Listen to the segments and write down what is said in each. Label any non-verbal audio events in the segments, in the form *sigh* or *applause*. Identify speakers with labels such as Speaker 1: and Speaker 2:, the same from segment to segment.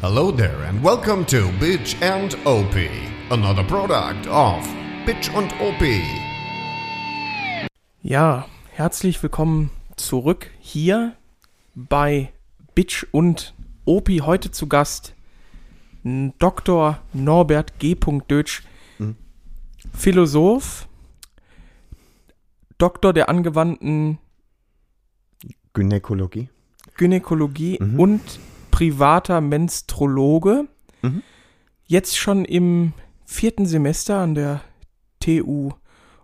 Speaker 1: Hello there and welcome to Bitch and OP, another product of Bitch und OP.
Speaker 2: Ja, herzlich willkommen zurück hier bei Bitch und Opi. Heute zu Gast n- Dr. Norbert G. Dötsch, Philosoph, Doktor der angewandten
Speaker 3: Gynäkologie.
Speaker 2: Gynäkologie und privater Menstrologe.
Speaker 3: Mhm.
Speaker 2: Jetzt schon im vierten Semester an der TU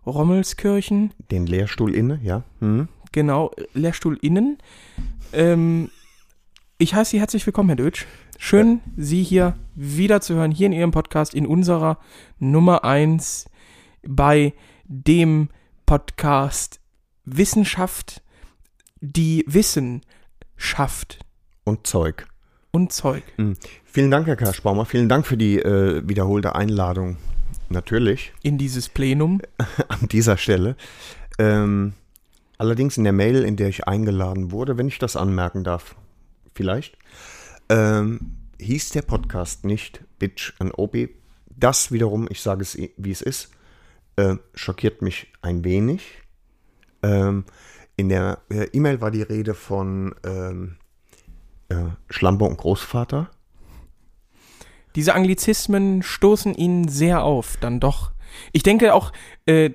Speaker 2: Rommelskirchen.
Speaker 3: Den Lehrstuhl inne, ja. Hm.
Speaker 2: Genau, Lehrstuhl innen. Ähm, ich heiße Sie herzlich willkommen, Herr Dötsch. Schön, Sie hier wieder zu hören, hier in Ihrem Podcast, in unserer Nummer 1 bei dem Podcast Wissenschaft, die Wissen schafft
Speaker 3: Und Zeug.
Speaker 2: und Zeug.
Speaker 3: Hm. Vielen Dank, Herr Karschbaumer. Vielen Dank für die äh, wiederholte Einladung. Natürlich,
Speaker 2: in dieses Plenum.
Speaker 3: *laughs* an dieser Stelle. Ähm, allerdings in der Mail, in der ich eingeladen wurde, wenn ich das anmerken darf, vielleicht, ähm, hieß der Podcast nicht Bitch an Obi. Das wiederum, ich sage es, wie es ist, äh, schockiert mich ein wenig. Ähm, in der äh, E-Mail war die Rede von ähm, äh, Schlampe und Großvater.
Speaker 2: Diese Anglizismen stoßen ihnen sehr auf, dann doch. Ich denke auch, äh,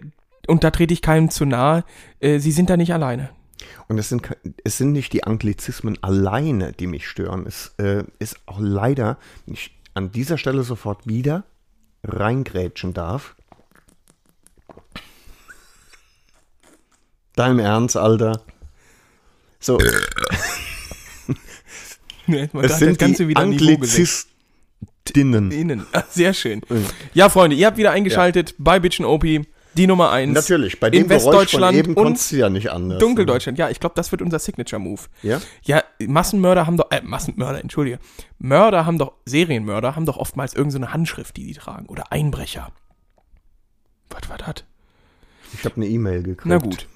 Speaker 2: und da trete ich keinem zu nahe, äh, sie sind da nicht alleine.
Speaker 3: Und es sind, ke- es sind nicht die Anglizismen alleine, die mich stören. Es äh, ist auch leider, wenn ich an dieser Stelle sofort wieder reingrätschen darf. Deinem Ernst, Alter. So,
Speaker 2: *laughs* Ne, man
Speaker 3: es
Speaker 2: hat
Speaker 3: sind die
Speaker 2: an Niveau gesenkt.
Speaker 3: Anglizistinnen.
Speaker 2: Innen. *laughs* Ah, Sehr schön.
Speaker 3: Mhm.
Speaker 2: Ja, Freunde, ihr habt wieder eingeschaltet bei Bitchen Opi, die Nummer 1.
Speaker 3: Natürlich, bei
Speaker 2: in
Speaker 3: dem Geräusch von
Speaker 2: Westdeutschland
Speaker 3: eben konntest
Speaker 2: und
Speaker 3: du ja nicht anders. ne?
Speaker 2: Dunkeldeutschland. Ja, ich glaube, das wird unser Signature-Move.
Speaker 3: Ja?
Speaker 2: Ja, Massenmörder haben doch, äh, Massenmörder, entschuldige. Mörder haben doch, Serienmörder haben doch oftmals irgendeine so eine Handschrift, die die tragen. Oder Einbrecher. Was war das?
Speaker 3: Ich habe eine E-Mail gekriegt.
Speaker 2: Na gut.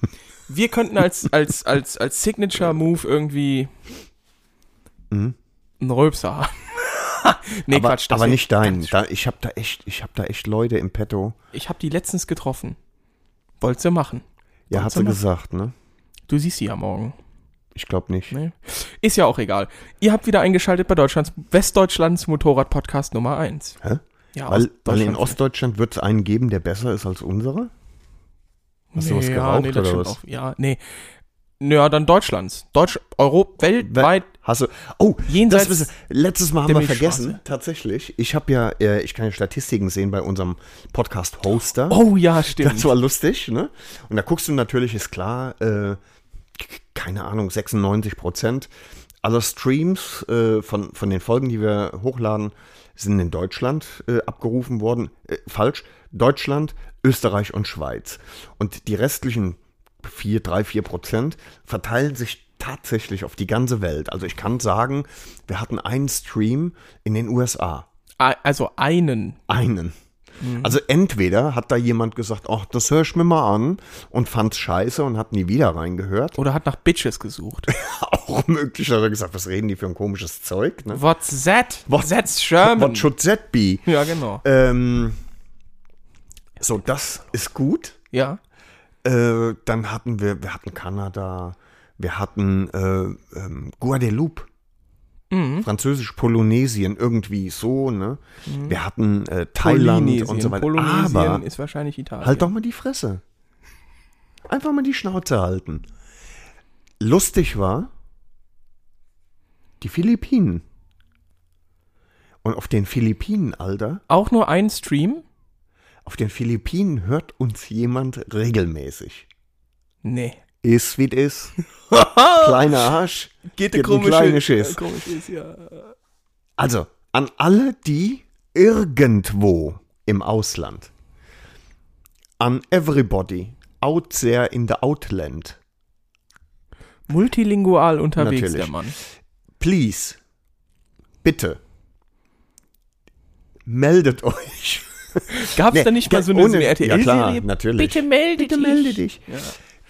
Speaker 2: Wir könnten als, als, als, als Signature-Move irgendwie einen Röpser haben. *laughs* nee,
Speaker 3: Mhm. aber,
Speaker 2: Quatsch. das
Speaker 3: aber
Speaker 2: wär-
Speaker 3: nicht dein. Da, ich habe da echt, ich habe da echt Leute im Petto.
Speaker 2: Ich habe die letztens getroffen. Wollt sie machen.
Speaker 3: Ja, hat
Speaker 2: Wollt's
Speaker 3: sie
Speaker 2: du machen?
Speaker 3: gesagt, ne?
Speaker 2: Du siehst sie ja morgen.
Speaker 3: Ich glaube nicht.
Speaker 2: Nee. Ist ja auch egal. Ihr habt wieder eingeschaltet bei Deutschlands, Westdeutschlands Motorrad-Podcast Nummer 1.
Speaker 3: Hä?
Speaker 2: Ja,
Speaker 3: Weil, weil in
Speaker 2: Ostdeutschland-
Speaker 3: Ostdeutschland wird es einen geben, der besser ist als unsere? Hast du was
Speaker 2: ja,
Speaker 3: geraucht
Speaker 2: nee, das
Speaker 3: oder
Speaker 2: stimmt
Speaker 3: was?
Speaker 2: Auch. Ja, nee. Naja, dann Deutschlands. Deutsch, Europa, weltweit.
Speaker 3: Hast du, oh,
Speaker 2: Jenseits
Speaker 3: das ist, letztes Mal haben
Speaker 2: der
Speaker 3: wir
Speaker 2: Milchstraße.
Speaker 3: vergessen, tatsächlich. Ich habe ja, äh, ich kann ja Statistiken sehen bei unserem Podcast-Hoster.
Speaker 2: oh ja, stimmt.
Speaker 3: Das war lustig, ne? Und da guckst du natürlich, ist klar, äh, k- keine Ahnung, 96 Prozent aller Streams äh, von, von den Folgen, die wir hochladen, sind in Deutschland äh, abgerufen worden. Äh, falsch. Deutschland, Österreich und Schweiz. Und die restlichen 4, 3, 4 Prozent verteilen sich tatsächlich auf die ganze Welt. Also ich kann sagen, wir hatten einen Stream in den USA
Speaker 2: Ah, Also einen.
Speaker 3: einen. Also entweder hat da jemand gesagt, ach, das höre ich mir mal an und fand's scheiße und hat nie wieder reingehört. *laughs*
Speaker 2: Oder hat nach Bitches gesucht.
Speaker 3: Auch möglich hat er gesagt, was reden die für ein komisches Zeug, ne?
Speaker 2: What's that?
Speaker 3: What-
Speaker 2: That's German.
Speaker 3: What should that be?
Speaker 2: ja, genau.
Speaker 3: Ähm, so, das ist gut.
Speaker 2: Ja.
Speaker 3: Äh, dann hatten wir, wir hatten Kanada, wir hatten äh, ähm, Guadeloupe,
Speaker 2: Mhm.
Speaker 3: französisch Polynesien, irgendwie so, ne? Wir hatten äh, Thailand und so weiter.
Speaker 2: Mhm. Polynesien
Speaker 3: Aber
Speaker 2: ist wahrscheinlich Italien.
Speaker 3: Halt doch mal die Fresse. Einfach mal die Schnauze halten. Lustig war die Philippinen. Und auf den Philippinen, Alter,
Speaker 2: Auch nur ein Stream?
Speaker 3: auf den Philippinen hört uns jemand regelmäßig.
Speaker 2: Nee.
Speaker 3: Ist wie
Speaker 2: *laughs*
Speaker 3: es. Kleiner Arsch.
Speaker 2: Geht
Speaker 3: ein kleiner Schiss.
Speaker 2: Komisch ist, ja.
Speaker 3: Also, an alle, die irgendwo im Ausland, an everybody out there in the outland,
Speaker 2: Multilingual unterwegs,
Speaker 3: Natürlich.
Speaker 2: der Mann.
Speaker 3: please, bitte, meldet euch.
Speaker 2: Gab's da nicht mal so eine, so eine
Speaker 3: ja, klar,
Speaker 2: RTL-Serie?
Speaker 3: natürlich.
Speaker 2: Bitte melde
Speaker 3: Bitte melde dich. *laughs*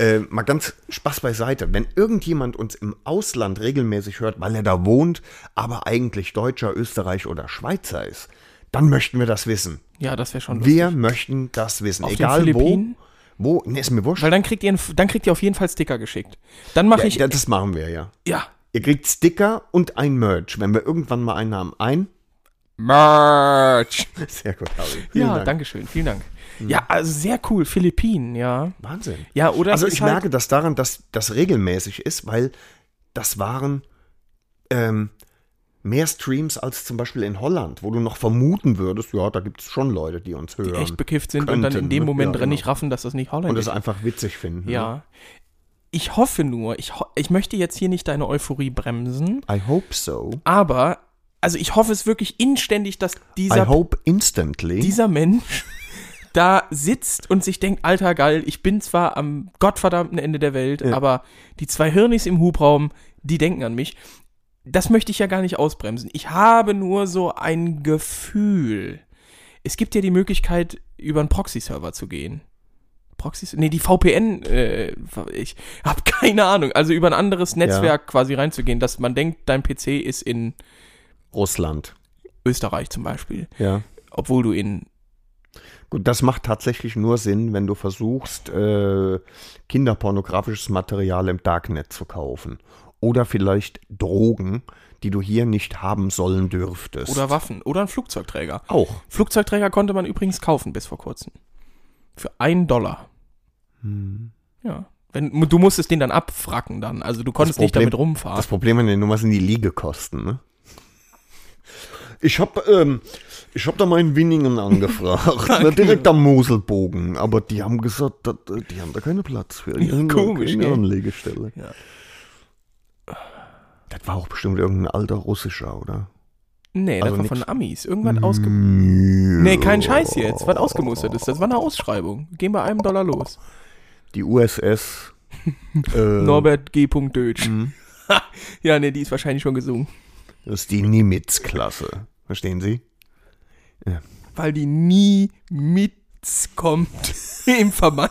Speaker 3: Äh, mal ganz Spaß beiseite. Wenn irgendjemand uns im Ausland regelmäßig hört, weil er da wohnt, aber eigentlich Deutscher, Österreich oder Schweizer ist, dann möchten wir das wissen.
Speaker 2: Ja, das wäre schon lustig.
Speaker 3: Wir möchten das wissen.
Speaker 2: Auf den
Speaker 3: Egal
Speaker 2: Philippinen?
Speaker 3: wo. Wo? Nee, ist mir wurscht.
Speaker 2: Weil dann kriegt ihr, dann kriegt ihr auf jeden Fall Sticker geschickt. Dann mache ich,
Speaker 3: ja, das machen wir ja.
Speaker 2: ja.
Speaker 3: Ihr kriegt Sticker und ein Merch, wenn wir irgendwann mal einen haben. Ein? *laughs*
Speaker 2: Merch.
Speaker 3: Sehr gut, Harry. Vielen
Speaker 2: Ja,
Speaker 3: Dank. Mhm.
Speaker 2: danke schön, vielen Dank. Ja, also sehr cool, Philippinen, ja.
Speaker 3: Wahnsinn.
Speaker 2: Ja, oder?
Speaker 3: also
Speaker 2: es ist halt
Speaker 3: ich merke das daran, dass das regelmäßig ist, weil das waren ähm, mehr Streams als zum Beispiel in Holland, wo du noch vermuten würdest, ja, da gibt es schon Leute, die uns hören.
Speaker 2: echt bekifft sind und
Speaker 3: könnten,
Speaker 2: dann in dem
Speaker 3: ne?
Speaker 2: Moment
Speaker 3: Ja,
Speaker 2: drin
Speaker 3: genau.
Speaker 2: nicht raffen, dass das nicht
Speaker 3: und
Speaker 2: Holländisch
Speaker 3: das
Speaker 2: ist.
Speaker 3: einfach witzig finden. ne?
Speaker 2: Ja. Ich hoffe nur, ich, ho ich möchte jetzt hier nicht deine Euphorie bremsen,
Speaker 3: ne? I hope so.
Speaker 2: aber, also ich hoffe es wirklich inständig, dass
Speaker 3: I
Speaker 2: dieser,
Speaker 3: hope instantly.
Speaker 2: dieser Mensch da sitzt und sich denkt, alter geil, ich bin zwar am gottverdammten Ende der Welt, aber die zwei Hirnis im Hubraum, die denken an mich. Das möchte ich ja gar nicht ausbremsen. Ich habe nur so ein Gefühl. Es gibt ja die Möglichkeit, über einen Proxy-Server zu gehen. Proxys? Nee, die VPN, äh, ich habe *laughs* keine Ahnung. Also über ein anderes Netzwerk quasi reinzugehen, dass man denkt, dein PC ist in
Speaker 3: Russland.
Speaker 2: Österreich zum Beispiel,
Speaker 3: Ja.
Speaker 2: obwohl du in
Speaker 3: Gut, das macht tatsächlich nur Sinn, wenn du versuchst, äh, kinderpornografisches Material im Darknet zu kaufen. Oder vielleicht Drogen, die du hier nicht haben sollen dürftest.
Speaker 2: oder Waffen oder ein Flugzeugträger.
Speaker 3: auch.
Speaker 2: Flugzeugträger konnte man übrigens kaufen bis vor kurzem. Für einen Dollar.
Speaker 3: Hm.
Speaker 2: Ja. Wenn, du musstest den dann abfracken dann. Also du konntest nicht
Speaker 3: Problem-
Speaker 2: damit rumfahren.
Speaker 3: Das Problem an der Nummer sind die Liegekosten, ne? Ich hab, ähm, ich hab da mal in
Speaker 2: *laughs*
Speaker 3: Winningen angefragt, ne, direkt am Moselbogen, aber die haben gesagt, dat, äh, die haben da keinen Platz für. Die haben da
Speaker 2: komisch,
Speaker 3: keine
Speaker 2: ne?
Speaker 3: Anlegestelle.
Speaker 2: Ja.
Speaker 3: Das war auch bestimmt irgendein alter russischer, oder?
Speaker 2: Nee, das war
Speaker 3: also nix. Hm.
Speaker 2: von Amis. Irgendwann ausge... Nee,
Speaker 3: Nee,
Speaker 2: kein Scheiß jetzt. Was ausgemustert ist. Das war eine Ausschreibung. Gehen bei einem Dollar los. *laughs*
Speaker 3: Die USS. äh,
Speaker 2: Norbert G. Deutsch.
Speaker 3: Hm.
Speaker 2: *laughs* ja, nee, die ist wahrscheinlich schon gesungen.
Speaker 3: Das ist die Nimitz-Klasse.
Speaker 2: *laughs*
Speaker 3: Verstehen Sie?
Speaker 2: Weil die nie mitkommt *laughs* im Verband.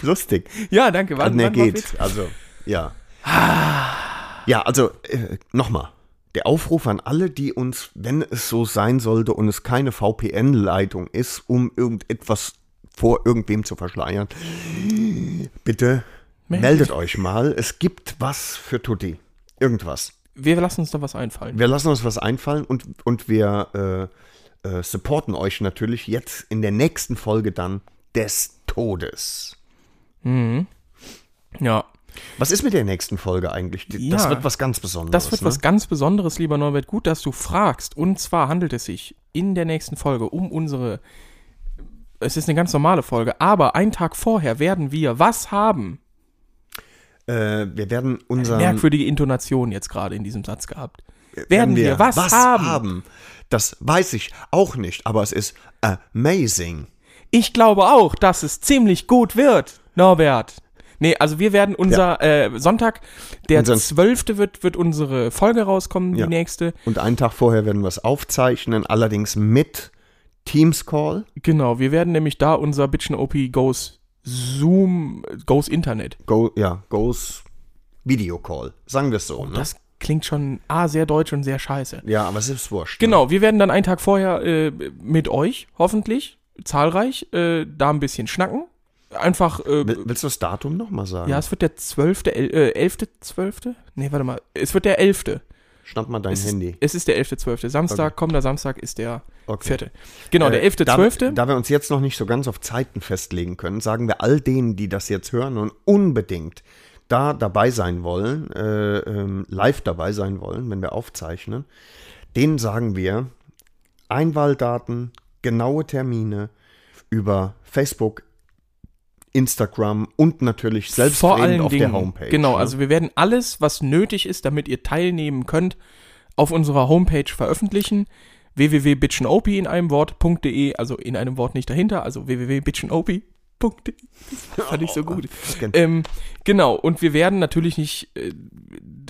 Speaker 3: Lustig.
Speaker 2: Ja, danke.
Speaker 3: Wann,
Speaker 2: wann war Witz?
Speaker 3: geht. Also, ja. Ja, also äh, nochmal. Der Aufruf an alle, die uns, wenn es so sein sollte und es keine VPN-Leitung ist, um irgendetwas vor irgendwem zu verschleiern, bitte
Speaker 2: Meldet.
Speaker 3: meldet euch mal. Es gibt was für Tutti. Irgendwas.
Speaker 2: Wir lassen uns da was einfallen.
Speaker 3: Wir lassen uns was einfallen und, und wir äh, äh, supporten euch natürlich jetzt in der nächsten Folge dann des Todes.
Speaker 2: Ja.
Speaker 3: Was ist mit der nächsten Folge eigentlich? Die- Das
Speaker 2: Ja.
Speaker 3: wird was ganz Besonderes.
Speaker 2: Das wird
Speaker 3: ne?
Speaker 2: was ganz Besonderes, lieber Norbert. Gut, dass du fragst. Und zwar handelt es sich in der nächsten Folge um unsere. Es ist eine ganz normale Folge, aber einen Tag vorher werden wir was haben?
Speaker 3: Äh, wir werden unseren.
Speaker 2: Merkwürdige Intonation jetzt gerade in diesem Satz gehabt. Werden,
Speaker 3: Äh, werden
Speaker 2: wir, was, haben?
Speaker 3: Das weiß ich auch nicht, aber es ist amazing.
Speaker 2: Ich glaube auch, dass es ziemlich gut wird, Norbert. Nee, also wir werden unser äh, Sonntag, der
Speaker 3: Unseren-
Speaker 2: 12. wird, wird unsere Folge rauskommen,
Speaker 3: Ja.
Speaker 2: die nächste.
Speaker 3: Und einen Tag vorher werden wir es aufzeichnen, allerdings mit Teams Call.
Speaker 2: Genau, wir werden nämlich da unser Bitchen OP Goes Zoom, Goes Internet.
Speaker 3: Go, ja, Goes Video Call. Sagen wir es so. Ne?
Speaker 2: Oh, Das klingt schon A, sehr deutsch und sehr scheiße.
Speaker 3: ja, aber es ist wurscht. Ne?
Speaker 2: Genau, wir werden dann einen Tag vorher äh, mit euch, hoffentlich, zahlreich, äh, da ein bisschen schnacken. Einfach, äh,
Speaker 3: Will- Willst du das Datum nochmal sagen?
Speaker 2: ja, es wird der 12., El äh, 11., 12.? Nee, warte mal, es wird der 11.
Speaker 3: Schnapp mal dein
Speaker 2: Es
Speaker 3: Handy.
Speaker 2: Ist, es ist der 11., 12. Samstag, kommender Samstag ist der
Speaker 3: Okay.
Speaker 2: vierte. Genau, der
Speaker 3: Äh,
Speaker 2: 11.,
Speaker 3: da,
Speaker 2: 12.
Speaker 3: Da wir uns jetzt noch nicht so ganz auf Zeiten festlegen können, sagen wir all denen, die das jetzt hören und unbedingt da dabei sein wollen, äh, ähm, live dabei sein wollen, wenn wir aufzeichnen, denen sagen wir Einwahldaten, genaue Termine über Facebook, Instagram und natürlich selbst
Speaker 2: vor allen
Speaker 3: auf
Speaker 2: Dingen,
Speaker 3: der Homepage.
Speaker 2: Genau,
Speaker 3: ne?
Speaker 2: also wir werden alles, was nötig ist, damit ihr teilnehmen könnt, auf unserer Homepage veröffentlichen. www.bitchenop in einem Wort.de, also in einem Wort nicht dahinter, also www.bitchenop.de. E. *laughs* Das fand
Speaker 3: Oh
Speaker 2: ich so gut.
Speaker 3: kenn-
Speaker 2: Ähm, genau, und wir werden natürlich nicht, äh,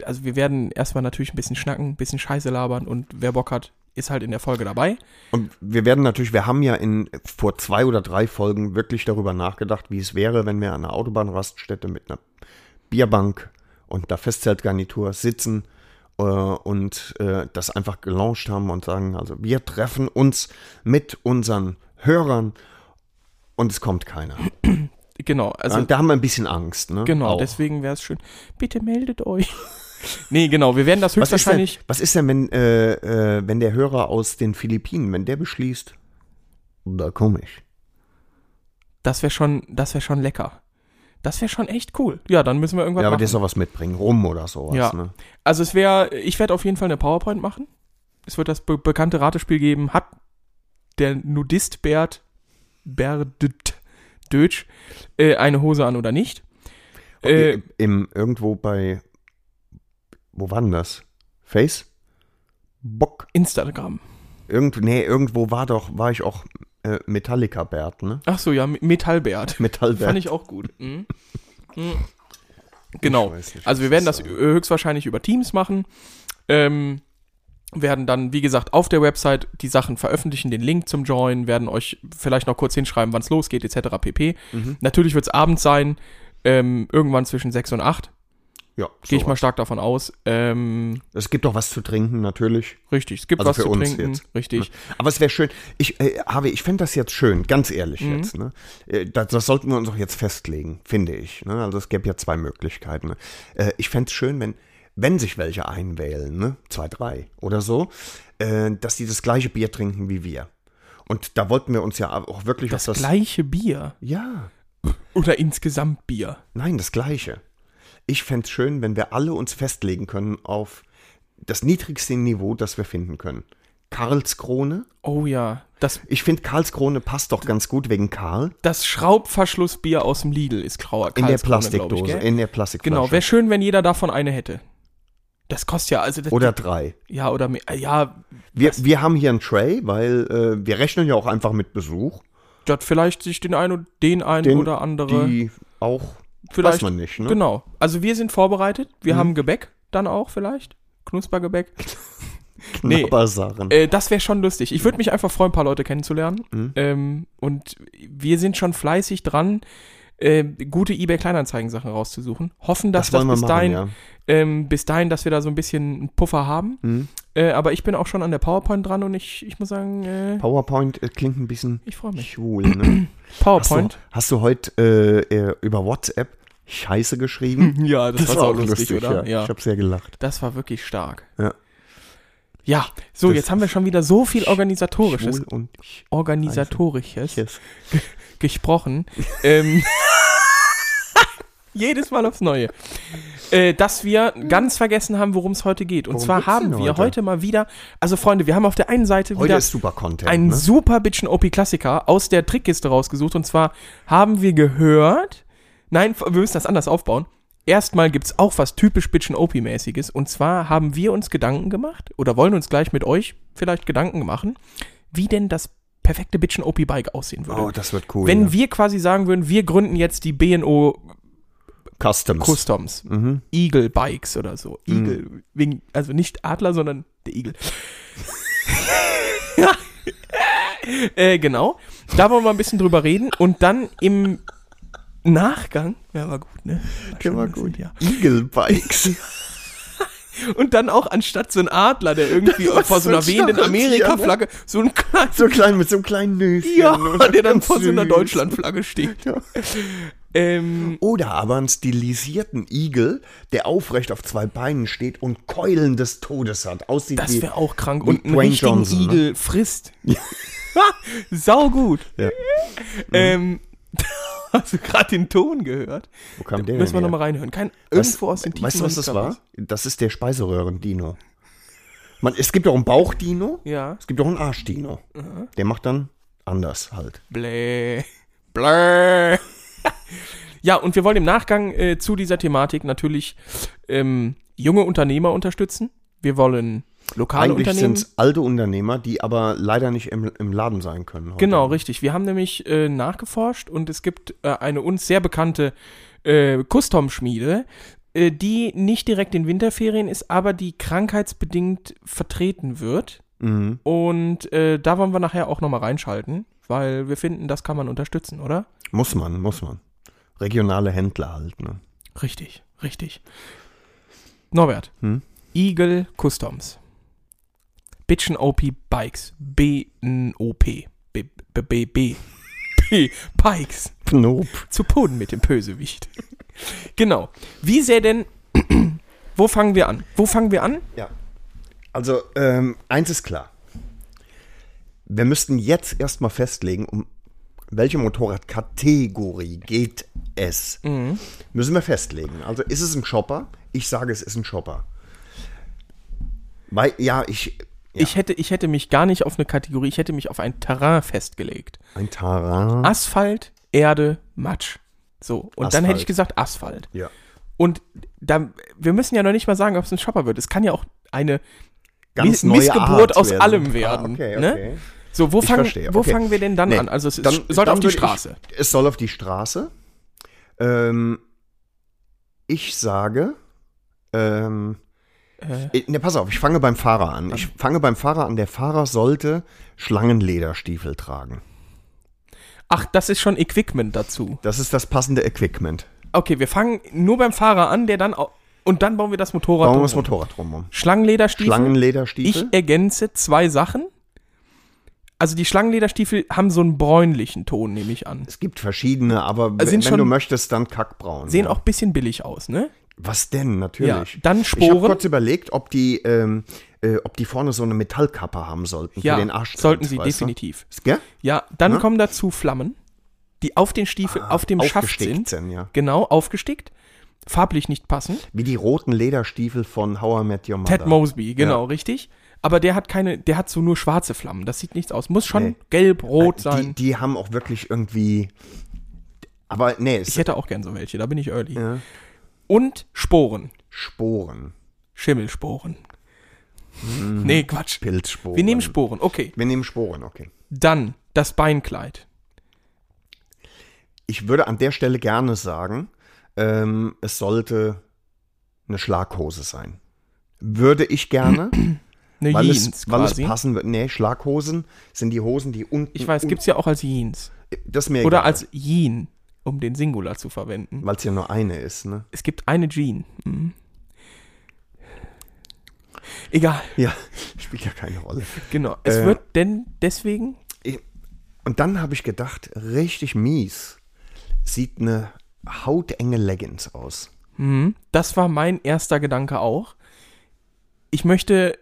Speaker 2: also wir werden erstmal natürlich ein bisschen schnacken, ein bisschen Scheiße labern und wer Bock hat, ist halt in der Folge dabei.
Speaker 3: Und wir werden natürlich, wir haben ja in vor zwei oder drei Folgen wirklich darüber nachgedacht, wie es wäre, wenn wir an einer Autobahnraststätte mit einer Bierbank und einer Festzeltgarnitur sitzen äh, und äh, das einfach gelauncht haben und sagen, also wir treffen uns mit unseren Hörern und es kommt keiner.
Speaker 2: Genau, also
Speaker 3: und da haben wir ein bisschen Angst, ne?
Speaker 2: genau,
Speaker 3: Auch.
Speaker 2: deswegen wäre es schön. Bitte meldet euch. *laughs* nee, genau, wir werden das
Speaker 3: Was ist denn,
Speaker 2: höchstwahrscheinlich.
Speaker 3: was ist denn wenn, äh, äh, wenn der Hörer aus den Philippinen, wenn der beschließt, da komme ich.
Speaker 2: Das wäre schon, das wäre schon lecker. Das wäre schon echt cool. Ja, dann müssen wir irgendwas
Speaker 3: Ja, aber der
Speaker 2: machen.
Speaker 3: soll was mitbringen, rum oder sowas.
Speaker 2: Ja.
Speaker 3: Ne?
Speaker 2: Also es wäre, ich werde auf jeden Fall eine PowerPoint machen. Es wird das be bekannte Ratespiel geben. Hat der Nudist Bert Berdet Dötsch äh, eine Hose an oder nicht? Äh,
Speaker 3: I- Im irgendwo bei wo war denn das? Face? Bock?
Speaker 2: Instagram.
Speaker 3: Irgend, nee, irgendwo war doch, war ich auch äh, Metallica Bert, ne?
Speaker 2: Ach so, ja, M- Metallbert.
Speaker 3: Metallbert.
Speaker 2: Fand ich auch gut. Mhm. Mhm. Genau.
Speaker 3: weiß nicht,
Speaker 2: also wir
Speaker 3: was
Speaker 2: werden
Speaker 3: das
Speaker 2: das
Speaker 3: soll.
Speaker 2: höchstwahrscheinlich über Teams machen. Ähm, werden dann, wie gesagt, auf der Website die Sachen veröffentlichen, den Link zum Join, werden euch vielleicht noch kurz hinschreiben, wann es losgeht, etc. pp.
Speaker 3: Mhm.
Speaker 2: Natürlich wird es abends sein, ähm, irgendwann zwischen 6 und 8.
Speaker 3: ja,
Speaker 2: Gehe ich mal
Speaker 3: sowas.
Speaker 2: stark davon aus. Ähm,
Speaker 3: Es gibt doch was zu trinken, natürlich.
Speaker 2: richtig, es gibt
Speaker 3: Also
Speaker 2: was
Speaker 3: für
Speaker 2: zu
Speaker 3: uns
Speaker 2: trinken.
Speaker 3: jetzt.
Speaker 2: Richtig.
Speaker 3: Aber es wäre schön, ich, äh, Harvey, ich fände das jetzt schön, ganz ehrlich jetzt. Ne? Äh, Das, das sollten wir uns auch jetzt festlegen, finde ich. Ne? Also es gäbe ja zwei Möglichkeiten. Ne? Äh, ich fände es schön, wenn, wenn sich welche einwählen, ne? zwei, drei oder so, äh, dass die das gleiche Bier trinken wie wir. Und da wollten wir uns ja auch wirklich
Speaker 2: Das,
Speaker 3: auf das
Speaker 2: gleiche Bier
Speaker 3: Ja,
Speaker 2: oder insgesamt Bier.
Speaker 3: nein, das gleiche. Ich fände es schön, wenn wir alle uns festlegen können auf das niedrigste Niveau, das wir finden können. Karlskrone
Speaker 2: Oh ja, das,
Speaker 3: Ich finde, Karlskrone passt doch ganz gut wegen Karl.
Speaker 2: das Schraubverschlussbier aus dem Lidl ist grauer
Speaker 3: In
Speaker 2: Karlskrone, glaub
Speaker 3: der
Speaker 2: ich,
Speaker 3: Plastikdose,
Speaker 2: gell?
Speaker 3: in der Plastikflasche.
Speaker 2: Genau, wäre schön, wenn jeder davon eine hätte. Das kostet ja, also das,
Speaker 3: Oder drei.
Speaker 2: ja oder mehr, ja,
Speaker 3: Wir, wir haben hier ein Tray, weil äh, wir rechnen ja auch einfach mit Besuch.
Speaker 2: dort vielleicht sich den einen den einen
Speaker 3: Den-
Speaker 2: oder andere
Speaker 3: Die auch,
Speaker 2: vielleicht
Speaker 3: weiß man nicht, ne? Mhm.
Speaker 2: Genau. Also wir sind vorbereitet, wir haben Gebäck dann auch vielleicht, Knuspergebäck. *laughs* nee.
Speaker 3: Knabbersachen.
Speaker 2: Äh, das wäre schon lustig. Ich würde mich einfach freuen, ein paar Leute kennenzulernen.
Speaker 3: Mhm.
Speaker 2: Ähm, und wir sind schon fleißig dran, äh, gute eBay Kleinanzeigen Sachen rauszusuchen. Hoffen, dass
Speaker 3: das
Speaker 2: das,
Speaker 3: wollen wir
Speaker 2: bis,
Speaker 3: machen,
Speaker 2: dahin,
Speaker 3: ja.
Speaker 2: ähm, bis dahin, dass wir da so ein bisschen einen Puffer haben.
Speaker 3: Mhm.
Speaker 2: Äh, aber ich bin auch schon an der PowerPoint dran und ich, ich muss sagen, äh,
Speaker 3: PowerPoint äh, klingt ein bisschen
Speaker 2: ich freue mich.
Speaker 3: schwul, ne?
Speaker 2: *clears throat*
Speaker 3: Hast du,
Speaker 2: PowerPoint.
Speaker 3: hast du heute äh, äh, über WhatsApp Scheiße geschrieben?
Speaker 2: Ja, *laughs* das, war auch lustig, oder?
Speaker 3: Ja.
Speaker 2: Ja.
Speaker 3: Ich habe sehr gelacht.
Speaker 2: Das war wirklich stark.
Speaker 3: Ja.
Speaker 2: Ja, so,
Speaker 3: Das
Speaker 2: jetzt haben wir schon wieder so viel organisatorisches,
Speaker 3: Schwul und ich.
Speaker 2: Oh, organisatorisches gesprochen. ähm, *laughs* jedes Mal aufs Neue. Äh, dass wir ganz vergessen haben, worum es heute geht. Und
Speaker 3: Worum
Speaker 2: zwar
Speaker 3: geht's
Speaker 2: haben
Speaker 3: denn
Speaker 2: wir
Speaker 3: heute?
Speaker 2: heute mal wieder, also Freunde, wir haben auf der einen Seite
Speaker 3: Heute
Speaker 2: wieder
Speaker 3: ist super Content.
Speaker 2: einen
Speaker 3: ne?
Speaker 2: super bitchen OP-Klassiker aus der Trickkiste rausgesucht. Und zwar haben wir gehört, nein, wir müssen das anders aufbauen. Erstmal gibt's auch was typisch bitchen OP-mäßiges. Und zwar haben wir uns Gedanken gemacht oder wollen uns gleich mit euch vielleicht Gedanken machen, wie denn das perfekte bitchen OP-Bike aussehen würde.
Speaker 3: Oh, das wird cool.
Speaker 2: Wenn
Speaker 3: ja.
Speaker 2: wir quasi sagen würden, wir gründen jetzt die BNO
Speaker 3: Customs.
Speaker 2: Customs,
Speaker 3: Mhm.
Speaker 2: Eagle Bikes oder so. Eagle, wegen, also nicht Adler, sondern der
Speaker 3: *laughs*
Speaker 2: Igel. äh, genau. Da wollen wir ein bisschen drüber reden und dann im Nachgang, ja, war gut, ne? War
Speaker 3: Der
Speaker 2: schon
Speaker 3: war
Speaker 2: ein bisschen,
Speaker 3: gut.
Speaker 2: ja.
Speaker 3: Eagle Bikes.
Speaker 2: *laughs* Und dann auch anstatt so ein Adler, der irgendwie
Speaker 3: *laughs* Was
Speaker 2: vor so
Speaker 3: für
Speaker 2: einer
Speaker 3: ein
Speaker 2: wehenden
Speaker 3: starres Tier, ne?
Speaker 2: Amerika-Flagge, so ein kleines
Speaker 3: *laughs* So klein, mit so einem kleinen Nüsschen.
Speaker 2: Ja,
Speaker 3: *laughs* Und
Speaker 2: der dann
Speaker 3: ganz
Speaker 2: vor so einer
Speaker 3: süß.
Speaker 2: Deutschlandflagge steht.
Speaker 3: Ja.
Speaker 2: Ähm,
Speaker 3: Oder aber einen stilisierten Igel, der aufrecht auf zwei Beinen steht und Keulen des Todes hat. Aussieht
Speaker 2: Das
Speaker 3: wie.
Speaker 2: wäre auch krank.
Speaker 3: wie
Speaker 2: Und einen
Speaker 3: Dwayne
Speaker 2: richtigen
Speaker 3: Johnson, ne?
Speaker 2: Igel frisst. *laughs* Sau gut.
Speaker 3: Ja.
Speaker 2: *laughs* Ähm, *laughs* hast du gerade den Ton gehört?
Speaker 3: Wo kam der
Speaker 2: Müssen wir
Speaker 3: denn her?
Speaker 2: nochmal reinhören. Kein,
Speaker 3: Weißt-
Speaker 2: irgendwo aus den Tiefen.
Speaker 3: Weißt du, was das war?
Speaker 2: Körpers.
Speaker 3: Das ist der Speiseröhren-Dino. Man, es gibt auch einen Bauch-Dino.
Speaker 2: Ja.
Speaker 3: Es gibt auch einen Arsch-Dino. Der macht dann anders halt.
Speaker 2: Bläh. Bläh. *laughs* ja, und wir wollen im Nachgang äh, zu dieser Thematik natürlich ähm, junge Unternehmer unterstützen. Wir wollen lokale
Speaker 3: Eigentlich
Speaker 2: Unternehmen.
Speaker 3: sind es alte Unternehmer, die aber leider nicht im, im Laden sein können. Heute.
Speaker 2: Genau, richtig. Wir haben nämlich äh, nachgeforscht und es gibt äh, eine uns sehr bekannte äh, Custom-Schmiede, äh, die nicht direkt in Winterferien ist, aber die krankheitsbedingt vertreten wird.
Speaker 3: Mhm.
Speaker 2: Und äh, da wollen wir nachher auch nochmal reinschalten, weil wir finden, das kann man unterstützen, oder?
Speaker 3: Muss man, muss man. Regionale Händler halt, ne?
Speaker 2: Richtig, richtig. Norbert,
Speaker 3: Hm?
Speaker 2: Eagle Customs. Bitchen OP Bikes. B-N-O-P. B-B-B. B. Bikes.
Speaker 3: Nope.
Speaker 2: Zu Boden mit dem Bösewicht. genau. Wie sähe denn. *clears throat* Wo fangen wir an? Wo fangen wir an?
Speaker 3: Ja. Also, ähm, eins ist klar. Wir müssten jetzt erstmal festlegen, um welche Motorradkategorie geht es.
Speaker 2: Mhm.
Speaker 3: Müssen wir festlegen. Also, ist es ein Shopper? Ich sage, es ist ein Shopper. Weil, ja, ich. Ja,
Speaker 2: Ich, hätte, ich hätte mich gar nicht auf eine Kategorie, ich hätte mich auf ein Terrain festgelegt.
Speaker 3: ein Taran.
Speaker 2: Ah. Asphalt, Erde, Matsch. So. Und dann hätte
Speaker 3: Asphalt.
Speaker 2: ich gesagt Asphalt.
Speaker 3: Ja.
Speaker 2: Und da, wir müssen ja noch nicht mal sagen, ob es ein Shopper wird. Es kann ja auch eine
Speaker 3: Ganz
Speaker 2: Mi-
Speaker 3: neue
Speaker 2: Missgeburt
Speaker 3: Art
Speaker 2: aus
Speaker 3: werden.
Speaker 2: allem
Speaker 3: Ah,
Speaker 2: werden.
Speaker 3: okay,
Speaker 2: ne?
Speaker 3: okay.
Speaker 2: So, wo,
Speaker 3: Ich
Speaker 2: fangen,
Speaker 3: verstehe.
Speaker 2: wo
Speaker 3: okay.
Speaker 2: fangen wir denn dann
Speaker 3: Nee,
Speaker 2: an? Also es ist, sollte auf die
Speaker 3: würde ich-
Speaker 2: Straße.
Speaker 3: es soll auf die Straße. Ähm, ich sage, ähm,
Speaker 2: Äh.
Speaker 3: äh, ne, pass auf, ich fange beim Fahrer an. Ich fange beim Fahrer an. Der Fahrer sollte Schlangenlederstiefel tragen.
Speaker 2: Ach, das ist schon Equipment dazu.
Speaker 3: Das ist das passende Equipment.
Speaker 2: Okay, wir fangen nur beim Fahrer an, der dann au- und dann bauen wir das Motorrad.
Speaker 3: Bauen wir
Speaker 2: drumherum.
Speaker 3: das Motorrad drumherum.
Speaker 2: Schlangenlederstiefel. ich
Speaker 3: Schlangenlederstiefel.
Speaker 2: ergänze zwei Sachen. Also die Schlangenlederstiefel haben so einen bräunlichen Ton, nehme ich an.
Speaker 3: es gibt verschiedene, aber
Speaker 2: Also
Speaker 3: wenn,
Speaker 2: sind
Speaker 3: wenn du
Speaker 2: schon-
Speaker 3: möchtest, dann kackbraun.
Speaker 2: Sehen
Speaker 3: ja.
Speaker 2: auch ein bisschen billig aus, ne?
Speaker 3: Was denn? Natürlich.
Speaker 2: Ja, dann
Speaker 3: Ich habe
Speaker 2: Sporen.
Speaker 3: kurz überlegt, ob die, ähm, äh, ob die vorne so eine Metallkappe haben sollten
Speaker 2: Ja,
Speaker 3: für den Arsch.
Speaker 2: sollten sie definitiv.
Speaker 3: Du? Gell?
Speaker 2: Ja, dann
Speaker 3: Ne?
Speaker 2: kommen dazu Flammen, die auf den Stiefel, auf dem Schaft
Speaker 3: Ah, Aufgestickt
Speaker 2: sind.
Speaker 3: sind, ja.
Speaker 2: Genau, aufgestickt. Farblich nicht passend.
Speaker 3: Wie die roten Lederstiefel von How I Met Your Mother.
Speaker 2: Ted Mosby, genau, richtig. Aber der hat keine, der hat so nur schwarze Flammen. Das sieht nichts aus. Muss schon
Speaker 3: Nee.
Speaker 2: gelb, rot
Speaker 3: Die,
Speaker 2: sein.
Speaker 3: die haben auch wirklich irgendwie. Aber nee, es
Speaker 2: ich hätte auch gern so welche, da bin ich early.
Speaker 3: Ja.
Speaker 2: Und Sporen.
Speaker 3: Sporen.
Speaker 2: Schimmelsporen.
Speaker 3: Hm.
Speaker 2: Nee, Quatsch.
Speaker 3: Pilzsporen.
Speaker 2: Wir nehmen Sporen, okay.
Speaker 3: Wir nehmen Sporen, okay.
Speaker 2: Dann das Beinkleid.
Speaker 3: Ich würde an der Stelle gerne sagen, ähm, es sollte eine Schlaghose sein. Würde ich gerne,
Speaker 2: Eine
Speaker 3: weil,
Speaker 2: Jeans
Speaker 3: es, weil es
Speaker 2: quasi.
Speaker 3: passen wird. Nee, Schlaghosen sind die Hosen, die unten.
Speaker 2: ich weiß,
Speaker 3: unten-
Speaker 2: gibt's ja auch als Jeans.
Speaker 3: Das ist mir
Speaker 2: Oder
Speaker 3: egal,
Speaker 2: als Jean, um den Singular zu verwenden.
Speaker 3: Weil es ja nur eine ist, ne?
Speaker 2: Es gibt eine Jean. Mhm. Egal,
Speaker 3: Ja, *laughs* spielt ja keine Rolle.
Speaker 2: genau. Es
Speaker 3: Äh,
Speaker 2: wird denn deswegen
Speaker 3: Ich- Und dann habe ich gedacht, richtig mies sieht eine hautenge Leggings aus.
Speaker 2: Mhm. Das war mein erster Gedanke auch. Ich möchte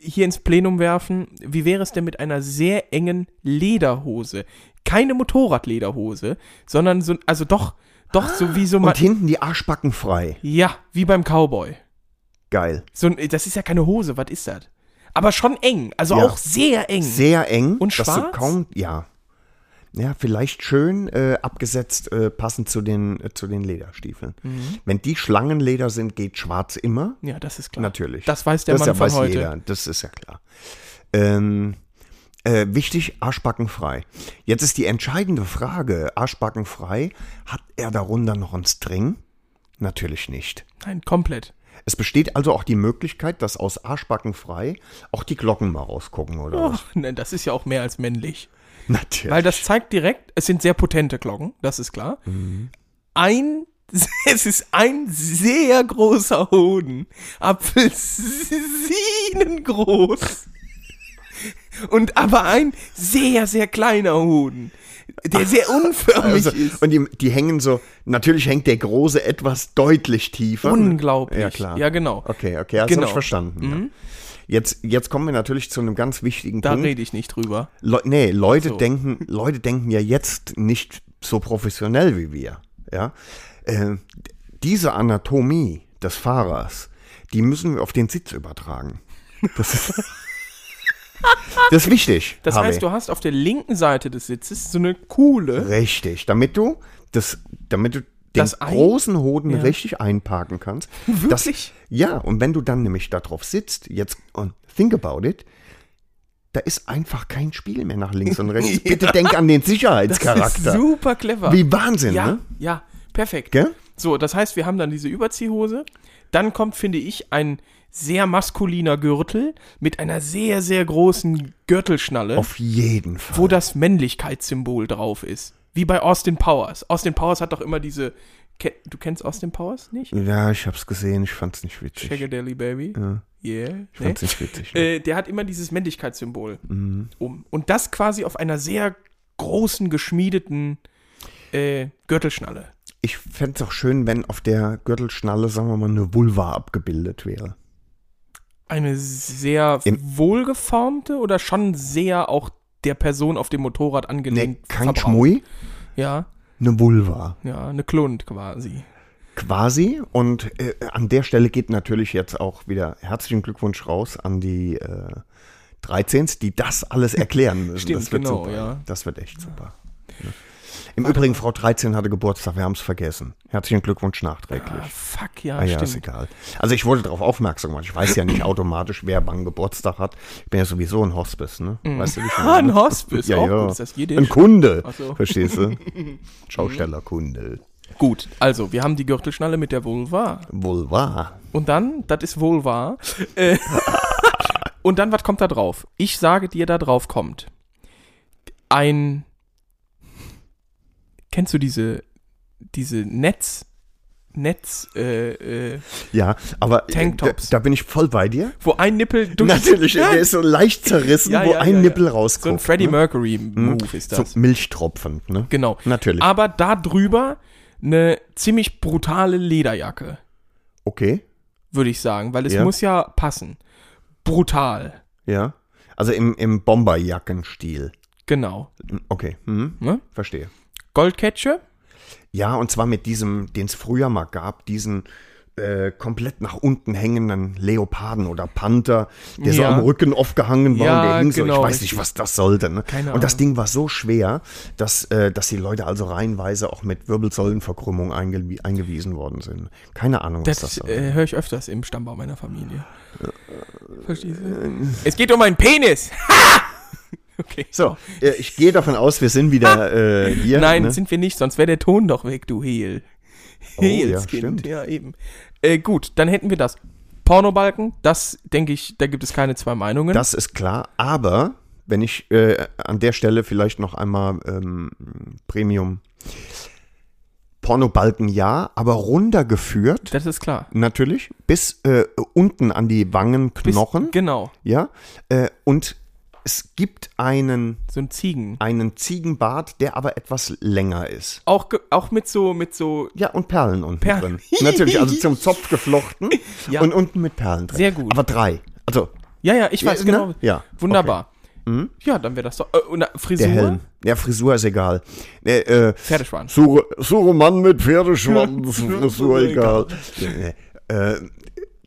Speaker 2: hier ins Plenum werfen, wie wäre es denn mit einer sehr engen Lederhose? Keine Motorradlederhose, sondern so, also doch, doch, so wie so
Speaker 3: Und
Speaker 2: mal.
Speaker 3: hinten die Arschbacken frei.
Speaker 2: Ja, wie beim Cowboy.
Speaker 3: Geil.
Speaker 2: So, ein- das ist ja keine Hose, was ist das? Aber schon eng, also
Speaker 3: Ja.
Speaker 2: auch sehr eng.
Speaker 3: Sehr eng.
Speaker 2: Und
Speaker 3: dass du
Speaker 2: schwarz?
Speaker 3: kaum, ja. Ja, vielleicht schön äh, abgesetzt, äh, passend zu den, äh, zu den Lederstiefeln.
Speaker 2: Mhm.
Speaker 3: Wenn die Schlangenleder sind, geht schwarz immer.
Speaker 2: ja, das ist klar.
Speaker 3: Natürlich.
Speaker 2: Das weiß der
Speaker 3: das
Speaker 2: Mann
Speaker 3: ja,
Speaker 2: von
Speaker 3: weiß
Speaker 2: heute.
Speaker 3: Jeder. Das ist ja klar. Ähm, äh, wichtig, Arschbacken frei. Jetzt ist die entscheidende Frage, Arschbacken frei, hat er darunter noch einen String? Natürlich nicht.
Speaker 2: Nein, komplett.
Speaker 3: Es besteht also auch die Möglichkeit, dass aus Arschbacken frei auch die Glocken mal rausgucken, oder? was? *laughs*
Speaker 2: Ach, nein, das ist ja auch mehr als männlich.
Speaker 3: Natürlich.
Speaker 2: Weil das zeigt direkt, es sind sehr potente Glocken, das ist klar.
Speaker 3: Mhm.
Speaker 2: Ein, *laughs* es ist ein sehr großer Hoden. Apfelsinen groß. Und aber ein sehr, sehr kleiner Hoden, der sehr unförmig
Speaker 3: also,
Speaker 2: ist.
Speaker 3: und die, die hängen so, natürlich hängt der große etwas deutlich tiefer.
Speaker 2: Unglaublich.
Speaker 3: Ja, klar.
Speaker 2: Ja, genau.
Speaker 3: Okay, okay, das
Speaker 2: Genau.
Speaker 3: habe ich verstanden. Ja. Jetzt, jetzt kommen wir natürlich zu einem ganz wichtigen
Speaker 2: Da
Speaker 3: Punkt.
Speaker 2: rede ich nicht drüber.
Speaker 3: Le nee, Leute
Speaker 2: So. *laughs*
Speaker 3: denken, Leute denken ja jetzt nicht so professionell wie wir. Ja, äh, diese Anatomie des Fahrers, die müssen wir auf den Sitz übertragen. Das ist, *laughs* das ist wichtig.
Speaker 2: Das
Speaker 3: Harvey.
Speaker 2: heißt, du hast auf der linken Seite des Sitzes so eine
Speaker 3: *laughs*
Speaker 2: Kuhle.
Speaker 3: richtig, damit du das, damit du den
Speaker 2: Das Ei?
Speaker 3: großen Hoden
Speaker 2: Ja.
Speaker 3: richtig einparken kannst.
Speaker 2: *laughs* Wirklich?
Speaker 3: Das, ja, und wenn du dann nämlich da drauf sitzt, jetzt und think about it, da ist einfach kein Spiel mehr nach
Speaker 2: *laughs*
Speaker 3: links und rechts. Bitte denk an den
Speaker 2: Das ist
Speaker 3: Sicherheitscharakter.
Speaker 2: super clever.
Speaker 3: Wie Wahnsinn,
Speaker 2: ja,
Speaker 3: ne?
Speaker 2: ja, perfekt.
Speaker 3: Gell?
Speaker 2: So, das heißt, wir haben dann diese Überziehhose. Dann kommt, finde ich, ein sehr maskuliner Gürtel mit einer sehr, sehr großen Gürtelschnalle,
Speaker 3: Auf jeden Fall.
Speaker 2: wo das Männlichkeitssymbol drauf ist. Wie bei Austin Powers. Austin Powers hat doch immer diese. Ke du kennst Austin Powers nicht?
Speaker 3: ja, ich hab's gesehen, ich fand's nicht witzig.
Speaker 2: Shagadeli Baby.
Speaker 3: Ja,
Speaker 2: Yeah.
Speaker 3: ich fand's nicht witzig. Ne?
Speaker 2: äh, der hat immer dieses Männlichkeitssymbol
Speaker 3: Mhm.
Speaker 2: um. Und das quasi auf einer sehr großen, geschmiedeten äh, Gürtelschnalle.
Speaker 3: Ich fänd's auch schön, wenn auf der Gürtelschnalle, sagen wir mal, eine Vulva abgebildet wäre.
Speaker 2: Eine sehr
Speaker 3: Im-
Speaker 2: wohlgeformte oder schon sehr auch der Person auf dem Motorrad
Speaker 3: Nee,
Speaker 2: angelehnt.
Speaker 3: kein
Speaker 2: verbraucht.
Speaker 3: Schmui,
Speaker 2: Ja,
Speaker 3: eine Vulva.
Speaker 2: ja, eine Klund quasi.
Speaker 3: Quasi. Und äh, an der Stelle geht natürlich jetzt auch wieder herzlichen Glückwunsch raus an die äh, 13, die das alles erklären
Speaker 2: *laughs*
Speaker 3: müssen.
Speaker 2: Stimmt,
Speaker 3: das wird
Speaker 2: genau,
Speaker 3: super.
Speaker 2: ja.
Speaker 3: Das wird echt super. Ja. Im Übrigen, Frau 13 hatte Geburtstag, wir haben es vergessen. Herzlichen Glückwunsch nachträglich.
Speaker 2: Ah, fuck, ja,
Speaker 3: Ah ja, ist
Speaker 2: stimmt.
Speaker 3: egal. Also ich wurde darauf aufmerksam gemacht. Ich weiß ja nicht automatisch, wer wann Geburtstag hat. Ich bin ja sowieso ein Hospice, ne? Weißt du
Speaker 2: *laughs*
Speaker 3: wie ich
Speaker 2: Ah,
Speaker 3: meine?
Speaker 2: ein Hospice,
Speaker 3: Ja,
Speaker 2: auch
Speaker 3: ja.
Speaker 2: gut, ist das jiddisch?
Speaker 3: Ein Kunde,
Speaker 2: Ach so. *laughs*
Speaker 3: verstehst du? Schaustellerkunde.
Speaker 2: Gut, also, wir haben die Gürtelschnalle mit der Vulva.
Speaker 3: Vulva.
Speaker 2: Und dann, das ist wohl wahr. Äh, *laughs* und dann, was kommt da drauf? Ich sage dir, da drauf kommt ein. Kennst du diese diese Netz Netz äh, äh,
Speaker 3: Ja, aber äh,
Speaker 2: Tanktops.
Speaker 3: Da, da bin ich voll bei dir.
Speaker 2: wo ein Nippel durch *laughs*
Speaker 3: Natürlich, der ist so leicht zerrissen,
Speaker 2: Ja,
Speaker 3: wo
Speaker 2: ja,
Speaker 3: ein
Speaker 2: ja,
Speaker 3: Nippel
Speaker 2: ja.
Speaker 3: rauskommt.
Speaker 2: so ein Freddie
Speaker 3: ne?
Speaker 2: Mercury Move ist das.
Speaker 3: So Milchtropfen, ne?
Speaker 2: genau.
Speaker 3: Natürlich.
Speaker 2: Aber da drüber eine ziemlich brutale Lederjacke,
Speaker 3: Okay,
Speaker 2: würde ich sagen, weil es
Speaker 3: Ja.
Speaker 2: muss ja passen. Brutal.
Speaker 3: ja. Also im, im Bomberjackenstil.
Speaker 2: Genau.
Speaker 3: Okay, mhm.
Speaker 2: Ne?
Speaker 3: verstehe.
Speaker 2: Goldcatcher?
Speaker 3: Ja, und zwar mit diesem, den es früher mal gab, diesen äh, komplett nach unten hängenden Leoparden oder Panther, der so
Speaker 2: Ja.
Speaker 3: am Rücken aufgehangen war und
Speaker 2: Ja,
Speaker 3: der hing so.
Speaker 2: genau,
Speaker 3: Ich weiß
Speaker 2: richtig.
Speaker 3: nicht, was das sollte. Ne?
Speaker 2: Keine
Speaker 3: und das
Speaker 2: Ahnung.
Speaker 3: Ding war so schwer, dass, äh, dass die Leute also reihenweise auch mit Wirbelsäulenverkrümmung einge eingewiesen worden sind. Keine Ahnung, was
Speaker 2: Das,
Speaker 3: das, soll.
Speaker 2: äh, höre ich öfters im Stammbaum meiner Familie.
Speaker 3: Äh,
Speaker 2: Verstehst du? Es geht um einen Penis. *laughs* Ha! Okay.
Speaker 3: So, äh, ich gehe davon aus, wir sind wieder
Speaker 2: *laughs*
Speaker 3: äh, hier.
Speaker 2: Nein,
Speaker 3: ne?
Speaker 2: sind wir nicht, sonst wäre der Ton doch weg, du Heel.
Speaker 3: Oh, ja,
Speaker 2: Heelskind.
Speaker 3: stimmt.
Speaker 2: ja, eben. Äh, gut, dann hätten wir das. Pornobalken, das denke ich, da gibt es keine zwei Meinungen.
Speaker 3: Das ist klar, aber wenn ich äh, an der Stelle vielleicht noch einmal ähm, Premium Pornobalken ja, aber runtergeführt
Speaker 2: Das ist klar.
Speaker 3: natürlich bis äh, unten an die
Speaker 2: Bis-
Speaker 3: Wangenknochen,
Speaker 2: Genau,
Speaker 3: ja, äh, und es gibt einen
Speaker 2: so ein Ziegen.
Speaker 3: einen Ziegenbart, der aber etwas länger ist.
Speaker 2: Auch, ge- auch mit so, mit so,
Speaker 3: Ja, und Perlen unten
Speaker 2: Perlen.
Speaker 3: drin. Natürlich, also
Speaker 2: *laughs*
Speaker 3: zum Zopf geflochten
Speaker 2: Ja.
Speaker 3: und unten mit Perlen drin.
Speaker 2: Sehr gut.
Speaker 3: Aber drei. Also
Speaker 2: ja, ja, ich weiß
Speaker 3: Ja, ne?
Speaker 2: genau.
Speaker 3: Ja, Mhm.
Speaker 2: Wunderbar. Ja, dann wäre das doch. Äh, und, äh, Frisur?
Speaker 3: der Helm. Ja, Frisur ist egal. Nee, äh,
Speaker 2: Pferdeschwanz.
Speaker 3: Suche, suche
Speaker 2: *laughs*
Speaker 3: Mann mit Pferdeschwanz, Frisur egal. Äh,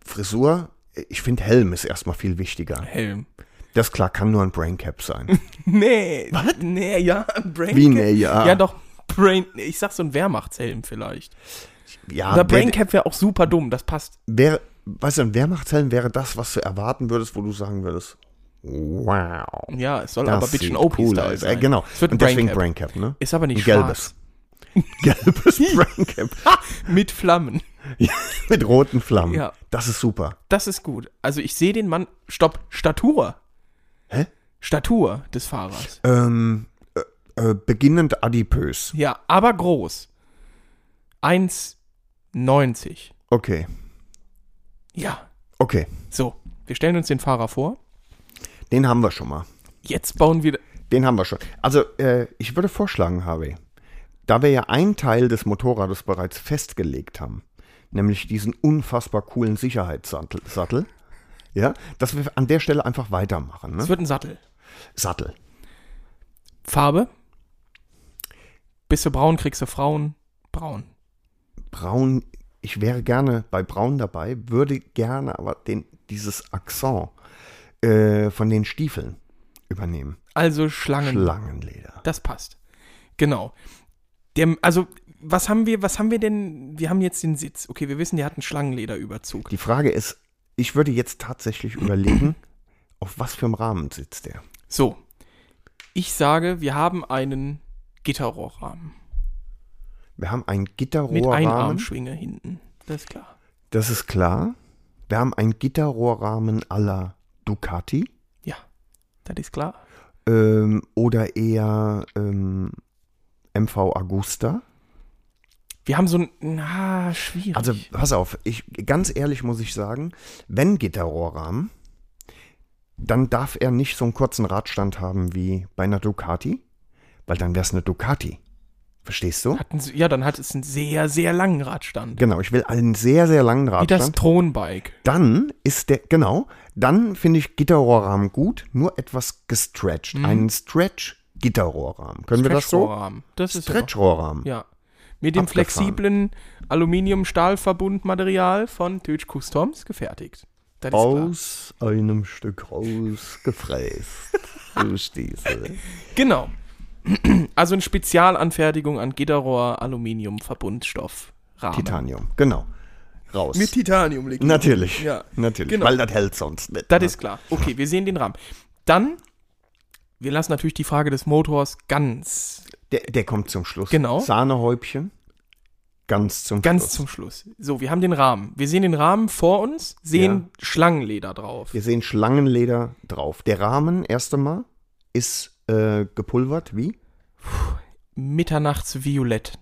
Speaker 3: Frisur, ich finde Helm ist erstmal viel wichtiger.
Speaker 2: Helm.
Speaker 3: Das klar kann nur ein
Speaker 2: *laughs*
Speaker 3: Braincap sein.
Speaker 2: Nee. Was? Nee, ja, ein Brain
Speaker 3: Wie,
Speaker 2: Cap.
Speaker 3: nee, ja.
Speaker 2: Ja, doch. Brain, ich sag so ein Wehrmachtshelm vielleicht.
Speaker 3: Ja,
Speaker 2: Aber
Speaker 3: wär,
Speaker 2: Braincap wäre auch super dumm, das passt.
Speaker 3: wär, weißt du, ein Wehrmachtshelm wäre das, was du erwarten würdest, wo du sagen würdest, wow.
Speaker 2: Ja, es soll
Speaker 3: Das
Speaker 2: aber bitte
Speaker 3: sieht
Speaker 2: ein op
Speaker 3: cool
Speaker 2: style
Speaker 3: aus.
Speaker 2: sein.
Speaker 3: Äh, genau.
Speaker 2: Es wird ein
Speaker 3: Und deswegen
Speaker 2: Braincap.
Speaker 3: Braincap, ne?
Speaker 2: Ist aber nicht
Speaker 3: Ein gelbes. *laughs* Gelbes
Speaker 2: *laughs*
Speaker 3: Braincap
Speaker 2: schwarz. Mit Flammen.
Speaker 3: mit roten Flammen.
Speaker 2: Ja.
Speaker 3: Das ist super.
Speaker 2: Das ist gut. Also ich sehe den Mann. Stopp, Statur.
Speaker 3: Hä?
Speaker 2: Statur des Fahrers.
Speaker 3: Ähm, äh, äh, beginnend adipös.
Speaker 2: Ja, aber groß. 1,90.
Speaker 3: Okay,
Speaker 2: Ja.
Speaker 3: okay.
Speaker 2: So, wir stellen uns den Fahrer vor.
Speaker 3: Den haben wir schon mal.
Speaker 2: Jetzt bauen wir.
Speaker 3: Den haben wir schon. Also, äh, ich würde vorschlagen, Harvey, da wir ja einen Teil des Motorrades bereits festgelegt haben, nämlich diesen unfassbar coolen Sicherheitssattel, Sattel, ja, dass wir an der Stelle einfach weitermachen.
Speaker 2: Es
Speaker 3: Ne?
Speaker 2: wird ein Sattel.
Speaker 3: Sattel.
Speaker 2: Farbe. Bist du braun, kriegst du Frauen. Braun.
Speaker 3: Braun, ich wäre gerne bei Braun dabei, würde gerne aber den, dieses Akzent äh, von den Stiefeln übernehmen.
Speaker 2: Also Schlangen.
Speaker 3: Schlangenleder.
Speaker 2: Das passt. Genau. Der, also, was haben wir, was haben wir denn? Wir haben jetzt den Sitz. Okay, wir wissen, der hat einen Schlangenlederüberzug.
Speaker 3: Die Frage ist, ich würde jetzt tatsächlich überlegen, auf was für einem Rahmen sitzt der?
Speaker 2: So. Ich sage, wir haben einen Gitterrohrrahmen.
Speaker 3: Wir haben ein
Speaker 2: Mit
Speaker 3: Gitterrohrrahmen.
Speaker 2: Einarmschwinge hinten. Das ist klar.
Speaker 3: Das ist klar. Wir haben ein Gitterrohrrahmen à la Ducati
Speaker 2: Ja, das ist klar.
Speaker 3: ähm, oder eher ähm, MV Agusta.
Speaker 2: Wir haben so ein. Na, schwierig.
Speaker 3: Also pass auf, ich ganz ehrlich muss ich sagen, wenn Gitterrohrrahmen, dann darf er nicht so einen kurzen Radstand haben wie bei einer Ducati, weil dann wäre es eine Ducati. Verstehst du?
Speaker 2: hatten sie, ja, dann hat es einen sehr, sehr langen Radstand.
Speaker 3: Genau, ich will einen sehr, sehr langen
Speaker 2: Wie das
Speaker 3: Radstand.
Speaker 2: Thronbike.
Speaker 3: Dann ist der, genau, dann finde ich Gitterrohrrahmen gut, nur etwas gestretched.
Speaker 2: Mhm.
Speaker 3: Einen Stretch-Gitterrohrrahmen. Können wir das so?
Speaker 2: Stretchrohrrahmen. Das ist ja,
Speaker 3: Stretchrohrrahmen.
Speaker 2: ja. Mit dem
Speaker 3: Abgefahren.
Speaker 2: flexiblen Aluminium-Stahlverbundmaterial von Tütsch Customs gefertigt. Das ist klar.
Speaker 3: Aus einem Stück rausgefräst.
Speaker 2: *laughs*
Speaker 3: du Stiesel.
Speaker 2: Genau. *clears throat* Also eine Spezialanfertigung an Gitterrohr, Aluminium, Verbundstoff, Rahmen.
Speaker 3: Titanium, genau. Raus.
Speaker 2: Mit Titanium liegt.
Speaker 3: natürlich.
Speaker 2: Ja,
Speaker 3: natürlich.
Speaker 2: genau.
Speaker 3: Weil das hält sonst nicht.
Speaker 2: Das
Speaker 3: ne?
Speaker 2: ist klar. Okay, wir sehen den Rahmen. Dann, wir lassen natürlich die Frage des Motors ganz,
Speaker 3: der, der kommt zum Schluss.
Speaker 2: Genau.
Speaker 3: Sahnehäubchen. Ganz zum
Speaker 2: ganz
Speaker 3: Schluss.
Speaker 2: zum Schluss. So, wir haben den Rahmen. Wir sehen den Rahmen vor uns, sehen Schlangenleder drauf.
Speaker 3: Wir sehen Schlangenleder drauf. Der Rahmen, erste Mal, ist äh, gepulvert wie?
Speaker 2: Mitternachtsviolett.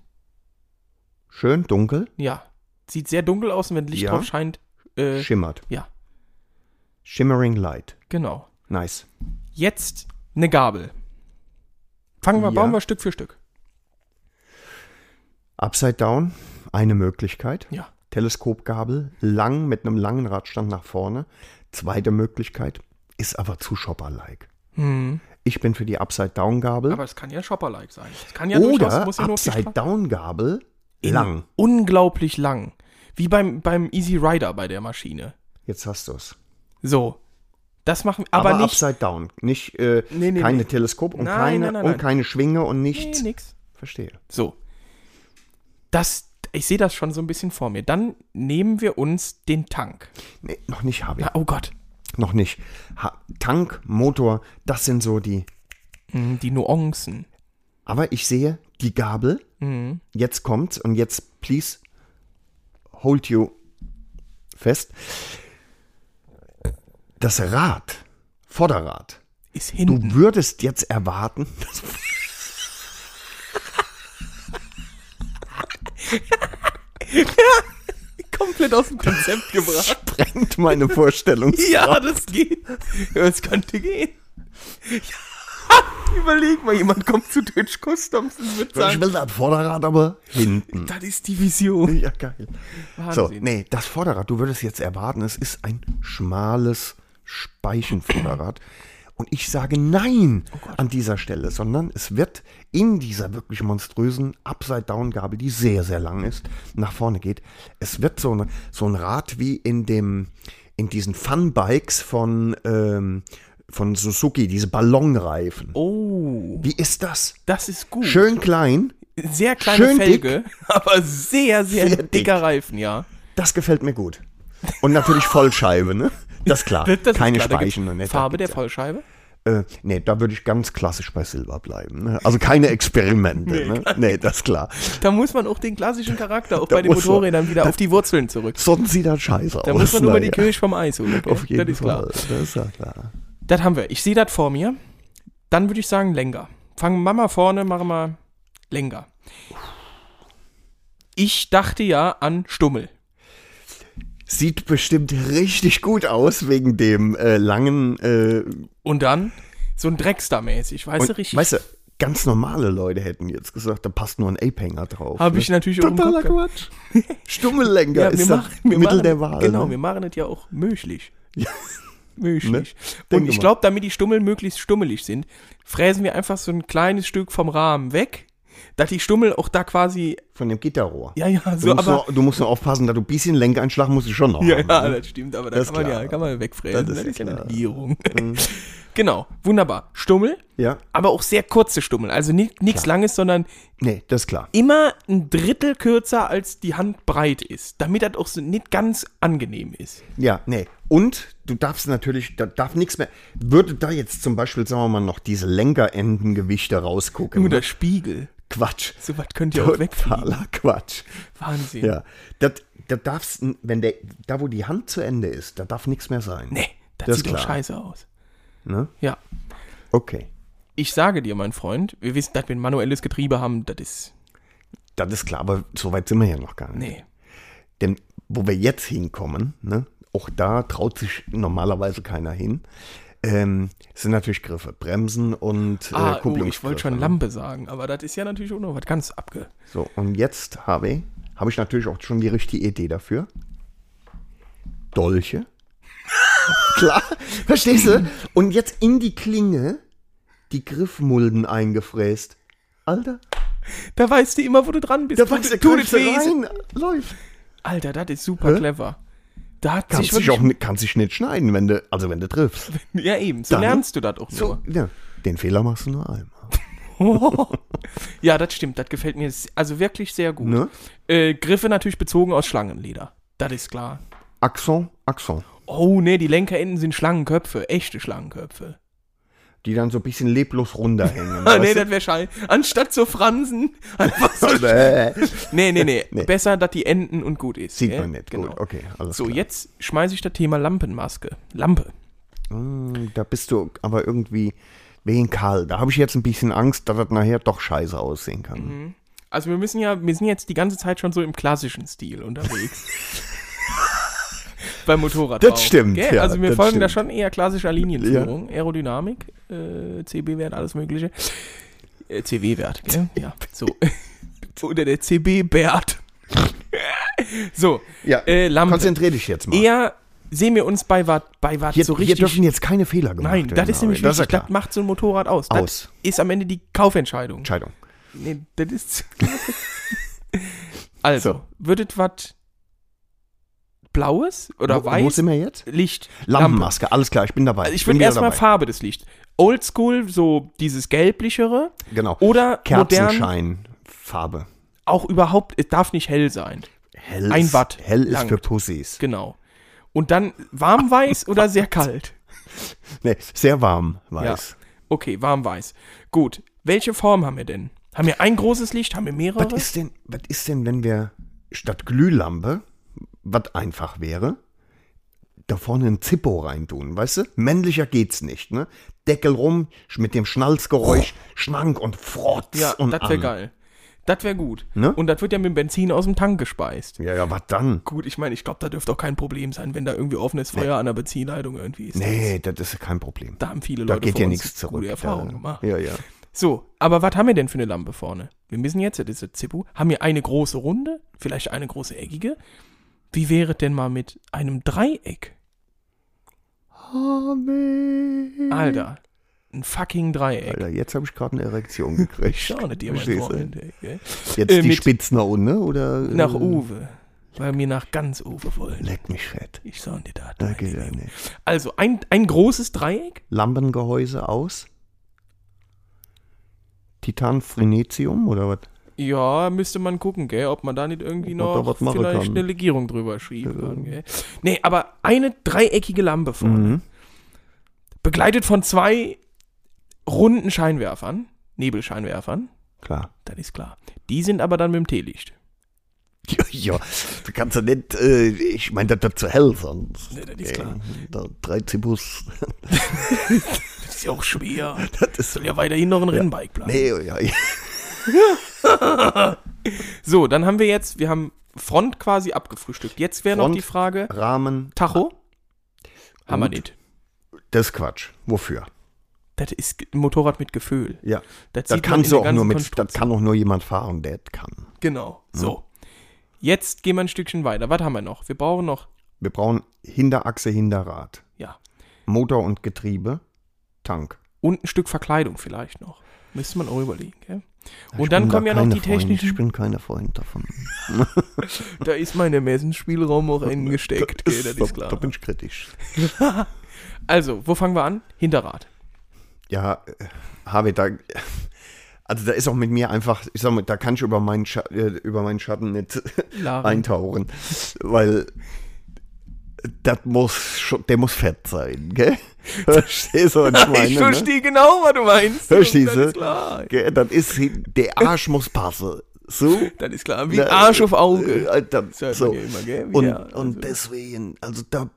Speaker 3: Schön dunkel,
Speaker 2: Ja. Sieht sehr dunkel aus und wenn Licht
Speaker 3: Ja.
Speaker 2: drauf scheint, äh,
Speaker 3: schimmert.
Speaker 2: ja,
Speaker 3: Shimmering Light.
Speaker 2: genau.
Speaker 3: Nice.
Speaker 2: Jetzt eine Gabel. Fangen wir,
Speaker 3: Ja.
Speaker 2: bauen wir Stück für Stück.
Speaker 3: Upside Down, eine Möglichkeit.
Speaker 2: Ja.
Speaker 3: Teleskopgabel, lang mit einem langen Radstand nach vorne. Zweite Möglichkeit, ist aber zu shopper-like.
Speaker 2: Hm.
Speaker 3: Ich bin für die Upside-Down-Gabel.
Speaker 2: Aber es kann ja Shopper-like sein. Es kann ja
Speaker 3: Oder
Speaker 2: muss ja nur viel Spaß-
Speaker 3: Upside-Down-Gabel, lang.
Speaker 2: Unglaublich lang. Wie beim, beim Easy Rider bei der Maschine.
Speaker 3: Jetzt hast du es.
Speaker 2: So. Das machen aber, aber nicht.
Speaker 3: Upside-Down. Nicht, äh,
Speaker 2: Nee, nee,
Speaker 3: keine
Speaker 2: nee.
Speaker 3: Teleskop und,
Speaker 2: Nein,
Speaker 3: keine,
Speaker 2: nein, nein,
Speaker 3: und
Speaker 2: nein.
Speaker 3: keine Schwinge und nichts.
Speaker 2: Nee, nix.
Speaker 3: Verstehe.
Speaker 2: So. Das, ich sehe das schon so ein bisschen vor mir. Dann nehmen wir uns den Tank.
Speaker 3: Nee, noch nicht habe ich.
Speaker 2: Na, oh Gott.
Speaker 3: Noch nicht. Ha Tank, Motor, das sind so die.
Speaker 2: Hm, die Nuancen.
Speaker 3: Aber ich sehe die Gabel. Jetzt kommt's und jetzt, please, hold you fest. Das Rad, Vorderrad.
Speaker 2: Ist
Speaker 3: Du
Speaker 2: hinten. *laughs*
Speaker 3: würdest jetzt erwarten, *laughs*
Speaker 2: komplett aus dem Konzept gebracht.
Speaker 3: sprengt
Speaker 2: *laughs*
Speaker 3: meine Vorstellung.
Speaker 2: ja, das geht. Es könnte gehen. Ja, *laughs* überleg mal, jemand kommt zu Twitch Customs und wird
Speaker 3: Ich
Speaker 2: sagen,
Speaker 3: will das Vorderrad aber hinten.
Speaker 2: das ist die Vision.
Speaker 3: *laughs* Ja, geil. So, nee, das Vorderrad, du würdest jetzt erwarten, es ist ein schmales Speichenvorderrad. Und ich sage nein an dieser Stelle, sondern es wird in dieser wirklich monströsen Upside-Down-Gabel, die sehr, sehr lang ist, nach vorne geht. Es wird so, eine, so ein Rad wie in dem, in diesen Fun-Bikes von, ähm, von Suzuki, diese Ballonreifen.
Speaker 2: Oh,
Speaker 3: Wie ist das?
Speaker 2: das ist gut.
Speaker 3: Schön klein,
Speaker 2: sehr kleine
Speaker 3: schön dick.
Speaker 2: Felge, aber sehr, sehr,
Speaker 3: Sehr dick.
Speaker 2: dicker Reifen, ja.
Speaker 3: das gefällt mir gut. Und natürlich Vollscheibe, ne? Das ist klar.
Speaker 2: Das ist
Speaker 3: Keine
Speaker 2: klar, da gibt's
Speaker 3: Speichen. ne? Da
Speaker 2: Farbe der
Speaker 3: gibt's ja-
Speaker 2: Vollscheibe.
Speaker 3: Äh, nee, da würde ich ganz klassisch bei Silber bleiben. Ne? Also keine Experimente. nee, ne? nee, das ist klar.
Speaker 2: Da muss man auch den klassischen Charakter auch
Speaker 3: Da
Speaker 2: bei den
Speaker 3: muss man-
Speaker 2: Motorrädern wieder auf die Wurzeln zurück.
Speaker 3: Sonst sieht das scheiße aus.
Speaker 2: Da muss man
Speaker 3: Na
Speaker 2: nur mal die
Speaker 3: ja,
Speaker 2: Kirche vom Eis holen. gell?
Speaker 3: Auf jeden
Speaker 2: das ist
Speaker 3: Fall.
Speaker 2: klar.
Speaker 3: Das ist ja klar.
Speaker 2: Das haben wir. Ich sehe das vor mir. Dann würde ich sagen Lenker. Fangen wir mal vorne, machen wir Lenker. Ich dachte ja an Stummel.
Speaker 3: Sieht bestimmt richtig gut aus wegen dem äh, langen. Äh,
Speaker 2: Und dann so ein Dreckster-mäßig, weißt du,
Speaker 3: und,
Speaker 2: richtig?
Speaker 3: weißt du, ganz normale Leute hätten jetzt gesagt, da passt nur ein Ape-Hänger drauf. ne?
Speaker 2: Habe ich natürlich auch im
Speaker 3: Totaler
Speaker 2: Kopf gehabt.
Speaker 3: Quatsch. Stummelenker
Speaker 2: Ja, wir
Speaker 3: ist das
Speaker 2: machen, wir
Speaker 3: Mittel
Speaker 2: machen,
Speaker 3: der Wahl.
Speaker 2: Genau, wir
Speaker 3: ne?
Speaker 2: machen das ja auch möglich.
Speaker 3: *laughs* Ja.
Speaker 2: Möglich.
Speaker 3: Denke
Speaker 2: Und ich
Speaker 3: mal.
Speaker 2: glaube, damit die Stummel möglichst stummelig sind, fräsen wir einfach so ein kleines Stück vom Rahmen weg, dass die Stummel auch da quasi,
Speaker 3: Von dem Gitterrohr.
Speaker 2: ja, ja,
Speaker 3: Du,
Speaker 2: so,
Speaker 3: musst
Speaker 2: aber.
Speaker 3: nur, du musst nur aufpassen, da du ein bisschen Lenkeinschlag musst du schon noch
Speaker 2: Ja,
Speaker 3: haben.
Speaker 2: ja,
Speaker 3: ne?
Speaker 2: das stimmt, aber da
Speaker 3: Das
Speaker 2: kann man
Speaker 3: ist klar.
Speaker 2: ja, kann man wegfräsen.
Speaker 3: Das
Speaker 2: Das
Speaker 3: ist
Speaker 2: ist, ja eine
Speaker 3: klar. Mhm.
Speaker 2: Legierung. *laughs* genau, wunderbar. Stummel,
Speaker 3: ja.
Speaker 2: aber auch sehr kurze Stummel. Also nichts Langes, sondern
Speaker 3: Nee, das ist klar.
Speaker 2: immer ein Drittel kürzer als die Hand breit ist, damit das auch so nicht ganz angenehm ist.
Speaker 3: Ja, nee. Und du darfst natürlich, da darf nichts mehr. Würde da jetzt zum Beispiel, sagen wir mal, noch diese Lenkerendengewichte rausgucken.
Speaker 2: Nur
Speaker 3: ne?
Speaker 2: der Spiegel.
Speaker 3: Quatsch.
Speaker 2: So was könnt ihr auch wegfahren.
Speaker 3: Totaler Quatsch.
Speaker 2: Wahnsinn.
Speaker 3: Ja. Das, das darf's, n- wenn der, da wo die Hand zu Ende ist, da darf nichts mehr sein.
Speaker 2: Nee, das,
Speaker 3: Das ist
Speaker 2: sieht doch
Speaker 3: klar.
Speaker 2: scheiße aus.
Speaker 3: Ne?
Speaker 2: Ja.
Speaker 3: Okay.
Speaker 2: Ich sage dir, mein Freund, wir wissen, dass wir ein manuelles Getriebe haben, das ist.
Speaker 3: Das ist klar, aber so weit sind wir ja noch gar nicht.
Speaker 2: Nee.
Speaker 3: Denn wo wir jetzt hinkommen, ne, auch da traut sich normalerweise keiner hin, ähm, sind natürlich Griffe, Bremsen und äh,
Speaker 2: Ah, oh,
Speaker 3: Kupplungsgriffe.
Speaker 2: ich wollte schon
Speaker 3: ne?
Speaker 2: Lampe sagen, aber das ist ja natürlich auch noch was ganz abge.
Speaker 3: So, und jetzt habe ich, habe ich natürlich auch schon die richtige Idee dafür. Dolche. *laughs* Klar, verstehst du? Und jetzt in die Klinge die Griffmulden eingefräst. Alter,
Speaker 2: Da weißt du immer, wo du dran bist.
Speaker 3: da
Speaker 2: Tu-
Speaker 3: weißt du,
Speaker 2: tu
Speaker 3: greifst du
Speaker 2: das weh.
Speaker 3: rein, läuft.
Speaker 2: Alter, das ist super
Speaker 3: Hä?
Speaker 2: clever. Da hat
Speaker 3: Kannst
Speaker 2: sich
Speaker 3: dich
Speaker 2: wirklich,
Speaker 3: auch ni- kannst dich nicht schneiden, wenn du, also wenn du triffst.
Speaker 2: Ja, eben. So
Speaker 3: Dann-
Speaker 2: lernst du das auch
Speaker 3: So,
Speaker 2: nur.
Speaker 3: ja, den Fehler machst du nur einmal.
Speaker 2: *laughs* ja, das stimmt. Das gefällt mir s- also wirklich sehr gut.
Speaker 3: Ne?
Speaker 2: Äh, Griffe natürlich bezogen aus Schlangenleder. Das ist klar.
Speaker 3: Axon, Axon.
Speaker 2: Oh, nee, die Lenkerenden sind Schlangenköpfe. Echte Schlangenköpfe.
Speaker 3: Die dann so ein bisschen
Speaker 2: *laughs*
Speaker 3: leblos runterhängen.
Speaker 2: Ah, nee,
Speaker 3: weißt Also,
Speaker 2: das wäre scheiße. Anstatt zu
Speaker 3: *laughs*
Speaker 2: fransen, einfach so.
Speaker 3: du? Bäh.
Speaker 2: nee, nee, nee,
Speaker 3: Nee.
Speaker 2: Besser, dass die enden und gut ist.
Speaker 3: äh, Sieht
Speaker 2: gell?
Speaker 3: man nicht. Gut, okay, alles
Speaker 2: genau. So,
Speaker 3: klar.
Speaker 2: jetzt schmeiße ich das Thema Lampenmaske. Lampe.
Speaker 3: Mm, Da bist du aber irgendwie wegen Karl. Da habe ich jetzt ein bisschen Angst, dass das nachher doch scheiße aussehen kann.
Speaker 2: Also wir müssen ja, wir sind jetzt die ganze Zeit schon so im klassischen Stil
Speaker 3: *laughs*
Speaker 2: unterwegs. Beim Motorrad.
Speaker 3: Das stimmt,
Speaker 2: Gell?
Speaker 3: ja,
Speaker 2: also wir
Speaker 3: das
Speaker 2: folgen da
Speaker 3: stimmt.
Speaker 2: schon eher klassischer Linienführung. Aerodynamik, äh, CB-Wert, alles Mögliche. Äh, CW-Wert,
Speaker 3: *laughs*
Speaker 2: gell? Ja, so. *laughs* Oder der CB-Wert. *laughs* so,
Speaker 3: Ja,
Speaker 2: äh, Lampe.
Speaker 3: konzentrier dich jetzt mal.
Speaker 2: eher sehen wir uns bei was bei wat
Speaker 3: Hier,
Speaker 2: so
Speaker 3: hier
Speaker 2: richtig.
Speaker 3: dürfen jetzt keine Fehler gemacht
Speaker 2: Nein,
Speaker 3: werden.
Speaker 2: das ist nämlich
Speaker 3: David. das
Speaker 2: wichtig.
Speaker 3: ist ja
Speaker 2: Das
Speaker 3: klar.
Speaker 2: macht so ein Motorrad aus. Das
Speaker 3: Aus.
Speaker 2: ist am Ende die Kaufentscheidung.
Speaker 3: Entscheidung.
Speaker 2: Nee, das ist. *laughs* also, würdet was Blaues oder
Speaker 3: wo, wo
Speaker 2: Weiß?
Speaker 3: sind wir jetzt?
Speaker 2: Licht.
Speaker 3: Lampenmaske, alles klar, ich bin dabei.
Speaker 2: Also ich
Speaker 3: bin
Speaker 2: würde
Speaker 3: wieder
Speaker 2: erstmal
Speaker 3: dabei.
Speaker 2: Farbe des Licht. Oldschool, so dieses gelblichere.
Speaker 3: Genau.
Speaker 2: Oder modern,
Speaker 3: Kerzenschein, Farbe.
Speaker 2: auch überhaupt, es darf nicht hell sein.
Speaker 3: Hell
Speaker 2: Ein
Speaker 3: ist,
Speaker 2: Watt
Speaker 3: Hell ist
Speaker 2: langt.
Speaker 3: für Pussys.
Speaker 2: Genau. Und dann
Speaker 3: *laughs*
Speaker 2: warmweiß oder sehr kalt?
Speaker 3: Nee, sehr warm, weiß.
Speaker 2: Ja. Okay, warmweiß. Gut. Welche Form haben wir denn? Haben wir ein großes Licht? Haben wir mehrere?
Speaker 3: Was ist denn, was ist denn, wenn wir statt Glühlampe, was einfach wäre, da vorne ein Zippo reintun, weißt du? Männlicher geht's nicht, ne? Deckel rum, sch- mit dem Schnalzgeräusch, Schrank und Frotz
Speaker 2: ja,
Speaker 3: und
Speaker 2: das wäre
Speaker 3: an.
Speaker 2: geil. Das wäre gut.
Speaker 3: Ne?
Speaker 2: Und das wird ja mit Benzin aus dem Tank gespeist.
Speaker 3: Ja, ja, was dann?
Speaker 2: Gut, ich meine, ich glaube, da dürfte auch kein Problem sein, wenn da irgendwie offenes Feuer an der Benzinleitung irgendwie ist.
Speaker 3: Nee, das ist kein Problem.
Speaker 2: Da haben viele
Speaker 3: Da
Speaker 2: Leute
Speaker 3: geht
Speaker 2: vor
Speaker 3: ja
Speaker 2: uns
Speaker 3: nichts zurück.
Speaker 2: gute Erfahrungen
Speaker 3: da,
Speaker 2: gemacht.
Speaker 3: Ja, ja.
Speaker 2: So, aber was haben wir denn für eine Lampe vorne? Wir müssen jetzt, das ist der Zippo, haben wir eine große runde, vielleicht eine große eckige. Wie wäre denn mal mit einem Dreieck? Alter, ein fucking Dreieck.
Speaker 3: Mhm. Alter, jetzt habe ich gerade eine Erektion gekriegt.
Speaker 2: Schau nicht dir, mein
Speaker 3: Verstehst du?
Speaker 2: Freund. ey, gell?
Speaker 3: Jetzt
Speaker 2: Äh,
Speaker 3: die
Speaker 2: mit-
Speaker 3: Spitzen nach unten, ne? oder?
Speaker 2: Nach
Speaker 3: äh,
Speaker 2: Uwe, weil wir nach ganz Uwe wollen.
Speaker 3: Leck mich fett.
Speaker 2: Ich sag dir das.
Speaker 3: Da geht ja nicht.
Speaker 2: Also, ein, ein großes Dreieck?
Speaker 3: Lampengehäuse aus? Titan Frenetium oder was?
Speaker 2: Ja, müsste man gucken, gell, ob man da nicht irgendwie
Speaker 3: Ob
Speaker 2: noch
Speaker 3: man da was machen
Speaker 2: vielleicht
Speaker 3: kann.
Speaker 2: eine Legierung drüber schieben kann, gell. Nee, aber eine dreieckige Lampe vorne,
Speaker 3: Mhm.
Speaker 2: begleitet von zwei runden Scheinwerfern, Nebelscheinwerfern,
Speaker 3: Klar.
Speaker 2: das ist klar. Die sind aber dann mit dem Teelicht.
Speaker 3: *laughs* Ja, ja, du kannst ja nicht, äh, ich meine, das wird zu hell sonst.
Speaker 2: Nee, das ist klar.
Speaker 3: Äh, Da, 13 Bus,
Speaker 2: *laughs* Das ist ja auch schwer.
Speaker 3: das ist
Speaker 2: Soll ja weiterhin noch ein Rennbike bleiben.
Speaker 3: Nee, ja, ja.
Speaker 2: So, dann haben wir jetzt, wir haben Front quasi abgefrühstückt. Jetzt wäre noch
Speaker 3: Front.
Speaker 2: die Frage,
Speaker 3: Rahmen,
Speaker 2: Tacho? Haben wir
Speaker 3: Gut.
Speaker 2: nicht.
Speaker 3: das ist Quatsch. Wofür?
Speaker 2: Das ist ein Motorrad mit Gefühl.
Speaker 3: Ja.
Speaker 2: Das, sieht
Speaker 3: Das
Speaker 2: man in
Speaker 3: kannst
Speaker 2: der
Speaker 3: du auch nur
Speaker 2: ganzen
Speaker 3: mit, das
Speaker 2: Konstruktion.
Speaker 3: kann auch nur jemand fahren, der das kann.
Speaker 2: Genau. So. Jetzt gehen wir ein Stückchen weiter. Was haben wir noch? Wir brauchen noch.
Speaker 3: Wir brauchen Hinterachse, Hinterrad,
Speaker 2: Ja.
Speaker 3: Motor und Getriebe, Tank.
Speaker 2: Und ein Stück Verkleidung vielleicht noch. Müsste man auch überlegen, gell?
Speaker 3: Ich
Speaker 2: Und dann
Speaker 3: bin da
Speaker 2: kommen ja noch
Speaker 3: keine
Speaker 2: die
Speaker 3: Freund. Ich
Speaker 2: technischen.
Speaker 3: bin keine Freund davon.
Speaker 2: Da ist mein Ermessensspielraum auch eingesteckt, gell? Das ist
Speaker 3: *laughs* Da
Speaker 2: klar.
Speaker 3: bin ich kritisch.
Speaker 2: Also, wo fangen wir an? Hinterrad.
Speaker 3: Ja, äh, Harvey, da, also da ist auch mit mir einfach, ich sag mal, da kann ich über meinen,
Speaker 2: Ah.
Speaker 3: Scha äh, über meinen Schatten nicht
Speaker 2: Laren.
Speaker 3: eintauchen, weil das muss schon, der muss fett sein,
Speaker 2: *laughs*
Speaker 3: gell? Verstehst du, was ich meine?
Speaker 2: ich verstehe genau, was du meinst.
Speaker 3: Verstehst
Speaker 2: Das
Speaker 3: ne? du?
Speaker 2: ist klar.
Speaker 3: Gell, Das ist, der Arsch muss passen. So?
Speaker 2: Das ist klar. Wie
Speaker 3: Na,
Speaker 2: Arsch auf
Speaker 3: äh,
Speaker 2: Auge.
Speaker 3: äh, da-
Speaker 2: hört
Speaker 3: so.
Speaker 2: man ja immer, gell?
Speaker 3: Und,
Speaker 2: Ja, also.
Speaker 3: und deswegen, also da,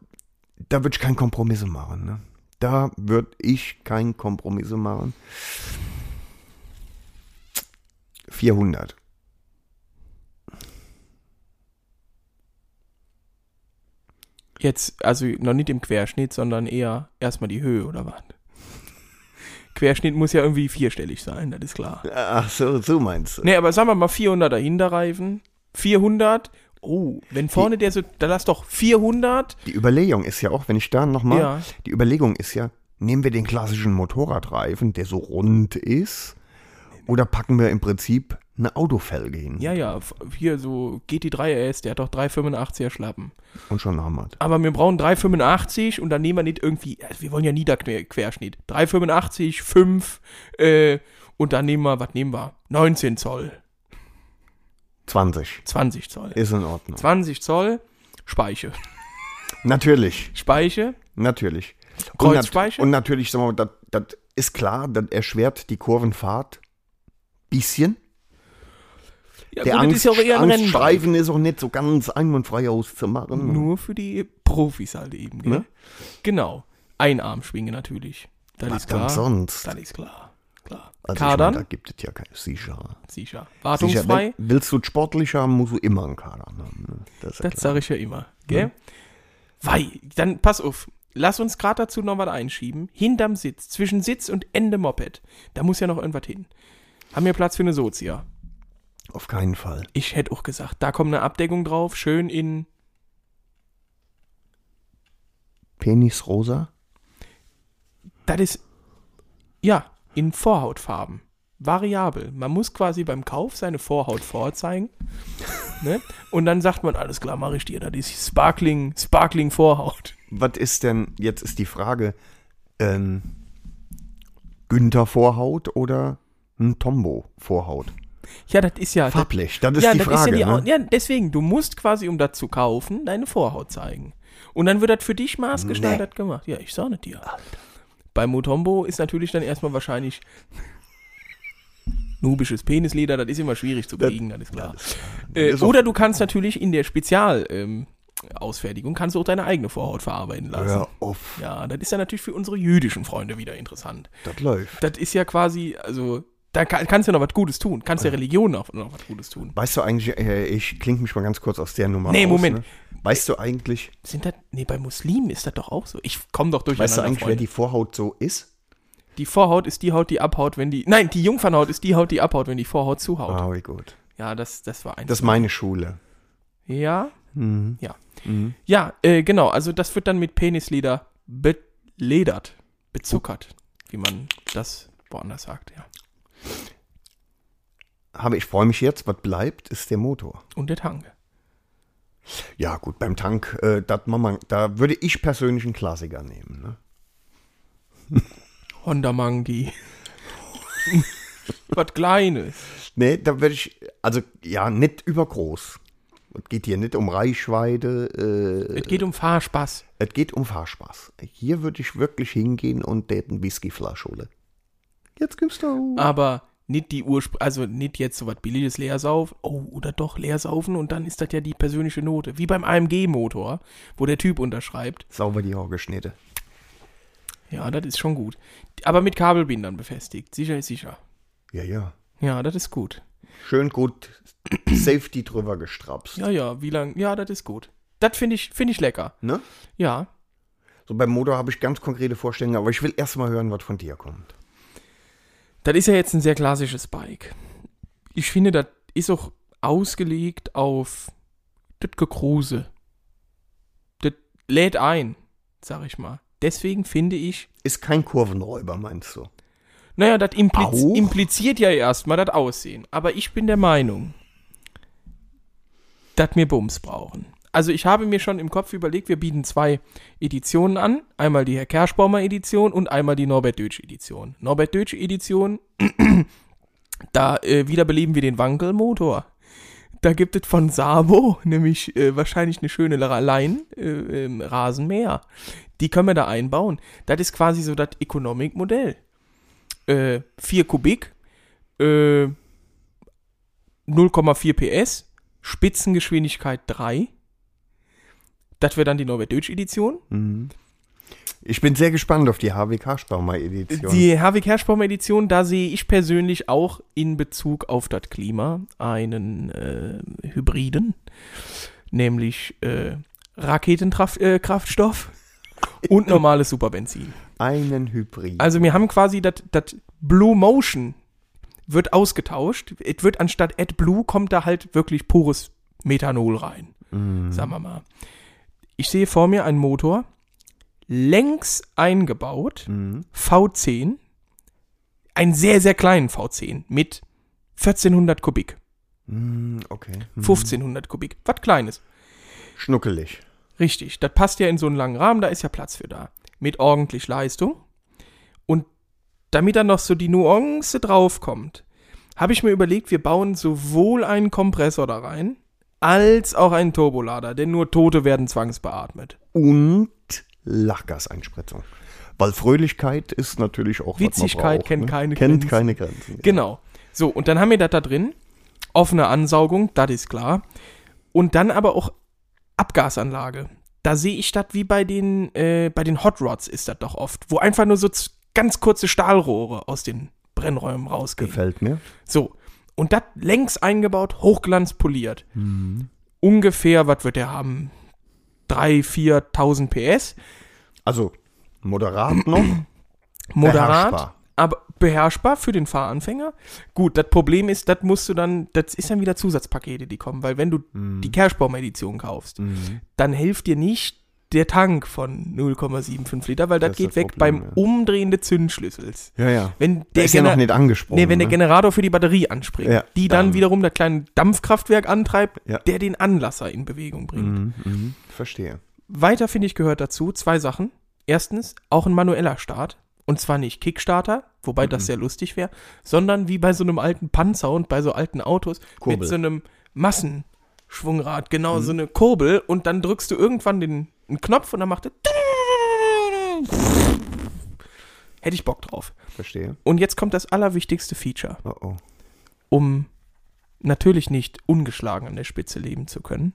Speaker 3: da würde ich keine Kompromisse machen. Ne? Da würde ich keine Kompromisse machen. 400.
Speaker 2: Jetzt, also noch nicht im Querschnitt, sondern eher erstmal die Höhe oder was? Querschnitt muss ja irgendwie vierstellig sein, das ist klar.
Speaker 3: Ach so, so meinst du.
Speaker 2: Nee, aber sagen wir mal 400er Hinterreifen. 400. Oh, wenn vorne der so, dann lass doch 400.
Speaker 3: Die Überlegung ist ja auch, wenn ich da nochmal,
Speaker 2: Ja.
Speaker 3: die Überlegung ist ja, nehmen wir den klassischen Motorradreifen, der so rund ist, oder packen wir im Prinzip eine Autofelge hin?
Speaker 2: Ja, ja, f- hier so GT3RS, der hat doch 385er Schlappen.
Speaker 3: Und schon haben wir es.
Speaker 2: Aber wir brauchen 385 und dann nehmen wir nicht irgendwie, also wir wollen ja Niederquerschnitt. 385, 5 äh, und dann nehmen wir, was nehmen wir? 19 Zoll,
Speaker 3: 20.
Speaker 2: 20 Zoll.
Speaker 3: Ist in Ordnung.
Speaker 2: 20 Zoll, Speiche.
Speaker 3: Natürlich.
Speaker 2: Speiche,
Speaker 3: Natürlich.
Speaker 2: Kreuzspeiche?
Speaker 3: Und, nat und natürlich, sagen wir mal, das ist klar, das erschwert die Kurvenfahrt. Bisschen.
Speaker 2: ja,
Speaker 3: Der
Speaker 2: das
Speaker 3: Angst,
Speaker 2: ist ja auch eher ein Rennstreifen.
Speaker 3: Angststreifen ist auch nicht so ganz einwandfrei auszumachen.
Speaker 2: Nur für die Profis halt eben, gell?
Speaker 3: Hm. Ne?
Speaker 2: Genau. Einarmschwinge natürlich. Das
Speaker 3: Was
Speaker 2: ist klar.
Speaker 3: denn sonst?
Speaker 2: Das ist klar. klar.
Speaker 3: Also ich meine, da
Speaker 2: Kadern,
Speaker 3: gibt es ja keine sicher.
Speaker 2: sicher.
Speaker 3: sicher
Speaker 2: Wartungsfrei,
Speaker 3: wenn, willst du es sportlich haben, musst du immer einen Kader haben. ne? Das ist ja
Speaker 2: das
Speaker 3: klar.
Speaker 2: sage ich ja immer, gell? Wei, dann pass auf. Lass uns gerade dazu noch was einschieben. Hinterm Sitz, zwischen Sitz und Ende Moped. Da muss ja noch irgendwas hin. Haben wir Platz für eine Sozia?
Speaker 3: Auf keinen Fall.
Speaker 2: Ich hätte auch gesagt, da kommt eine Abdeckung drauf, schön in
Speaker 3: Penis rosa?
Speaker 2: Das ist, ja, in Vorhautfarben. Variabel. Man muss quasi beim Kauf seine Vorhaut vorzeigen. ne? Und dann sagt man, alles klar, mache ich dir. Das ist Sparkling, Sparkling Vorhaut.
Speaker 3: Was ist denn, jetzt ist die Frage, ähm, Günther Vorhaut oder ein Tombo Vorhaut?
Speaker 2: Ja, das ist ja. Das,
Speaker 3: Farblich, das ist
Speaker 2: ja,
Speaker 3: die
Speaker 2: das
Speaker 3: Frage.
Speaker 2: ist ja, die,
Speaker 3: ne?
Speaker 2: ja, deswegen, du musst quasi, um das zu kaufen, deine Vorhaut zeigen. Und dann wird das für dich maßgeschneidert gemacht. Ja, ich sag nicht dir. Bei Motombo ist natürlich dann erstmal wahrscheinlich *laughs* nubisches Penisleder, das ist immer schwierig zu kriegen, das ist klar. Äh,
Speaker 3: Ist auch-
Speaker 2: oder du kannst natürlich in der Spezialausfertigung ähm, Ausfertigung kannst du auch deine eigene Vorhaut verarbeiten lassen.
Speaker 3: Hör auf,
Speaker 2: Ja. das ist ja natürlich für unsere jüdischen Freunde wieder interessant.
Speaker 3: das läuft.
Speaker 2: Das ist ja quasi, also, da ka- kannst du ja noch was Gutes tun. Kannst der Religion noch, noch was Gutes tun.
Speaker 3: Weißt du eigentlich, äh, ich klinge mich mal ganz kurz aus der Nummer
Speaker 2: Nee,
Speaker 3: aus.
Speaker 2: Moment.
Speaker 3: Ne? Weißt du eigentlich,
Speaker 2: Sind das, nee, bei Muslimen ist das doch auch so. Ich komme doch durcheinander,
Speaker 3: weißt du eigentlich, wer
Speaker 2: Freunde.
Speaker 3: die Vorhaut so ist?
Speaker 2: Die Vorhaut ist die Haut, die abhaut, wenn die, nein, die Jungfernhaut ist die Haut, die abhaut, wenn die Vorhaut zuhaut.
Speaker 3: Ah, wie gut.
Speaker 2: Ja, das, das war eins.
Speaker 3: Das ist meine Schule.
Speaker 2: Ja. Ja.
Speaker 3: Mhm.
Speaker 2: Ja, äh, genau. Also das wird dann mit Penisleder beledert, bezuckert, wie man das woanders sagt, ja.
Speaker 3: Aber ich freue mich jetzt, was bleibt, ist der Motor.
Speaker 2: Und der Tank.
Speaker 3: Ja, gut, beim Tank, äh, dat machen wir- da würde ich persönlich einen Klassiker nehmen. Ne?
Speaker 2: Honda Mangi. *laughs* Was Kleines.
Speaker 3: Nee, da würde ich, also ja, nicht übergroß. Es geht hier nicht um Reichweite, äh,
Speaker 2: Es geht um Fahrspaß.
Speaker 3: es geht um Fahrspaß. Hier würde ich wirklich hingehen und det einen Whiskyflasch holen. Jetzt gibst du.
Speaker 2: Aber nicht die Urspr also nicht jetzt so was billiges Leersaufen. Oh, oder doch Leersaufen und dann ist das ja die persönliche Note. Wie beim AMG-Motor, wo der Typ unterschreibt.
Speaker 3: Sauber die Horgeschnitte.
Speaker 2: Ja, das ist schon gut. Aber mit Kabelbindern befestigt. Sicher ist sicher.
Speaker 3: Ja, ja.
Speaker 2: Ja, das ist gut.
Speaker 3: Schön gut *clears throat* Safety drüber gestrapst.
Speaker 2: Ja, ja, wie lang? Ja, das ist gut. Das finde ich, finde ich lecker.
Speaker 3: Ne?
Speaker 2: Ja.
Speaker 3: So beim Motor habe ich ganz konkrete Vorstellungen, aber ich will erst mal hören, was von dir kommt.
Speaker 2: Das ist ja jetzt ein sehr klassisches Bike. Ich finde, das ist auch ausgelegt auf das Gekruse. Das lädt ein, sag ich mal. Deswegen finde ich,
Speaker 3: Ist kein Kurvenräuber, meinst du?
Speaker 2: naja, das impliz
Speaker 3: Auch?
Speaker 2: impliziert ja erstmal das Aussehen. Aber ich bin der Meinung, dass wir Bums brauchen. Also ich habe mir schon im Kopf überlegt, wir bieten zwei Editionen an. Einmal die Herr Kerschbaumer Edition und einmal die Norbert Deutsch Edition. Norbert *clears throat* Deutsch Edition, da äh, wiederbeleben wir den Wankelmotor. Da gibt es von Sabo nämlich äh, wahrscheinlich eine schöne La- Line äh, im Rasenmäher. Die können wir da einbauen. Das ist quasi so das Economic-Modell. Äh, 4 Kubik, äh, 0,4 PS, Spitzengeschwindigkeit 3. Das wäre dann die norwegische Edition.
Speaker 3: Ich bin sehr gespannt auf die HWK Staumer Edition.
Speaker 2: Die Havik Herschbaum Edition, da sehe ich persönlich auch in Bezug auf das Klima einen äh, Hybriden, nämlich äh, Raketenkraftstoff äh, Kraftstoff und normales Superbenzin.
Speaker 3: Einen Hybrid.
Speaker 2: Also wir haben quasi das das Blue Motion wird ausgetauscht. Es wird anstatt AdBlue kommt da halt wirklich pures Methanol rein.
Speaker 3: Mhm.
Speaker 2: Sagen wir mal. Ich sehe vor mir einen Motor, längs eingebaut, V10, einen sehr, sehr kleinen V10 mit 1400 Kubik,
Speaker 3: Mm, okay.
Speaker 2: 1500 Kubik, was Kleines.
Speaker 3: Schnuckelig.
Speaker 2: Richtig, das passt ja in so einen langen Rahmen, da ist ja Platz für da. Mit ordentlich Leistung. Und damit dann noch so die Nuance draufkommt, habe ich mir überlegt, wir bauen sowohl einen Kompressor da rein, als auch einen Turbolader, denn nur Tote werden zwangsbeatmet.
Speaker 3: Und Lachgaseinspritzung. Weil Fröhlichkeit ist natürlich auch was man
Speaker 2: Witzigkeit
Speaker 3: braucht,
Speaker 2: kennt
Speaker 3: ne?
Speaker 2: keine
Speaker 3: kennt
Speaker 2: Grenzen.
Speaker 3: keine Grenzen.
Speaker 2: Genau. So, und dann haben wir das da drin. Offene Ansaugung, das ist klar. Und dann aber auch Abgasanlage. Da sehe ich das wie bei den, äh, bei den Hot Rods ist das doch oft, wo einfach nur so z- ganz kurze Stahlrohre aus den Brennräumen rausgehen.
Speaker 3: Gefällt mir.
Speaker 2: So. Und das längs eingebaut, hochglanzpoliert. Ungefähr, was wird der haben? 3.000, 4.000 PS.
Speaker 3: Also
Speaker 2: *clears throat*
Speaker 3: moderat noch.
Speaker 2: moderat,
Speaker 3: Beherrschbar.
Speaker 2: aber beherrschbar für den Fahranfänger. Gut, das Problem ist, das musst du dann, das ist dann wieder Zusatzpakete, die kommen, weil wenn du
Speaker 3: Mhm.
Speaker 2: die Kerschbaum-Edition kaufst, dann hilft dir nicht der Tank von 0,75 Liter, weil das,
Speaker 3: Das ist
Speaker 2: geht
Speaker 3: das
Speaker 2: weg
Speaker 3: Problem,
Speaker 2: beim
Speaker 3: ja.
Speaker 2: Umdrehen des Zündschlüssels.
Speaker 3: Ja, ja.
Speaker 2: Wenn
Speaker 3: Der
Speaker 2: der
Speaker 3: ist ja noch
Speaker 2: Gener-
Speaker 3: nicht angesprungen.
Speaker 2: Nee, wenn der
Speaker 3: ne?
Speaker 2: Generator für die Batterie anspringt,
Speaker 3: Ja,
Speaker 2: die dann
Speaker 3: dann-
Speaker 2: wiederum das kleine Dampfkraftwerk antreibt,
Speaker 3: Ja. Mhm.
Speaker 2: der den Anlasser in Bewegung bringt.
Speaker 3: Verstehe.
Speaker 2: Weiter finde ich gehört dazu zwei Sachen. Erstens auch ein manueller Start. Und zwar nicht Kickstarter, wobei
Speaker 3: Mhm.
Speaker 2: das sehr lustig wäre, sondern wie bei so einem alten Panzer und bei so alten Autos
Speaker 3: Kurbel. Mhm.
Speaker 2: mit so einem Massenschwungrad, genau so eine Kurbel und dann drückst du irgendwann den einen Knopf und dann macht er. Hätte ich Bock drauf.
Speaker 3: Verstehe.
Speaker 2: Und jetzt kommt das allerwichtigste Feature,
Speaker 3: Oh oh.
Speaker 2: um natürlich nicht ungeschlagen an der Spitze leben zu können.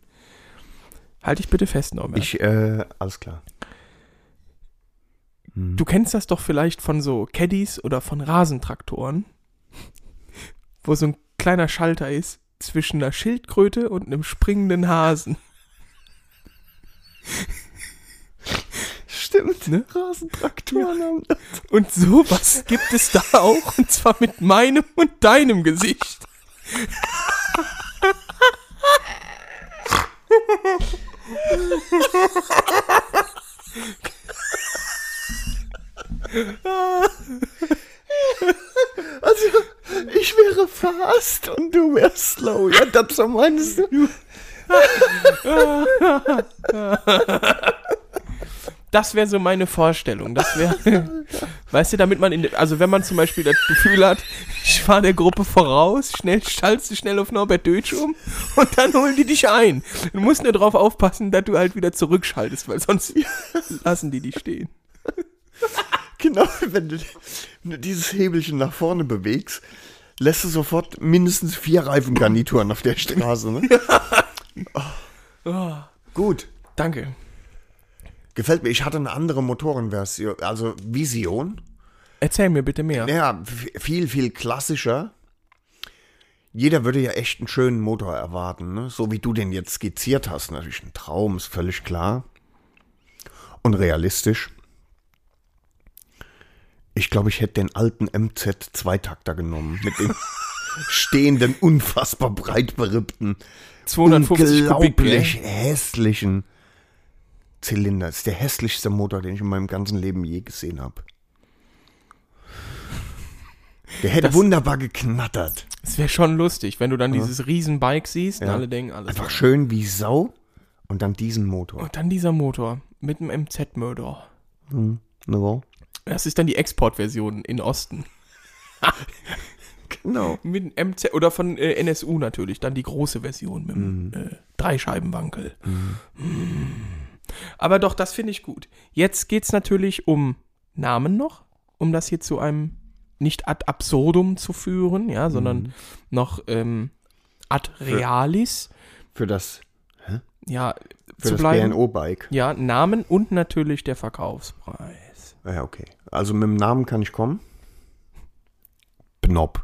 Speaker 2: Halte ich bitte fest, Norbert.
Speaker 3: Ich, äh, alles klar.
Speaker 2: Du kennst das doch vielleicht von so Caddies oder von Rasentraktoren, wo so ein kleiner Schalter ist zwischen einer Schildkröte und einem springenden Hasen.
Speaker 3: Stimmt,
Speaker 2: Ne?
Speaker 3: Rasentraktoren haben.
Speaker 2: Und sowas gibt es da auch, und zwar mit meinem und deinem Gesicht.
Speaker 3: Also, ich wäre fast und du wärst slow. Ja, das
Speaker 2: *laughs*
Speaker 3: so meinst du.
Speaker 2: Das wäre so meine Vorstellung. Das wäre, weißt du, damit man in, also wenn man zum Beispiel das Gefühl hat, ich fahre der Gruppe voraus, schnell schaltest du schnell auf Norbert Deutsch um und dann holen die dich ein. Du musst nur drauf aufpassen, dass du halt wieder zurückschaltest, weil sonst lassen die dich stehen.
Speaker 3: Genau, *laughs* wenn du, wenn du dieses Hebelchen nach vorne bewegst, lässt du sofort mindestens vier Reifengarnituren auf der Straße. Ne? Oh. Gut,
Speaker 2: Danke.
Speaker 3: gefällt mir. Ich hatte eine andere Motorenversion, also Vision.
Speaker 2: Erzähl mir bitte mehr.
Speaker 3: Ja, f- viel, viel klassischer. Jeder würde ja echt einen schönen Motor erwarten, ne? so wie du den jetzt skizziert hast. Natürlich ein Traum, ist völlig klar. Und realistisch. Ich glaube, ich hätte den alten MZ Zweitakter genommen mit dem stehenden, unfassbar breit berippten,
Speaker 2: 250 Kubik.
Speaker 3: unglaublich
Speaker 2: ne?
Speaker 3: hässlichen Zylinder. Das ist der hässlichste Motor, den ich in meinem ganzen Leben je gesehen habe. Der hätte
Speaker 2: Das-
Speaker 3: wunderbar geknattert.
Speaker 2: Es wäre schon lustig, wenn du dann dieses Riesenbike siehst und
Speaker 3: Ja.
Speaker 2: alle denken, alles.
Speaker 3: Einfach schön wie Sau und dann diesen Motor.
Speaker 2: Und dann dieser Motor mit dem MZ-Murder.
Speaker 3: Ne, wow.
Speaker 2: Das ist dann die Exportversion in Osten.
Speaker 3: Genau.
Speaker 2: Mit dem MC oder von äh, NSU natürlich, dann die große Version mit dem
Speaker 3: Mhm.
Speaker 2: äh, Dreischeibenwankel. Mm. Aber doch, das finde ich gut. Jetzt geht es natürlich um Namen noch, um das hier zu einem nicht ad absurdum zu führen, ja,
Speaker 3: Mhm.
Speaker 2: sondern noch ähm, ad realis,
Speaker 3: Für das,
Speaker 2: ja,
Speaker 3: für
Speaker 2: zu
Speaker 3: das
Speaker 2: bleiben.
Speaker 3: BNO-Bike.
Speaker 2: Ja, Namen und natürlich der Verkaufspreis.
Speaker 3: Ah Ja, okay. Also mit dem Namen kann ich kommen.
Speaker 2: *laughs*
Speaker 3: Bnob.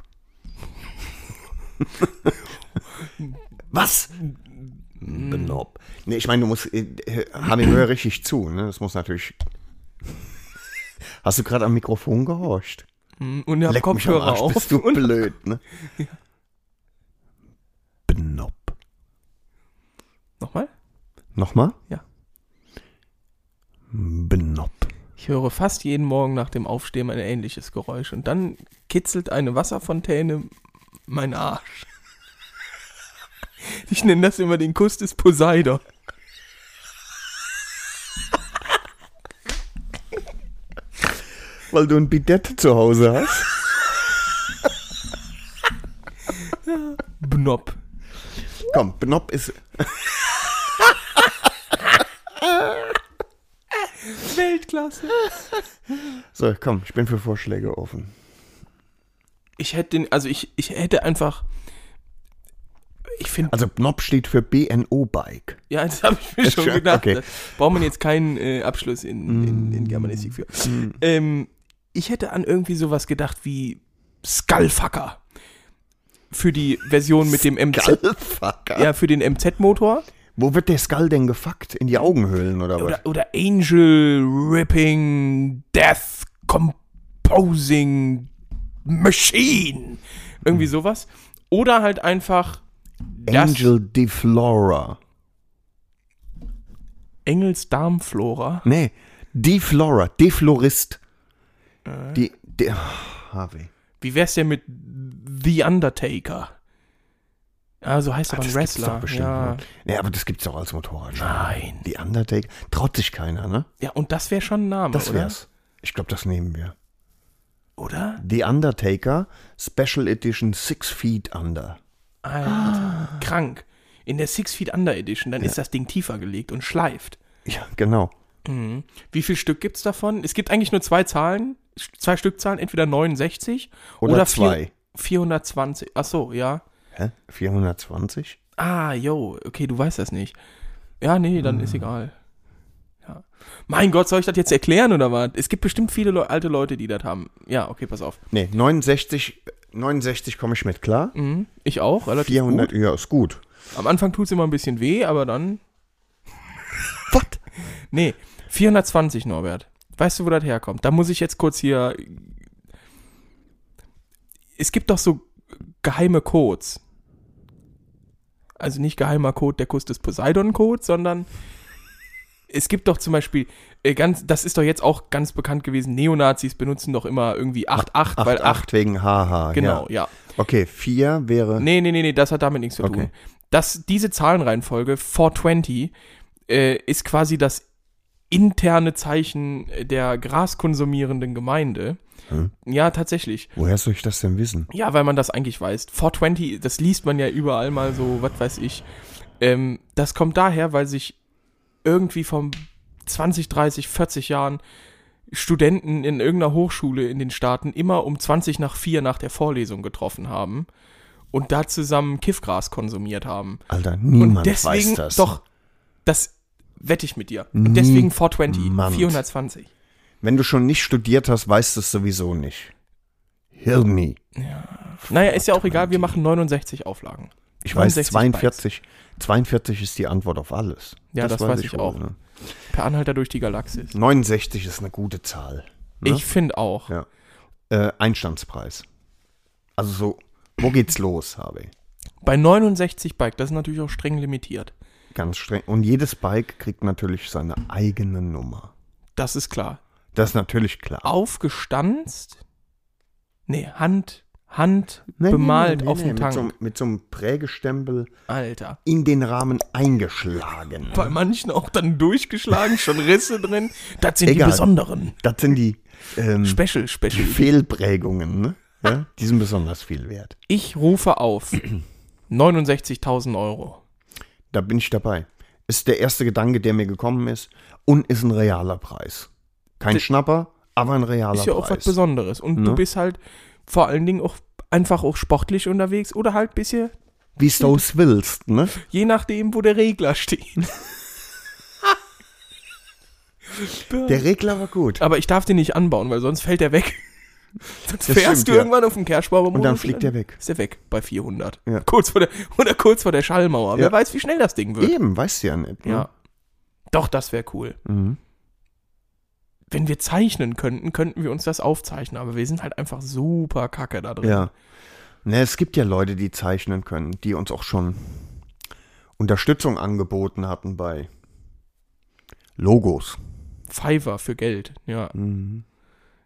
Speaker 3: Was? Bnob. Nee, ich meine, du musst. äh, äh, Hami, hör richtig zu, ne? Das muss natürlich. Hast du gerade am Mikrofon gehorcht?
Speaker 2: Mm, Und der
Speaker 3: Leck mich am
Speaker 2: Kopfhörer
Speaker 3: Arsch,
Speaker 2: auf.
Speaker 3: bist
Speaker 2: *laughs*
Speaker 3: du
Speaker 2: und
Speaker 3: blöd, ne? Bnob.
Speaker 2: Nochmal?
Speaker 3: Nochmal?
Speaker 2: Ja.
Speaker 3: Bnob.
Speaker 2: Ich höre fast jeden Morgen nach dem Aufstehen ein ähnliches Geräusch und dann kitzelt eine Wasserfontäne meinen Arsch. Ich nenne das immer den Kuss des Poseidon.
Speaker 3: Weil du ein Bidett zu Hause
Speaker 2: *laughs*
Speaker 3: hast.
Speaker 2: Bnob.
Speaker 3: Komm, Bnob ist
Speaker 2: Weltklasse.
Speaker 3: So, komm, ich bin für Vorschläge offen.
Speaker 2: Ich hätte den, also ich, ich hätte einfach. Ich finde,
Speaker 3: Also BNOB steht für BNO-Bike.
Speaker 2: ja, das habe ich mir schon
Speaker 3: Schön,
Speaker 2: gedacht.
Speaker 3: okay.
Speaker 2: Da Braucht man jetzt keinen äh, Abschluss in, in, in Germanistik für. Ähm, ich hätte an irgendwie sowas gedacht wie Skullfucker. Für die Version mit dem MZ.
Speaker 3: Skullfucker.
Speaker 2: Ja, für den MZ-Motor.
Speaker 3: Wo wird der Skull denn gefuckt? In die Augenhöhlen oder,
Speaker 2: Oder, oder Angel Ripping Death Composing Machine. Irgendwie
Speaker 3: Hm.
Speaker 2: sowas. Oder halt einfach
Speaker 3: was?
Speaker 2: das
Speaker 3: Angel Deflora.
Speaker 2: Engels Darmflora.
Speaker 3: Nee, Deflora, Deflorist. Die, die, Ah, Harvey.
Speaker 2: Wie wär's denn mit The Undertaker? Ah, so heißt aber ein
Speaker 3: Das gibt's
Speaker 2: Wrestler.
Speaker 3: doch bestimmt.
Speaker 2: Ja.
Speaker 3: ne? Nee, aber das gibt's doch als Motorrad.
Speaker 2: Nein.
Speaker 3: Die Undertaker, traut sich keiner, ne?
Speaker 2: ja, und das wäre schon ein Name,
Speaker 3: Das
Speaker 2: oder?
Speaker 3: wär's. Ich glaube, das nehmen wir.
Speaker 2: Oder?
Speaker 3: The Undertaker, Special Edition Six Feet Under.
Speaker 2: Alter,
Speaker 3: Ah.
Speaker 2: krank. In der Six Feet Under Edition, dann ist das Ding tiefer gelegt und schleift.
Speaker 3: Ja, genau.
Speaker 2: Wie viel Stück gibt's davon? Es gibt eigentlich nur zwei Zahlen, zwei Stückzahlen, entweder 69
Speaker 3: Oder
Speaker 2: oder,
Speaker 3: zwei.
Speaker 2: vier- 420. Ach so, ja.
Speaker 3: Hä? 420?
Speaker 2: Ah, yo, okay, du weißt das nicht. Ja, nee, dann ist egal. Ja. Mein Gott, soll ich das jetzt erklären oder was? Es gibt bestimmt viele Leu alte Leute, die das haben. Ja, okay, pass auf.
Speaker 3: Nee, 69, 69 komme ich mit klar.
Speaker 2: Mhm. Ich auch, relativ
Speaker 3: 400, ja, ist gut.
Speaker 2: gut. Am Anfang tut's immer ein bisschen weh, aber dann. *laughs*
Speaker 3: Was?
Speaker 2: Nee, 420, Norbert. Weißt du, wo das herkommt? Da muss ich jetzt kurz hier. Es gibt doch so geheime Codes. Also nicht geheimer Code, der Kuss des Poseidon-Code, sondern es gibt doch zum Beispiel, äh, ganz, das ist doch jetzt auch ganz bekannt gewesen, Neonazis benutzen doch immer irgendwie 8-8,
Speaker 3: 8,
Speaker 2: weil
Speaker 3: 8,
Speaker 2: 8,
Speaker 3: wegen HH.
Speaker 2: genau,
Speaker 3: Ja.
Speaker 2: ja.
Speaker 3: Okay, 4 wäre.
Speaker 2: Nee, nee, nee, nee, das hat damit nichts zu tun.
Speaker 3: Okay.
Speaker 2: Das, diese Zahlenreihenfolge, 420, äh, ist quasi das interne Zeichen äh, der graskonsumierenden Gemeinde. Ja, tatsächlich.
Speaker 3: Woher soll ich das denn wissen?
Speaker 2: Ja, weil man das eigentlich weiß. 420, das liest man ja überall mal so, was weiß ich. Ähm, das kommt daher, weil sich irgendwie vom 20, 30, 40 Jahren Studenten in irgendeiner Hochschule in den Staaten immer um 20 nach 4 nach der Vorlesung getroffen haben und da zusammen Kiffgras konsumiert haben.
Speaker 3: Alter, niemand
Speaker 2: und deswegen,
Speaker 3: weiß das.
Speaker 2: doch, das wette ich mit dir. Und deswegen 420,
Speaker 3: Niemand.
Speaker 2: 420.
Speaker 3: Wenn du schon nicht studiert hast, weißt du es sowieso nicht. Hirni.
Speaker 2: Naja, ist ja auch egal, wir machen 69 Auflagen.
Speaker 3: Ich weiß,
Speaker 2: 69
Speaker 3: 42, 42 ist die Antwort auf alles.
Speaker 2: Ja, das weiß ich
Speaker 3: wohl,
Speaker 2: auch.
Speaker 3: ne?
Speaker 2: Per Anhalter durch die Galaxis.
Speaker 3: 69 ist eine gute Zahl. ne?
Speaker 2: Ich finde auch.
Speaker 3: Ja. Äh, Einstandspreis. Also so, wo geht's los, Harvey?
Speaker 2: Bei 69 Bike, das ist natürlich auch streng limitiert.
Speaker 3: Ganz streng. Und jedes Bike kriegt natürlich seine eigene Nummer.
Speaker 2: Das ist klar.
Speaker 3: Das ist natürlich klar.
Speaker 2: Aufgestanzt? Nee, Hand, Hand
Speaker 3: Nein,
Speaker 2: bemalt
Speaker 3: nein, nein,
Speaker 2: auf
Speaker 3: nein,
Speaker 2: dem Tank.
Speaker 3: Mit so, einem- mit so einem Prägestempel
Speaker 2: Alter.
Speaker 3: in den Rahmen eingeschlagen.
Speaker 2: Bei manchen auch dann durchgeschlagen, schon Risse drin. Das sind
Speaker 3: Egal.
Speaker 2: die besonderen.
Speaker 3: Das sind die ähm,
Speaker 2: Special, Special.
Speaker 3: Fehlprägungen. Ne? Ja? Die sind besonders viel wert.
Speaker 2: Ich rufe auf. 69.000 Euro.
Speaker 3: Da bin ich dabei. Ist der erste Gedanke, der mir gekommen ist. Und ist ein realer Preis. Kein
Speaker 2: Das-
Speaker 3: Schnapper, aber ein realer
Speaker 2: Ist ja auch was
Speaker 3: Preis.
Speaker 2: Besonderes. Und
Speaker 3: Ne?
Speaker 2: du bist halt vor allen Dingen auch einfach auch sportlich unterwegs oder halt bisschen,
Speaker 3: Wie du es willst, ne?
Speaker 2: je nachdem, wo der Regler *laughs* steht.
Speaker 3: Der Regler war gut.
Speaker 2: Aber ich darf den nicht anbauen, weil sonst fällt der weg. Sonst
Speaker 3: Das
Speaker 2: fährst
Speaker 3: stimmt,
Speaker 2: du
Speaker 3: ja.
Speaker 2: irgendwann auf den Kerschbauer
Speaker 3: Und dann fliegt der weg.
Speaker 2: Ist der weg bei 400.
Speaker 3: Ja.
Speaker 2: Kurz vor der, oder kurz vor der Schallmauer.
Speaker 3: Ja.
Speaker 2: Wer weiß, wie schnell das Ding wird.
Speaker 3: Eben, weißt du ja nicht. Ne?
Speaker 2: Ja. Doch, das wäre cool.
Speaker 3: Mhm.
Speaker 2: Wenn wir zeichnen könnten, könnten wir uns das aufzeichnen. Aber wir sind halt einfach super kacke da drin.
Speaker 3: Ja. Ne, es gibt ja Leute, die zeichnen können, die uns auch schon Unterstützung angeboten hatten bei Logos.
Speaker 2: Pfeifer für Geld. Ja.
Speaker 3: Mhm.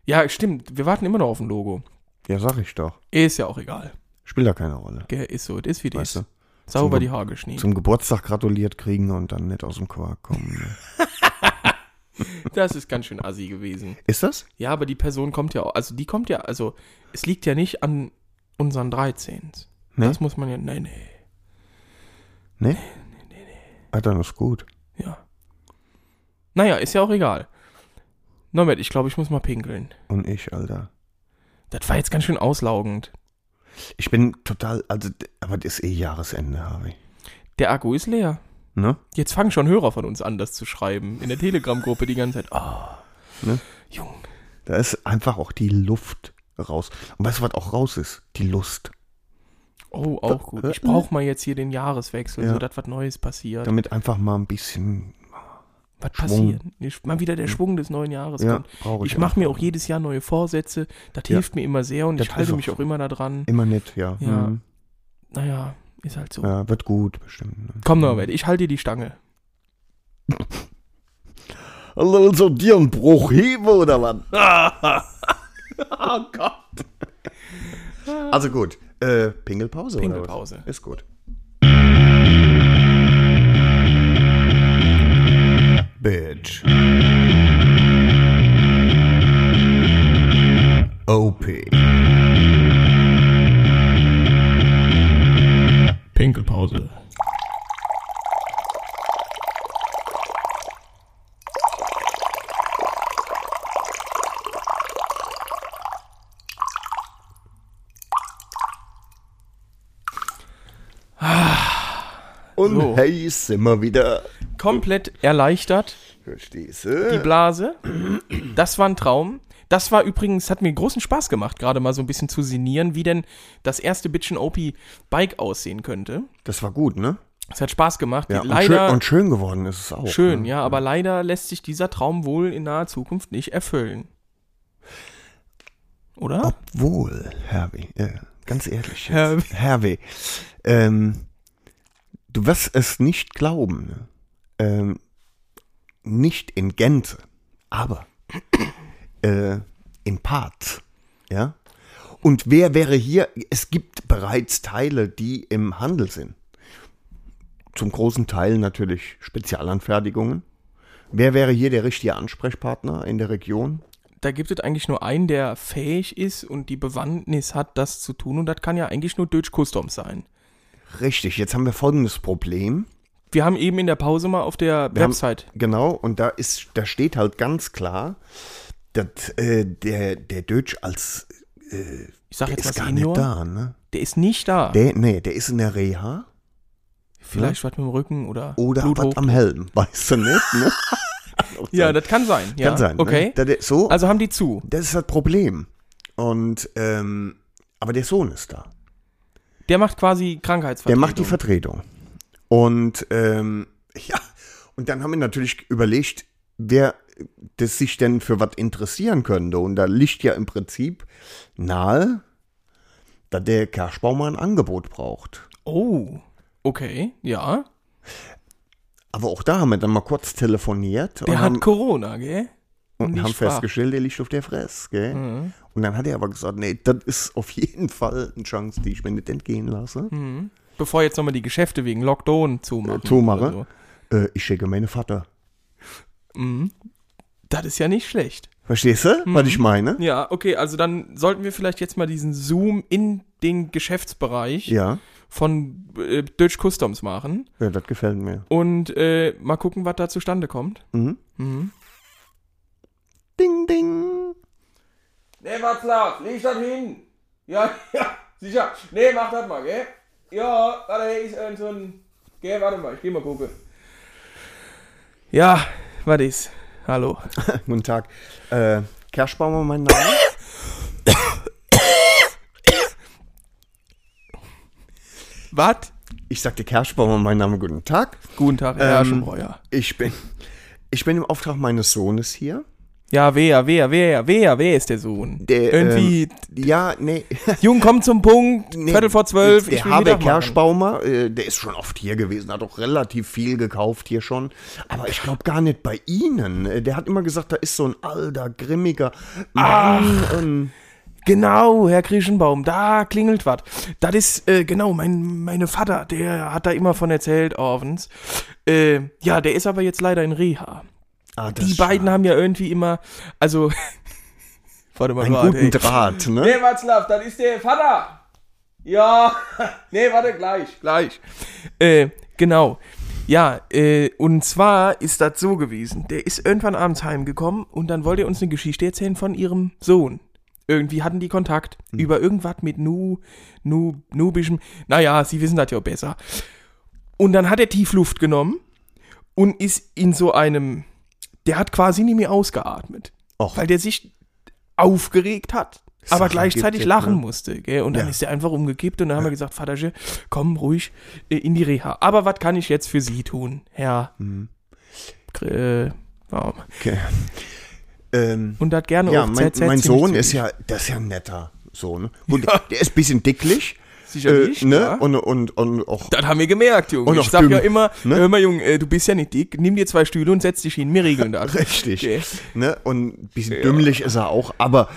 Speaker 2: ja, stimmt. Wir warten immer noch auf ein Logo.
Speaker 3: Ja, sag ich doch.
Speaker 2: Ist ja auch egal.
Speaker 3: Spielt da keine Rolle.
Speaker 2: Gell, ist so. Das ist wie das.
Speaker 3: Weißt du?
Speaker 2: ist. Sauber
Speaker 3: Zum-
Speaker 2: die Haare geschnitten.
Speaker 3: Zum Geburtstag gratuliert kriegen und dann nicht aus dem Quark kommen. *laughs* Ne?
Speaker 2: Das ist ganz schön assi gewesen.
Speaker 3: Ist das?
Speaker 2: Ja, aber die Person kommt ja auch. Also, die kommt ja. Also, es liegt ja nicht an unseren 13.
Speaker 3: Nee?
Speaker 2: Das muss man ja. Nee, nee.
Speaker 3: Nee? Ah, dann ist gut.
Speaker 2: Ja. Naja, ist ja auch egal. Norbert, ich glaube, ich muss mal pinkeln.
Speaker 3: Und ich, Alter.
Speaker 2: Das war jetzt ganz schön auslaugend.
Speaker 3: Ich bin total, also, d- aber das ist eh Jahresende, Harvey.
Speaker 2: Der Akku ist leer.
Speaker 3: Ne?
Speaker 2: Jetzt fangen schon Hörer von uns an, das zu schreiben. In der Telegram-Gruppe die ganze Zeit. Oh,
Speaker 3: Ne?
Speaker 2: Jung.
Speaker 3: Da ist einfach auch die Luft raus. Und weißt du, was auch raus ist? Die Lust.
Speaker 2: Oh, auch gut. Ich brauche mal jetzt hier den Jahreswechsel,
Speaker 3: Ja.
Speaker 2: so dass was Neues passiert.
Speaker 3: Damit einfach mal ein bisschen,
Speaker 2: was
Speaker 3: Schwung.
Speaker 2: passiert? Nicht- Mal wieder der Schwung des neuen Jahres
Speaker 3: ja,
Speaker 2: kommt.
Speaker 3: brauche ich.
Speaker 2: Ich mache mir auch jedes Jahr neue Vorsätze. Das
Speaker 3: Ja.
Speaker 2: hilft mir immer sehr und
Speaker 3: Das
Speaker 2: ich
Speaker 3: ist
Speaker 2: halte
Speaker 3: auch
Speaker 2: mich auch
Speaker 3: so.
Speaker 2: immer da dran.
Speaker 3: Immer nett, ja.
Speaker 2: Ja.
Speaker 3: Mhm.
Speaker 2: Naja, ist halt so.
Speaker 3: ja. Wird gut, bestimmt. Ne?
Speaker 2: Komm, Norbert, ich halte dir die Stange.
Speaker 3: Also, dir ein Bruch hebe oder was?
Speaker 2: *laughs* Oh Gott.
Speaker 3: Also gut. Äh, Pingelpause, oder?
Speaker 2: Pingelpause.
Speaker 3: was? Ist gut.
Speaker 1: Bitch. OP.
Speaker 2: Pinkelpause.
Speaker 3: Und
Speaker 2: So.
Speaker 3: hey, ist immer wieder.
Speaker 2: Komplett erleichtert.
Speaker 3: Verstehst
Speaker 2: die
Speaker 3: du?
Speaker 2: Blase. Das war ein Traum. Das war übrigens, hat mir großen Spaß gemacht, gerade mal so ein bisschen zu sinnieren, wie denn das erste Bitchin' OP Bike aussehen könnte.
Speaker 3: Das war gut, ne?
Speaker 2: Es hat Spaß gemacht.
Speaker 3: Ja, und, schön,
Speaker 2: leider
Speaker 3: und schön geworden ist es auch.
Speaker 2: schön,
Speaker 3: ne?
Speaker 2: ja, aber leider lässt sich dieser Traum wohl in naher Zukunft nicht erfüllen. Oder?
Speaker 3: Obwohl, Herwig, äh, ganz ehrlich,
Speaker 2: Herwig.
Speaker 3: jetzt, Herwig, ähm, du wirst es nicht glauben, ne? ähm, nicht in Gänze, aber *clears throat* äh, in Parts, ja. Und wer wäre hier? Es gibt bereits Teile, die im Handel sind. Zum großen Teil natürlich Spezialanfertigungen. Wer wäre hier der richtige Ansprechpartner in der Region?
Speaker 2: Da gibt es eigentlich nur einen, der fähig ist und die Bewandtnis hat, das zu tun. Und das kann ja eigentlich nur Deutsch Customs sein.
Speaker 3: Richtig, jetzt haben wir folgendes Problem.
Speaker 2: Wir haben eben in der Pause mal auf der
Speaker 3: Wir haben-
Speaker 2: Website
Speaker 3: Genau, und da ist, da steht halt ganz klar, dass äh, der, der Deutsch als
Speaker 2: Ich sag
Speaker 3: der
Speaker 2: jetzt mal
Speaker 3: ist gar
Speaker 2: Senior.
Speaker 3: nicht da, ne?
Speaker 2: Der ist nicht da.
Speaker 3: Der, ne? nee, der ist in der Reha
Speaker 2: Vielleicht was mit dem Rücken oder,
Speaker 3: oder
Speaker 2: Blutdruck.
Speaker 3: was am Helm, *laughs* weißt du nicht, ne?
Speaker 2: *laughs* Ja, das kann sein. Ja.
Speaker 3: kann sein.
Speaker 2: Okay.
Speaker 3: Ne? Da der, so,
Speaker 2: Also haben die zu.
Speaker 3: das ist das Problem. Und ähm, aber der Sohn ist da.
Speaker 2: Der macht quasi Krankheitsvertretung.
Speaker 3: Der macht die Vertretung. Und ähm, *laughs* ja, und dann haben wir natürlich überlegt, wer das sich denn für was interessieren könnte. Und da liegt ja im Prinzip nahe, da der Kerschbaumer ein Angebot braucht.
Speaker 2: Oh. Okay, ja.
Speaker 3: Aber auch da haben wir dann mal kurz telefoniert
Speaker 2: Der
Speaker 3: und
Speaker 2: hat
Speaker 3: haben,
Speaker 2: Corona, gell?
Speaker 3: und
Speaker 2: nicht
Speaker 3: haben
Speaker 2: sprach.
Speaker 3: festgestellt, der liegt auf der Fresse. Gell?
Speaker 2: Mhm.
Speaker 3: Und dann hat er aber gesagt, nee, das ist auf jeden Fall eine Chance, die ich mir nicht entgehen lasse.
Speaker 2: mhm. Bevor jetzt nochmal die Geschäfte wegen Lockdown zumachen.
Speaker 3: Äh, zumache.
Speaker 2: oder so.
Speaker 3: Äh, ich schicke meine Vater.
Speaker 2: Das Mhm. ist ja nicht schlecht.
Speaker 3: Verstehst du, was ich meine?
Speaker 2: Ja, okay, also dann sollten wir vielleicht jetzt mal diesen Zoom in den Geschäftsbereich
Speaker 3: Ja,
Speaker 2: von äh, Deutsch Customs machen
Speaker 3: ja das gefällt mir.
Speaker 2: und äh, mal gucken, was da zustande kommt.
Speaker 3: Mhm.
Speaker 2: Mhm.
Speaker 3: Ding, ding. *laughs*
Speaker 2: Nee, Matzlaff, leg das hin. Ja, *laughs* ja, sicher. Nee, mach das mal, gell? Ja, warte, hier ist irgend so ein... Gell, warte mal, ich geh mal gucken. Ja, was ist? Hallo.
Speaker 3: Guten Tag. Äh, Kerschbaumer, mein Name.
Speaker 2: Was?
Speaker 3: Ich sagte Kerschbaumer, mein Name. Guten Tag.
Speaker 2: Guten Tag, Herr
Speaker 3: Ähm,
Speaker 2: Aschenbreuer.
Speaker 3: Ich bin, ich bin im Auftrag meines Sohnes hier.
Speaker 2: Ja, wer, wer, wer, wer, wer ist der Sohn?
Speaker 3: Der, ähm,
Speaker 2: Irgendwie,
Speaker 3: Ja, nee. *laughs*
Speaker 2: Jung, komm zum Punkt,
Speaker 3: nee
Speaker 2: Viertel vor zwölf,
Speaker 3: Der Habe Kerschbaumer, äh, der ist schon oft hier gewesen, hat auch relativ viel gekauft hier schon. Aber ich glaube gar nicht bei Ihnen. Äh, Der hat immer gesagt, da ist so ein alter, grimmiger Mann. Und
Speaker 2: Genau, Herr Krischenbaum, da klingelt was. Das ist, äh, genau, mein meine Vater, der hat da immer von erzählt, Orvens. Äh, ja, der ist aber jetzt leider in Reha.
Speaker 3: ah, das
Speaker 2: Die
Speaker 3: ist
Speaker 2: beiden haben ja irgendwie immer, also, *laughs* warte mal,
Speaker 3: einen
Speaker 2: warte,
Speaker 3: guten Draht, ne?
Speaker 2: Nee, Watzlaw, das ist der Vater. Ja, *laughs* nee, warte, gleich, gleich. Äh, genau. Ja, äh, und zwar ist das so gewesen. Der ist irgendwann abends heimgekommen und dann wollte er uns eine Geschichte erzählen von ihrem Sohn. Irgendwie hatten die Kontakt über irgendwas mit Nu, Nu, Nubischem. Naja, sie wissen das ja besser. Und dann hat er tief Luft genommen und ist in so einem, der hat quasi nie mehr ausgeatmet.
Speaker 3: Och.
Speaker 2: Weil der sich aufgeregt hat, aber
Speaker 3: Sachen
Speaker 2: gleichzeitig
Speaker 3: gibt es,
Speaker 2: lachen
Speaker 3: ne?
Speaker 2: musste. Gell? Und dann
Speaker 3: Ja.
Speaker 2: ist er einfach umgekippt und dann haben wir gesagt, Vater, Gilles, komm ruhig äh, in die Reha. Aber was kann ich jetzt für Sie tun, Herr?
Speaker 3: Mhm.
Speaker 2: Gr- Äh, Baum?
Speaker 3: Okay. Ähm,
Speaker 2: Und das gerne
Speaker 3: ja,
Speaker 2: auf
Speaker 3: mein,
Speaker 2: ZZ
Speaker 3: mein
Speaker 2: ziemlich
Speaker 3: Sohn
Speaker 2: zügig.
Speaker 3: ist ja, das ist ja ein netter Sohn. ne? Gut, der ist ein bisschen dicklich.
Speaker 2: Sicherlich,
Speaker 3: äh, ne?
Speaker 2: ja.
Speaker 3: Und, und, und auch
Speaker 2: Das haben wir gemerkt, Junge.
Speaker 3: Und
Speaker 2: ich
Speaker 3: auch
Speaker 2: sag
Speaker 3: dünn,
Speaker 2: ja immer,
Speaker 3: ne?
Speaker 2: hör mal, Junge, äh, du bist ja nicht dick, nimm dir zwei Stühle und setz dich hin, wir regeln das.
Speaker 3: *laughs* richtig.
Speaker 2: Okay.
Speaker 3: Ne? Und ein bisschen dümmlich ist er auch, aber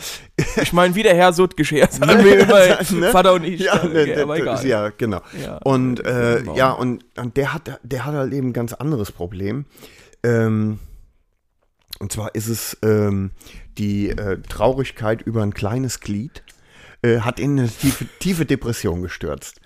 Speaker 2: Ich meine, wie der Herr Sutt geschert,
Speaker 3: *laughs*
Speaker 2: sagen wir immer,
Speaker 3: Ne?
Speaker 2: Vater und ich.
Speaker 3: Ja,
Speaker 2: okay,
Speaker 3: ne, ne,
Speaker 2: aber egal.
Speaker 3: ja genau.
Speaker 2: Ja,
Speaker 3: und äh,
Speaker 2: genau.
Speaker 3: ja, und, und der hat der hat halt eben ein ganz anderes Problem. Ähm, und zwar ist es ähm, die äh, Traurigkeit über ein kleines Glied äh, hat ihn in eine tiefe, tiefe Depression gestürzt.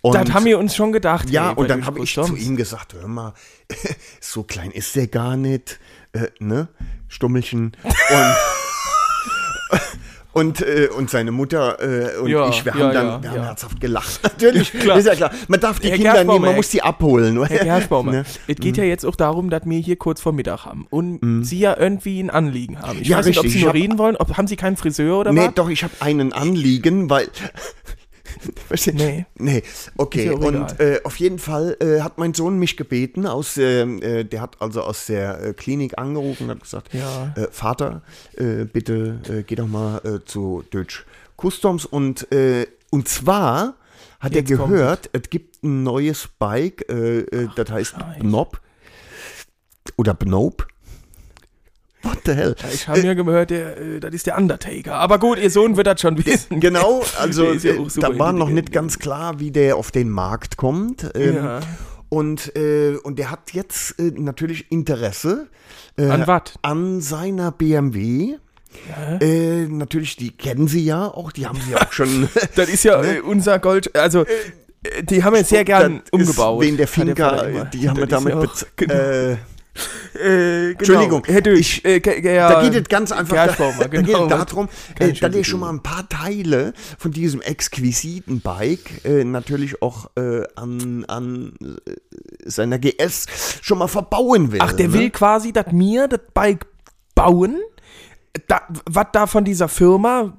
Speaker 3: Und
Speaker 2: Das haben wir uns schon gedacht.
Speaker 3: ja,
Speaker 2: ey, bei
Speaker 3: und dann
Speaker 2: Durch
Speaker 3: habe ich
Speaker 2: Kustoms.
Speaker 3: zu ihm gesagt, hör mal, *laughs* so klein ist der gar nicht, äh, ne, Stummelchen. Und, *laughs* und, äh, und seine Mutter äh, und
Speaker 2: Ja,
Speaker 3: ich, wir haben
Speaker 2: ja,
Speaker 3: dann
Speaker 2: ja,
Speaker 3: wir haben
Speaker 2: ja.
Speaker 3: herzhaft gelacht. *laughs* Natürlich,
Speaker 2: *laughs* klar.
Speaker 3: ist ja klar. Man darf die
Speaker 2: Herr
Speaker 3: Kinder
Speaker 2: Gerstbaumer,
Speaker 3: nehmen, man
Speaker 2: Herr-
Speaker 3: muss die abholen.
Speaker 2: Herr Gerschbaumer,
Speaker 3: *laughs* Ne?
Speaker 2: es geht ja jetzt auch darum, dass wir hier kurz vor Mittag haben und Sie ja irgendwie ein Anliegen haben. Ich
Speaker 3: Mhm. Ja,
Speaker 2: weiß nicht, ob
Speaker 3: richtig.
Speaker 2: Sie nur
Speaker 3: Ich hab-
Speaker 2: reden wollen, ob, haben Sie keinen Friseur oder
Speaker 3: Nee,
Speaker 2: was?
Speaker 3: doch, ich habe einen Anliegen, weil. Versteh-
Speaker 2: Nee.
Speaker 3: Nee, okay.
Speaker 2: Ist ja auch
Speaker 3: und äh, auf jeden Fall äh, hat mein Sohn mich gebeten, aus, ähm, äh, der hat also aus der äh, Klinik angerufen und hat gesagt,
Speaker 2: Ja.
Speaker 3: äh, Vater, äh, bitte äh, geh doch mal äh, zu Deutsch Customs und, äh, und zwar hat er
Speaker 2: kommt
Speaker 3: gehört, es gibt ein neues Bike, äh, äh, das heißt Bnob oder Bnob. What the hell?
Speaker 2: Ich habe ja gehört, der, äh, das ist der Undertaker. Aber gut, Ihr Sohn wird das schon *laughs* wissen.
Speaker 3: Genau,
Speaker 2: *laughs*
Speaker 3: also
Speaker 2: Der ist ja
Speaker 3: äh,
Speaker 2: auch super
Speaker 3: da war noch
Speaker 2: intelligent.
Speaker 3: nicht ganz klar, wie der auf den Markt kommt. Ähm,
Speaker 2: Ja.
Speaker 3: und, äh, und der hat jetzt äh, natürlich Interesse äh,
Speaker 2: An was?
Speaker 3: an seiner BMW. Äh, natürlich, die kennen sie ja auch, die haben sie ja auch schon.
Speaker 2: Das ist ja äh, unser Gold, also äh, die haben wir *laughs* sehr
Speaker 3: *laughs*
Speaker 2: gern
Speaker 3: Ne? Das
Speaker 2: umgebaut.
Speaker 3: Ist wegen der
Speaker 2: Hat Vater immer.
Speaker 3: Finca, äh, die haben wir
Speaker 2: Das ist
Speaker 3: damit.
Speaker 2: ja auch-
Speaker 3: bez-
Speaker 2: *laughs* genau.
Speaker 3: äh,
Speaker 2: Äh, genau.
Speaker 3: Entschuldigung,
Speaker 2: Herr Dösch, äh, ge- ge- ja,
Speaker 3: Da geht es ganz einfach
Speaker 2: Gerschbaumer,
Speaker 3: *laughs* da,
Speaker 2: genau.
Speaker 3: da geht es darum,
Speaker 2: Kann
Speaker 3: äh,
Speaker 2: ich
Speaker 3: dass
Speaker 2: schon
Speaker 3: ihr schon mal ein paar Teile von diesem exquisiten Bike äh, natürlich auch äh, an, an äh, seiner GS schon mal verbauen will.
Speaker 2: Ach, der
Speaker 3: ne?
Speaker 2: will quasi, dass mir das Bike bauen, da, was da von dieser Firma,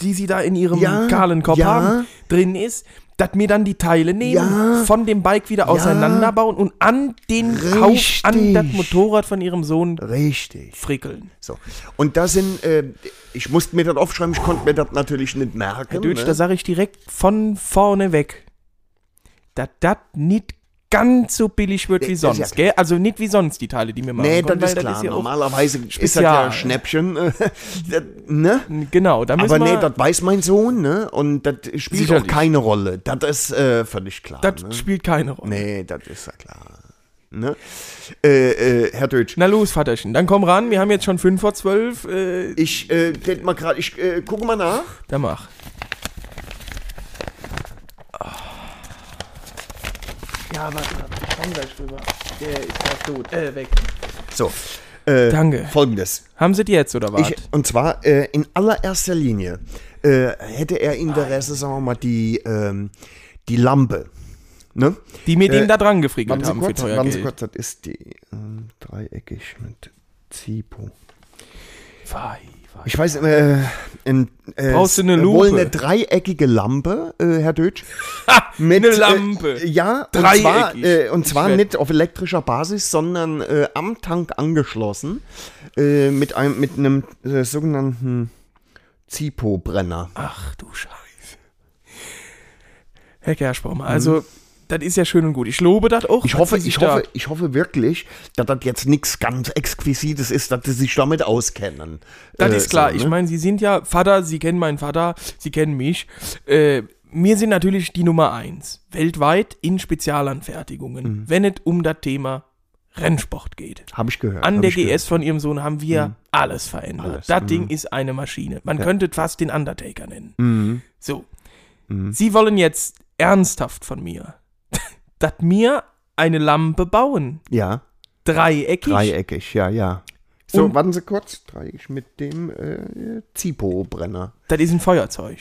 Speaker 2: die sie da in ihrem
Speaker 3: Ja,
Speaker 2: kahlen Kopf
Speaker 3: ja.
Speaker 2: haben, drin ist, dass mir dann die Teile nehmen,
Speaker 3: Ja.
Speaker 2: von dem Bike wieder auseinanderbauen und an den Hauf, an
Speaker 3: Richtig.
Speaker 2: das Motorrad von ihrem Sohn
Speaker 3: Richtig.
Speaker 2: frickeln.
Speaker 3: So. Und da sind, äh, ich musste mir das aufschreiben, ich konnte mir das natürlich nicht merken.
Speaker 2: Herr Dötsch,
Speaker 3: ne?
Speaker 2: da sage ich direkt von vorne weg, dass das nicht ganz so billig wird
Speaker 3: Nee,
Speaker 2: wie
Speaker 3: das ist
Speaker 2: sonst,
Speaker 3: ja
Speaker 2: gell? Also nicht wie sonst die Teile, die wir machen.
Speaker 3: Nee,
Speaker 2: konnten,
Speaker 3: das ist
Speaker 2: weil
Speaker 3: klar.
Speaker 2: ja auch-
Speaker 3: Normalerweise ist das
Speaker 2: Spezial.
Speaker 3: ja Schnäppchen. *laughs* äh, das, ne?
Speaker 2: Genau, da müssen
Speaker 3: Aber nee,
Speaker 2: wir...
Speaker 3: das weiß mein Sohn, ne? Und das spielt
Speaker 2: Sicherlich.
Speaker 3: auch keine Rolle. Das ist äh, völlig klar.
Speaker 2: Das
Speaker 3: ne?
Speaker 2: spielt keine Rolle.
Speaker 3: Nee, das ist ja klar. Ne? Äh, äh, Herr Deutsch,
Speaker 2: Na los, Vaterchen, dann komm ran, wir haben jetzt schon fünf vor zwölf. Äh,
Speaker 3: ich äh, denk mal gerade, ich äh, gucke mal nach.
Speaker 2: dann mach.
Speaker 4: Ja, warte, warte, ich komm gleich rüber. Der ist fast tot. Äh, weg.
Speaker 3: So. Äh,
Speaker 2: Danke.
Speaker 3: Folgendes.
Speaker 2: Haben sie die jetzt oder was?
Speaker 3: Ich, und zwar äh, in allererster Linie äh, hätte er Interesse, sagen wir mal, die, ähm, die Lampe. Ne?
Speaker 2: Die mit
Speaker 3: Äh,
Speaker 2: ihm da dran gefriegelt haben für
Speaker 3: kurz,
Speaker 2: teuer
Speaker 3: warten Sie
Speaker 2: Geld.
Speaker 3: kurz, das ist die ähm, dreieckig mit Zipo.
Speaker 2: Wei, wei.
Speaker 3: Ich weiß, äh, in, äh,
Speaker 2: Brauchst du eine
Speaker 3: Wohl
Speaker 2: Lupe?
Speaker 3: eine dreieckige Lampe, äh, Herr Dötsch. *laughs*
Speaker 2: *laughs*
Speaker 3: mit,
Speaker 2: eine Lampe.
Speaker 3: Äh, ja, und
Speaker 2: Dreieckig.
Speaker 3: zwar, äh, und zwar
Speaker 2: werd-
Speaker 3: nicht auf elektrischer Basis, sondern äh, am Tank angeschlossen äh, mit einem mit einem äh, sogenannten Zipo-Brenner.
Speaker 2: Ach du Scheiße. Herr Kerschbaum, also, das ist ja schön und gut. Ich lobe das auch.
Speaker 3: Mhm. Ich
Speaker 2: dass
Speaker 3: hoffe,
Speaker 2: Sie sich
Speaker 3: ich
Speaker 2: da-
Speaker 3: hoffe, ich hoffe wirklich, dass das jetzt nichts ganz Exquisites ist, dass sie sich damit auskennen.
Speaker 2: Das
Speaker 3: Äh,
Speaker 2: ist klar.
Speaker 3: so,
Speaker 2: Ich
Speaker 3: ne?
Speaker 2: meine, Sie sind ja Vater, Sie kennen meinen Vater, Sie kennen mich. Äh, wir sind natürlich die Nummer eins weltweit in Spezialanfertigungen,
Speaker 3: Mhm.
Speaker 2: wenn es um das Thema Rennsport geht.
Speaker 3: Habe ich gehört.
Speaker 2: An
Speaker 3: hab
Speaker 2: der
Speaker 3: ich gehört. Mhm.
Speaker 2: GS von Ihrem Sohn haben wir alles verändert.
Speaker 3: Alles,
Speaker 2: Das Ding ist eine Maschine. Man könnte fast den Undertaker nennen.
Speaker 3: Mhm.
Speaker 2: So.
Speaker 3: Mhm.
Speaker 2: Sie wollen jetzt ernsthaft von mir, *laughs* dass mir eine Lampe bauen.
Speaker 3: Ja,
Speaker 2: Dreieckig.
Speaker 3: dreieckig, ja, ja. So,
Speaker 2: Und-
Speaker 3: warten Sie kurz. Dreieckig mit dem äh, Zipo-Brenner.
Speaker 2: Das ist ein Feuerzeug.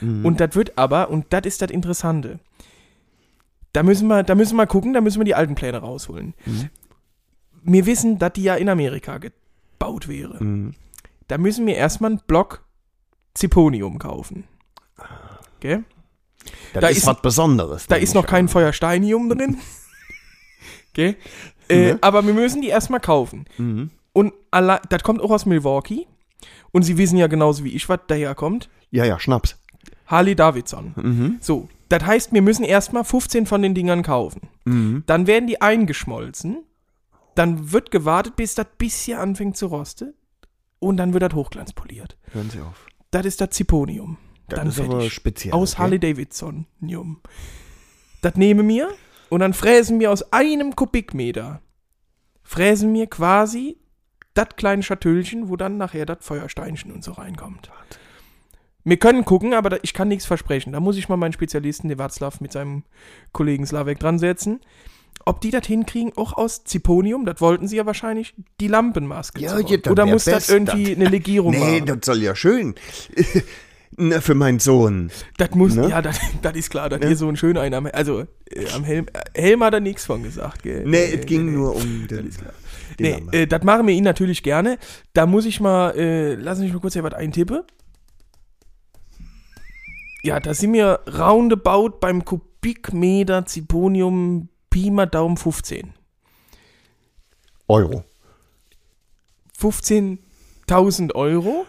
Speaker 3: Mhm.
Speaker 2: Und das wird aber, und das ist das Interessante, da müssen, wir, da müssen wir gucken, da müssen wir die alten Pläne rausholen.
Speaker 3: Mhm.
Speaker 2: Wir wissen, dass die ja in Amerika gebaut wäre.
Speaker 3: Mhm.
Speaker 2: Da müssen wir erstmal einen Block Zirconium kaufen. Gell?
Speaker 3: Das
Speaker 2: Da
Speaker 3: ist,
Speaker 2: ist-
Speaker 3: was Besonderes.
Speaker 2: Da
Speaker 3: nehm
Speaker 2: ist
Speaker 3: ich
Speaker 2: noch
Speaker 3: an.
Speaker 2: kein Feuersteinium
Speaker 3: *laughs*
Speaker 2: drin. Gell? Äh,
Speaker 3: Ne?
Speaker 2: Aber wir müssen die erstmal kaufen.
Speaker 3: Mhm.
Speaker 2: Und alle- das kommt auch aus Milwaukee. Und sie wissen ja genauso wie ich, was daherkommt.
Speaker 3: Ja, ja, Schnaps.
Speaker 2: Harley Davidson.
Speaker 3: Mhm.
Speaker 2: So, das heißt, wir müssen erstmal 15 von den Dingern kaufen.
Speaker 3: Mhm.
Speaker 2: Dann werden die eingeschmolzen. Dann wird gewartet, bis das bisschen anfängt zu rosten. Und dann wird das hochglanzpoliert.
Speaker 3: Hören Sie auf.
Speaker 2: Das ist das Zirconium.
Speaker 3: Das
Speaker 2: dann
Speaker 3: ist aber
Speaker 2: fertig.
Speaker 3: speziell.
Speaker 2: aus
Speaker 3: okay?
Speaker 2: Harley Davidsonium. Das nehme mir und dann fräsen wir aus einem Kubikmeter. Fräsen wir quasi das kleine Schatüllchen, wo dann nachher das Feuersteinchen und so reinkommt. Wir können gucken, aber da, ich kann nichts versprechen. Da muss ich mal meinen Spezialisten, den Watzlaw, mit seinem Kollegen Slavek dran setzen. Ob die das hinkriegen, auch aus Ziponium, das wollten sie ja wahrscheinlich, die Lampenmaske
Speaker 3: Ja,
Speaker 2: zu bauen.
Speaker 3: ja, das
Speaker 2: Oder
Speaker 3: wär
Speaker 2: muss das
Speaker 3: best,
Speaker 2: irgendwie
Speaker 3: das-
Speaker 2: eine Legierung
Speaker 3: Nee,
Speaker 2: machen?
Speaker 3: das soll ja schön. *laughs* Na, für meinen Sohn.
Speaker 2: Das muss,
Speaker 3: Ne?
Speaker 2: ja, das, *laughs* das ist klar, dass hier so ein schöner einer, am- also äh, am Helm, äh, Helm hat er nichts von gesagt, gell?
Speaker 3: Nee, es ging nur um den. die
Speaker 2: Nee,
Speaker 3: Lampe.
Speaker 2: äh, das machen wir Ihnen natürlich gerne. Da muss ich mal, äh, lassen Sie mich mal kurz hier was eintippen. Ja, da sind wir roundabout beim Kubikmeter Zirconium Pi mal Daumen 15.
Speaker 3: Euro.
Speaker 2: 15.000 Euro.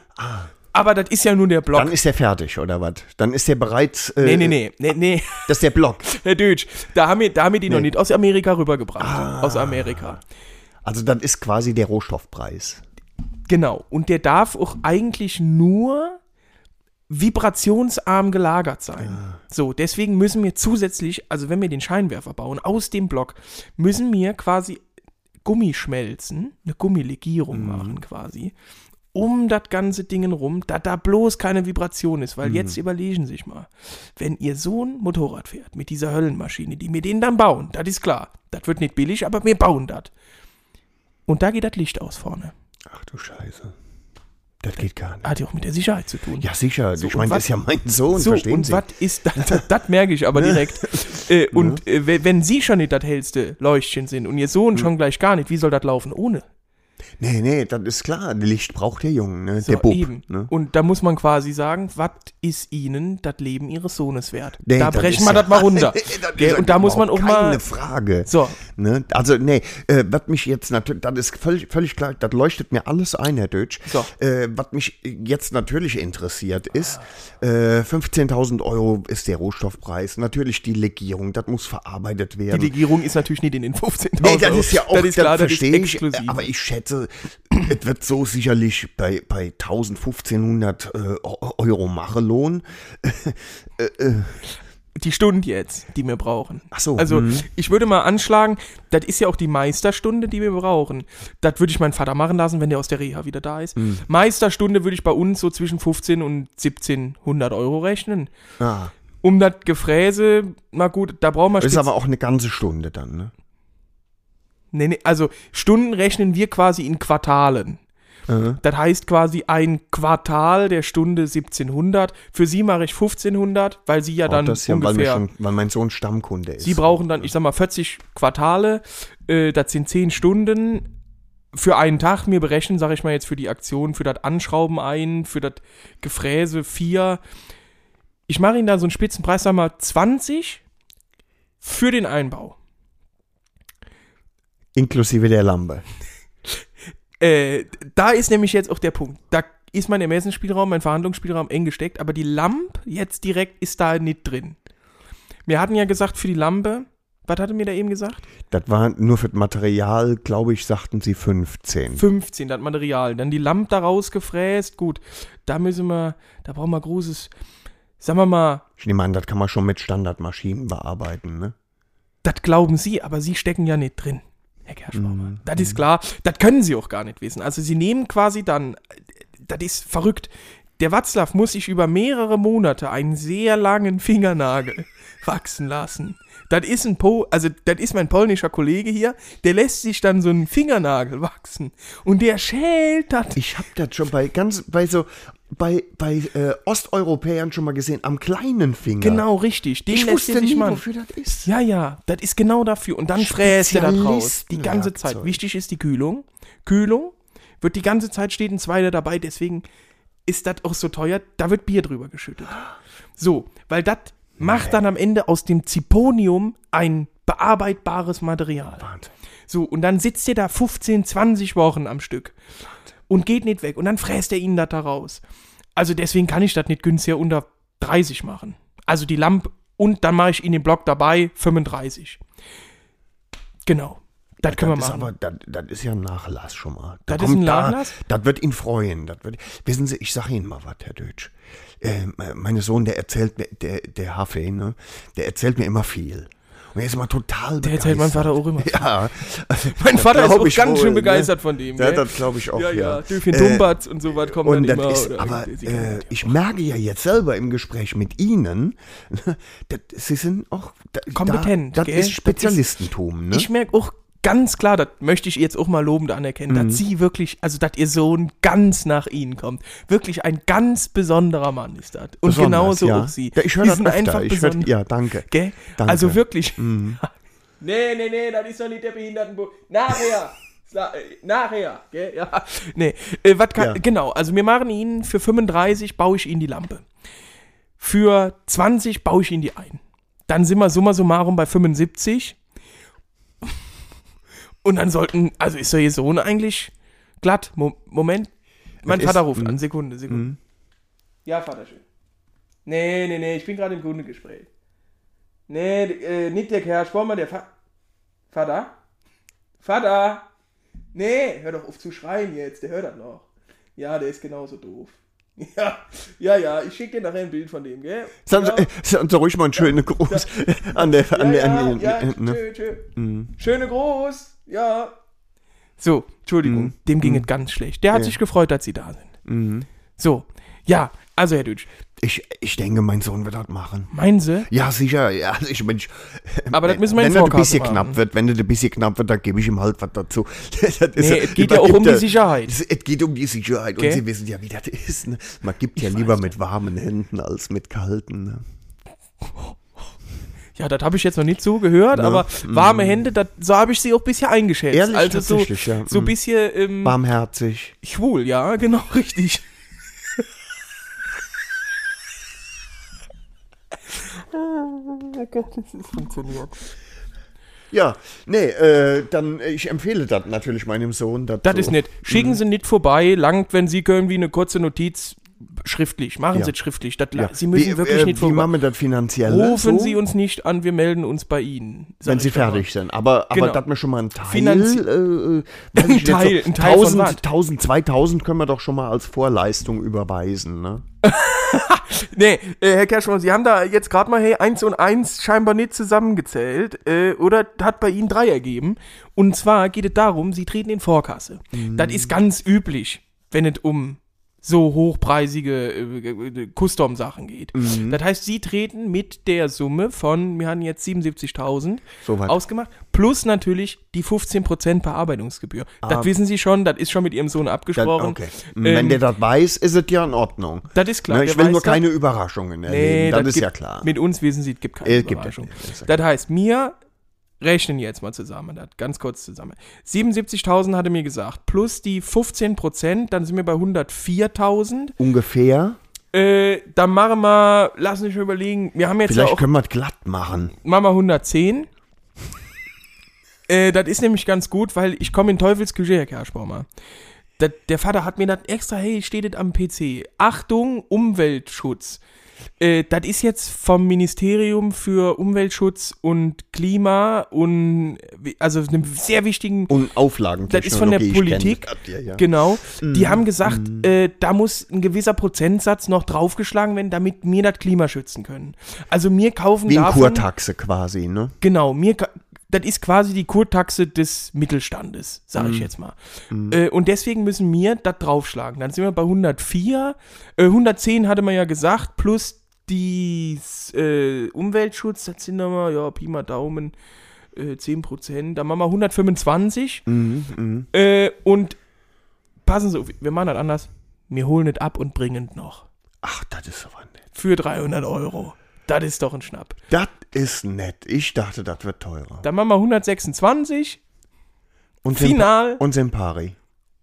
Speaker 2: Aber das ist ja nur der Block.
Speaker 3: Ah. Dann ist er fertig, oder was? Dann ist er bereits. Äh,
Speaker 2: nee, nee, nee, nee, nee. *laughs*
Speaker 3: Das ist der Block.
Speaker 2: Herr Dötsch, da haben wir, da haben wir die noch nicht aus Amerika rübergebracht.
Speaker 3: Ah.
Speaker 2: Aus Amerika.
Speaker 3: Also, dann ist quasi der Rohstoffpreis.
Speaker 2: Genau. Und der darf auch eigentlich nur vibrationsarm gelagert sein. So, deswegen müssen wir zusätzlich, also wenn wir den Scheinwerfer bauen, aus dem Block, müssen wir quasi Gummischmelzen, eine Gummilegierung machen quasi, um das ganze Ding rum, da da bloß keine Vibration ist, weil jetzt überlegen Sie sich mal, wenn Ihr Sohn Motorrad fährt mit dieser Höllenmaschine, die wir denen dann bauen, das ist klar, das wird nicht billig, aber wir bauen das. Und da geht das Licht aus vorne
Speaker 3: Ach du Scheiße. Das geht gar nicht.
Speaker 2: hat ja auch mit der Sicherheit zu tun.
Speaker 3: Ja, sicher. ich meine,
Speaker 2: Ah. und
Speaker 3: das ist ja mein Sohn,
Speaker 2: so,
Speaker 3: verstehen
Speaker 2: und
Speaker 3: Sie? Ne?
Speaker 2: was ist das? Das, das merke ich aber direkt. äh, und äh, we- wenn Sie schon nicht das hellste Leuchtchen sind und Ihr
Speaker 3: Hm.
Speaker 2: Sohn schon gleich gar nicht, wie soll das laufen ohne?
Speaker 3: Nee, nee, das ist klar. Licht braucht der Junge, ne? der
Speaker 2: So,
Speaker 3: Bub.
Speaker 2: eben.
Speaker 3: Ne?
Speaker 2: Und da muss man quasi sagen, was ist Ihnen das Leben Ihres Sohnes wert?
Speaker 3: Nee,
Speaker 2: da
Speaker 3: das
Speaker 2: brechen
Speaker 3: ist
Speaker 2: wir
Speaker 3: ja-
Speaker 2: das
Speaker 3: *laughs*
Speaker 2: mal runter.
Speaker 3: Nee, das ist
Speaker 2: Gell?
Speaker 3: ja
Speaker 2: und da muss man auch
Speaker 3: überhaupt
Speaker 2: mal.
Speaker 3: Keine Frage.
Speaker 2: So,
Speaker 3: Ne? Also, nee, äh, was mich jetzt natürlich, das ist völlig, völlig klar, das leuchtet mir alles ein, Herr Deutsch.
Speaker 2: So.
Speaker 3: Äh, was mich jetzt natürlich interessiert ist, äh, 15.000 Euro ist der Rohstoffpreis, natürlich die Legierung, das muss verarbeitet
Speaker 2: die
Speaker 3: werden.
Speaker 2: Legierung ist natürlich nicht in den 15.000
Speaker 3: Nee, das
Speaker 2: Euro.
Speaker 3: ist ja auch,
Speaker 2: das ist klar, das ist
Speaker 3: verstehe ich,
Speaker 2: exklusiv.
Speaker 3: aber ich schätze, *clears throat* es wird so sicherlich bei, bei 1000, 1500 äh, Euro Machelohn
Speaker 2: die Stunden jetzt, die wir brauchen.
Speaker 3: Ach so,
Speaker 2: Also
Speaker 3: mhm.
Speaker 2: ich würde mal anschlagen, das ist ja auch die Meisterstunde, die wir brauchen. Das würde ich meinen Vater machen lassen, wenn der aus der Reha wieder da ist.
Speaker 3: Mhm.
Speaker 2: Meisterstunde würde ich bei uns so zwischen 15 und 1700 Euro rechnen.
Speaker 3: Ah,
Speaker 2: Um das Gefräse, na gut, da brauchen wir
Speaker 3: das ist
Speaker 2: spez-
Speaker 3: aber auch eine ganze Stunde dann, ne?
Speaker 2: nee, nee, Also Stunden rechnen wir quasi in Quartalen.
Speaker 3: Äh,
Speaker 2: Das heißt quasi ein Quartal der Stunde 1700. Für sie mache ich 1500, weil sie ja dann
Speaker 3: auch das hier, weil, mir
Speaker 2: ungefähr...
Speaker 3: schon, weil mein Sohn Stammkunde ist.
Speaker 2: Sie brauchen dann, ich sag mal, 40 Quartale, äh, das sind 10 Stunden für einen Tag. Mir berechnen, sag ich mal jetzt, für die Aktion, für das Anschrauben ein, für das Gefräse 4. Ich mache Ihnen da so einen Spitzenpreis, sag mal 20 für den Einbau.
Speaker 3: Inklusive der Lampe.
Speaker 2: Äh, da ist nämlich jetzt auch der Punkt. Da ist mein Ermessensspielraum, mein Verhandlungsspielraum eng gesteckt, aber die Lampe jetzt direkt ist da nicht drin. Wir hatten ja gesagt, für die Lampe, was hatte mir da eben gesagt?
Speaker 3: Das war nur für das Material, glaube ich, sagten sie 15.
Speaker 2: 15, das Material. Dann die Lampe da rausgefräst. Gut, da müssen wir, da brauchen wir großes, sagen wir mal,
Speaker 3: Ich nehme an, das kann man schon mit Standardmaschinen bearbeiten, ne?
Speaker 2: das glauben Sie, aber Sie stecken ja nicht drin, Herr Kerschbaumer. Das ist klar, das können Sie auch gar nicht wissen. Also Sie nehmen quasi dann, das ist verrückt. Der Watzlaw muss sich über mehrere Monate einen sehr langen Fingernagel *laughs* wachsen lassen. Das ist ein Po, also das ist mein polnischer Kollege hier, der lässt sich dann so einen Fingernagel wachsen und der schält das
Speaker 3: Ich habe das schon bei ganz, bei so, bei, bei äh, Osteuropäern schon mal gesehen, am kleinen Finger.
Speaker 2: Genau, richtig. Den
Speaker 3: Ich
Speaker 2: lässt er
Speaker 3: wusste
Speaker 2: sich
Speaker 3: nie,
Speaker 2: machen.
Speaker 3: wofür das ist.
Speaker 2: Ja, ja, das ist genau dafür. Und dann fräst er da draus. Die ganze
Speaker 3: Spezialistenwerkzeug.
Speaker 2: Zeit. Wichtig ist die Kühlung. Kühlung wird die ganze Zeit steht ein Zweiter dabei, deswegen ist das auch so teuer. Da wird Bier drüber geschüttet. So, weil das macht dann am Ende aus dem Ziponium ein bearbeitbares Material. So, und dann sitzt ihr da 15, 20 Wochen am Stück und geht nicht weg. Und dann fräst er ihnen das da raus. Also deswegen kann ich das nicht günstiger unter 30 machen. Also die Lampe und dann mache ich ihnen den Block dabei 35. Genau. Das können wir
Speaker 3: das
Speaker 2: machen.
Speaker 3: Ist aber, das, das ist ja ein Nachlass schon mal.
Speaker 2: Das ist ein Nachlass?
Speaker 3: Da, das wird ihn freuen. Das wird, wissen Sie, ich sage Ihnen mal was, Herr Deutsch. Äh, mein Sohn, der erzählt mir, der, der Hafe, ne, der erzählt mir immer viel. Und er ist immer total
Speaker 2: Der erzählt mein Vater auch immer viel.
Speaker 3: *laughs* Ja. Also,
Speaker 2: mein
Speaker 3: Das
Speaker 2: Vater ist
Speaker 3: glaub
Speaker 2: auch
Speaker 3: ich
Speaker 2: ganz
Speaker 3: wohl,
Speaker 2: schön
Speaker 3: ne?
Speaker 2: begeistert von dem.
Speaker 3: Ja,
Speaker 2: gell?
Speaker 3: das glaube ich auch,
Speaker 2: ja,
Speaker 3: ja.
Speaker 2: ja. Dürfchen
Speaker 3: Äh,
Speaker 2: Dumbatz und so was kommen
Speaker 3: und
Speaker 2: dann
Speaker 3: das
Speaker 2: immer.
Speaker 3: ist,
Speaker 2: oder
Speaker 3: aber
Speaker 2: irgendwie, sie kennen
Speaker 3: äh,
Speaker 2: das ja.
Speaker 3: ich merke ja jetzt selber im Gespräch mit Ihnen, *laughs* das, Sie sind auch da,
Speaker 2: Kompetent,
Speaker 3: Da, das
Speaker 2: gell? Das
Speaker 3: ist
Speaker 2: ist-
Speaker 3: Spezialistentum, ne?
Speaker 2: Ich merke auch ganz klar, das möchte ich jetzt auch mal lobend anerkennen,
Speaker 3: Mhm.
Speaker 2: dass sie wirklich, also dass ihr Sohn ganz nach ihnen kommt. Wirklich ein ganz besonderer Mann ist das. Und
Speaker 3: Besonders,
Speaker 2: genauso
Speaker 3: ja.
Speaker 2: auch sie.
Speaker 3: Ja, ich höre
Speaker 2: Die
Speaker 3: das
Speaker 2: sind
Speaker 3: öfter.
Speaker 2: einfach
Speaker 3: ich hör,
Speaker 2: besonder-
Speaker 3: ja, danke.
Speaker 2: Gell?
Speaker 3: Danke. Mhm.
Speaker 2: Also wirklich. *laughs* nee, nee, nee, das ist doch nicht der Behindertenbus. Nachher. *laughs* Sa- äh, Nachher, gell? Ja. *laughs* Nee, äh, was kann,
Speaker 3: Ja.
Speaker 2: genau, also wir machen ihnen für 35 baue ich ihnen die Lampe. Für 20 baue ich ihnen die ein. Dann sind wir summa summarum bei 75. Und dann sollten, also ist doch ihr Sohn eigentlich glatt. Mo Moment, mein
Speaker 3: Es ist-
Speaker 2: Vater ruft an, Sekunde, Sekunde. Mhm. Ja, Vater, schön. Nee, nee, nee, ich bin gerade im Kundengespräch. Nee, äh, nicht der Kerl, Sportmann, der Fa Vater? Vater! Nee, hör doch auf zu schreien jetzt, der hört das noch. Ja, der ist genauso doof. *laughs* Ja, ja, ja, ich schicke dir nachher ein Bild von dem, gell?
Speaker 3: Sagen Sie,
Speaker 2: ja.
Speaker 3: äh, sagen Sie ruhig mal einen schönen
Speaker 2: *laughs*
Speaker 3: Gruß an der, an der,
Speaker 2: ja,
Speaker 3: an
Speaker 2: ja,
Speaker 3: der,
Speaker 2: ja, tschö,
Speaker 3: ne?
Speaker 2: tschö. Schöne Gruß, ja. So,
Speaker 3: Mhm.
Speaker 2: Entschuldigung, dem ging es ganz schlecht. Der hat sich gefreut, dass Sie da sind. So, ja, also Herr Dütsch,
Speaker 3: Ich, ich denke, mein Sohn wird das machen.
Speaker 2: meinen Sie?
Speaker 3: Ja, sicher. Ja, also ich, Mensch,
Speaker 2: Aber das müssen wir in
Speaker 3: wenn das ein
Speaker 2: Vorkasse
Speaker 3: bisschen
Speaker 2: machen.
Speaker 3: knapp wird, wenn das ein bisschen knapp wird, dann gebe ich ihm halt was dazu. *laughs* Das ist
Speaker 2: Nee, es geht ja auch
Speaker 3: übergibt
Speaker 2: um die
Speaker 3: er-
Speaker 2: Sicherheit.
Speaker 3: Es es geht um die Sicherheit.
Speaker 2: Gell?
Speaker 3: Und Sie wissen ja, wie das ist. Ne? Man gibt ja lieber mit warmen Händen als mit kalten. Ne?
Speaker 2: Hm. Ja, das habe ich jetzt noch nicht so gehört, aber warme Hände, dat, so habe ich sie auch bisher eingeschätzt.
Speaker 3: Ne? Mhm. Ehrlich,
Speaker 2: also so,
Speaker 3: tatsächlich, ja.
Speaker 2: so ein
Speaker 3: Mhm.
Speaker 2: bisschen ähm,
Speaker 3: Barmherzig.
Speaker 2: schwul, ja, *laughs* genau,
Speaker 3: *laughs*
Speaker 2: richtig. oh Gott, das ist funktioniert.
Speaker 3: Ja, nee, äh, dann äh, ich empfehle das natürlich meinem Sohn. Mhm.
Speaker 2: Das ist nett. Schicken Sie nicht vorbei, langt, wenn Sie irgendwie eine kurze Notiz schriftlich. Machen
Speaker 3: Ja.
Speaker 2: Sie es schriftlich. Das, la-
Speaker 3: Ja.
Speaker 2: Sie müssen
Speaker 3: wie,
Speaker 2: wirklich
Speaker 3: äh,
Speaker 2: nicht
Speaker 3: Wie
Speaker 2: vor.
Speaker 3: machen wir das finanziell?
Speaker 2: Rufen
Speaker 3: so?
Speaker 2: Sie uns nicht an, wir melden uns bei Ihnen. sag
Speaker 3: Wenn sie
Speaker 2: ich dann mal.
Speaker 3: fertig sind. Aber, aber
Speaker 2: Genau.
Speaker 3: das mir schon mal ein Teil.
Speaker 2: Finanz-
Speaker 3: äh, äh, weiß
Speaker 2: *laughs* Ein
Speaker 3: ich nicht,
Speaker 2: Teil-
Speaker 3: so
Speaker 2: ein Teil von
Speaker 3: 1000,
Speaker 2: was?
Speaker 3: 1000, 2000 können wir doch schon mal als Vorleistung überweisen. Ne?
Speaker 2: Nee, äh, Herr Kerschmann, Sie haben da jetzt gerade mal hey, eins und eins scheinbar nicht zusammengezählt äh, oder hat bei Ihnen drei ergeben. Und zwar geht es darum, Sie treten in Vorkasse.
Speaker 3: Mhm.
Speaker 2: Das ist ganz üblich, wenn es um so hochpreisige äh, äh, Custom-Sachen geht.
Speaker 3: Mhm.
Speaker 2: Das heißt, Sie treten mit der Summe von, wir haben jetzt 77.000
Speaker 3: Soweit.
Speaker 2: ausgemacht, plus natürlich die 15% Bearbeitungsgebühr. Das wissen Sie schon, das ist schon mit Ihrem Sohn
Speaker 3: Dann,
Speaker 2: abgesprochen.
Speaker 3: Ah. okay. Hm, Wenn
Speaker 2: Ähm,
Speaker 3: der das weiß, ist es ja in Ordnung.
Speaker 2: Das ist klar,
Speaker 3: Ne, ich
Speaker 2: der
Speaker 3: will
Speaker 2: weiß
Speaker 3: nur
Speaker 2: das.
Speaker 3: keine Überraschungen erleben. das,
Speaker 2: das
Speaker 3: ist
Speaker 2: gibt-
Speaker 3: ja klar.
Speaker 2: Mit uns wissen Sie, es gibt keine
Speaker 3: Äh, gibt ja
Speaker 2: Überraschung.
Speaker 3: nicht, das ist ja
Speaker 2: das heißt, mir rechnen jetzt mal zusammen, das ganz kurz zusammen. 77.000 hatte mir gesagt, plus die 15 Prozent, dann sind wir bei 104.000.
Speaker 3: Ungefähr.
Speaker 2: Äh, dann machen wir, lass mich mal überlegen, wir haben jetzt ja
Speaker 3: Vielleicht
Speaker 2: auch,
Speaker 3: können wir es glatt machen.
Speaker 2: machen wir 110. äh, das ist nämlich ganz gut, weil ich komme in Teufelsküche, Herr Kerschbaumer. Das, der Vater hat mir das extra, hey, steht das am PC. Achtung, Umweltschutz. Äh, das ist jetzt vom Ministerium für Umweltschutz und Klima und wie- also einem sehr wichtigen
Speaker 3: Und Auflagen.
Speaker 2: das ist von der Politik.
Speaker 3: Ja, ja. Mhm.
Speaker 2: Genau. Die haben gesagt, äh, da muss ein gewisser Prozentsatz noch draufgeschlagen werden, damit wir das Klima schützen können. Also wir kaufen
Speaker 3: Wie ein
Speaker 2: davon.
Speaker 3: Kurtaxe quasi, ne?
Speaker 2: Genau, mir ka- das ist quasi die Kurtaxe des Mittelstandes, sage ich jetzt mal. Äh, und deswegen müssen wir das draufschlagen. Dann sind wir bei 104. Äh, 110 hatte man ja gesagt, plus die äh, Umweltschutz, das sind nochmal, ja, Pi mal Daumen, äh, 10%. Dann machen wir 125. Äh, und passen Sie auf, wir machen das anders. Wir holen es ab und bringen es noch.
Speaker 3: Ach, das ist aber nett.
Speaker 2: Für 300 Euro. Das ist doch ein Schnapp.
Speaker 3: Das ist nett. Ich dachte, das wird teurer.
Speaker 2: Dann machen wir 126.
Speaker 3: Und Simpa-
Speaker 2: Final.
Speaker 3: Und Simpari.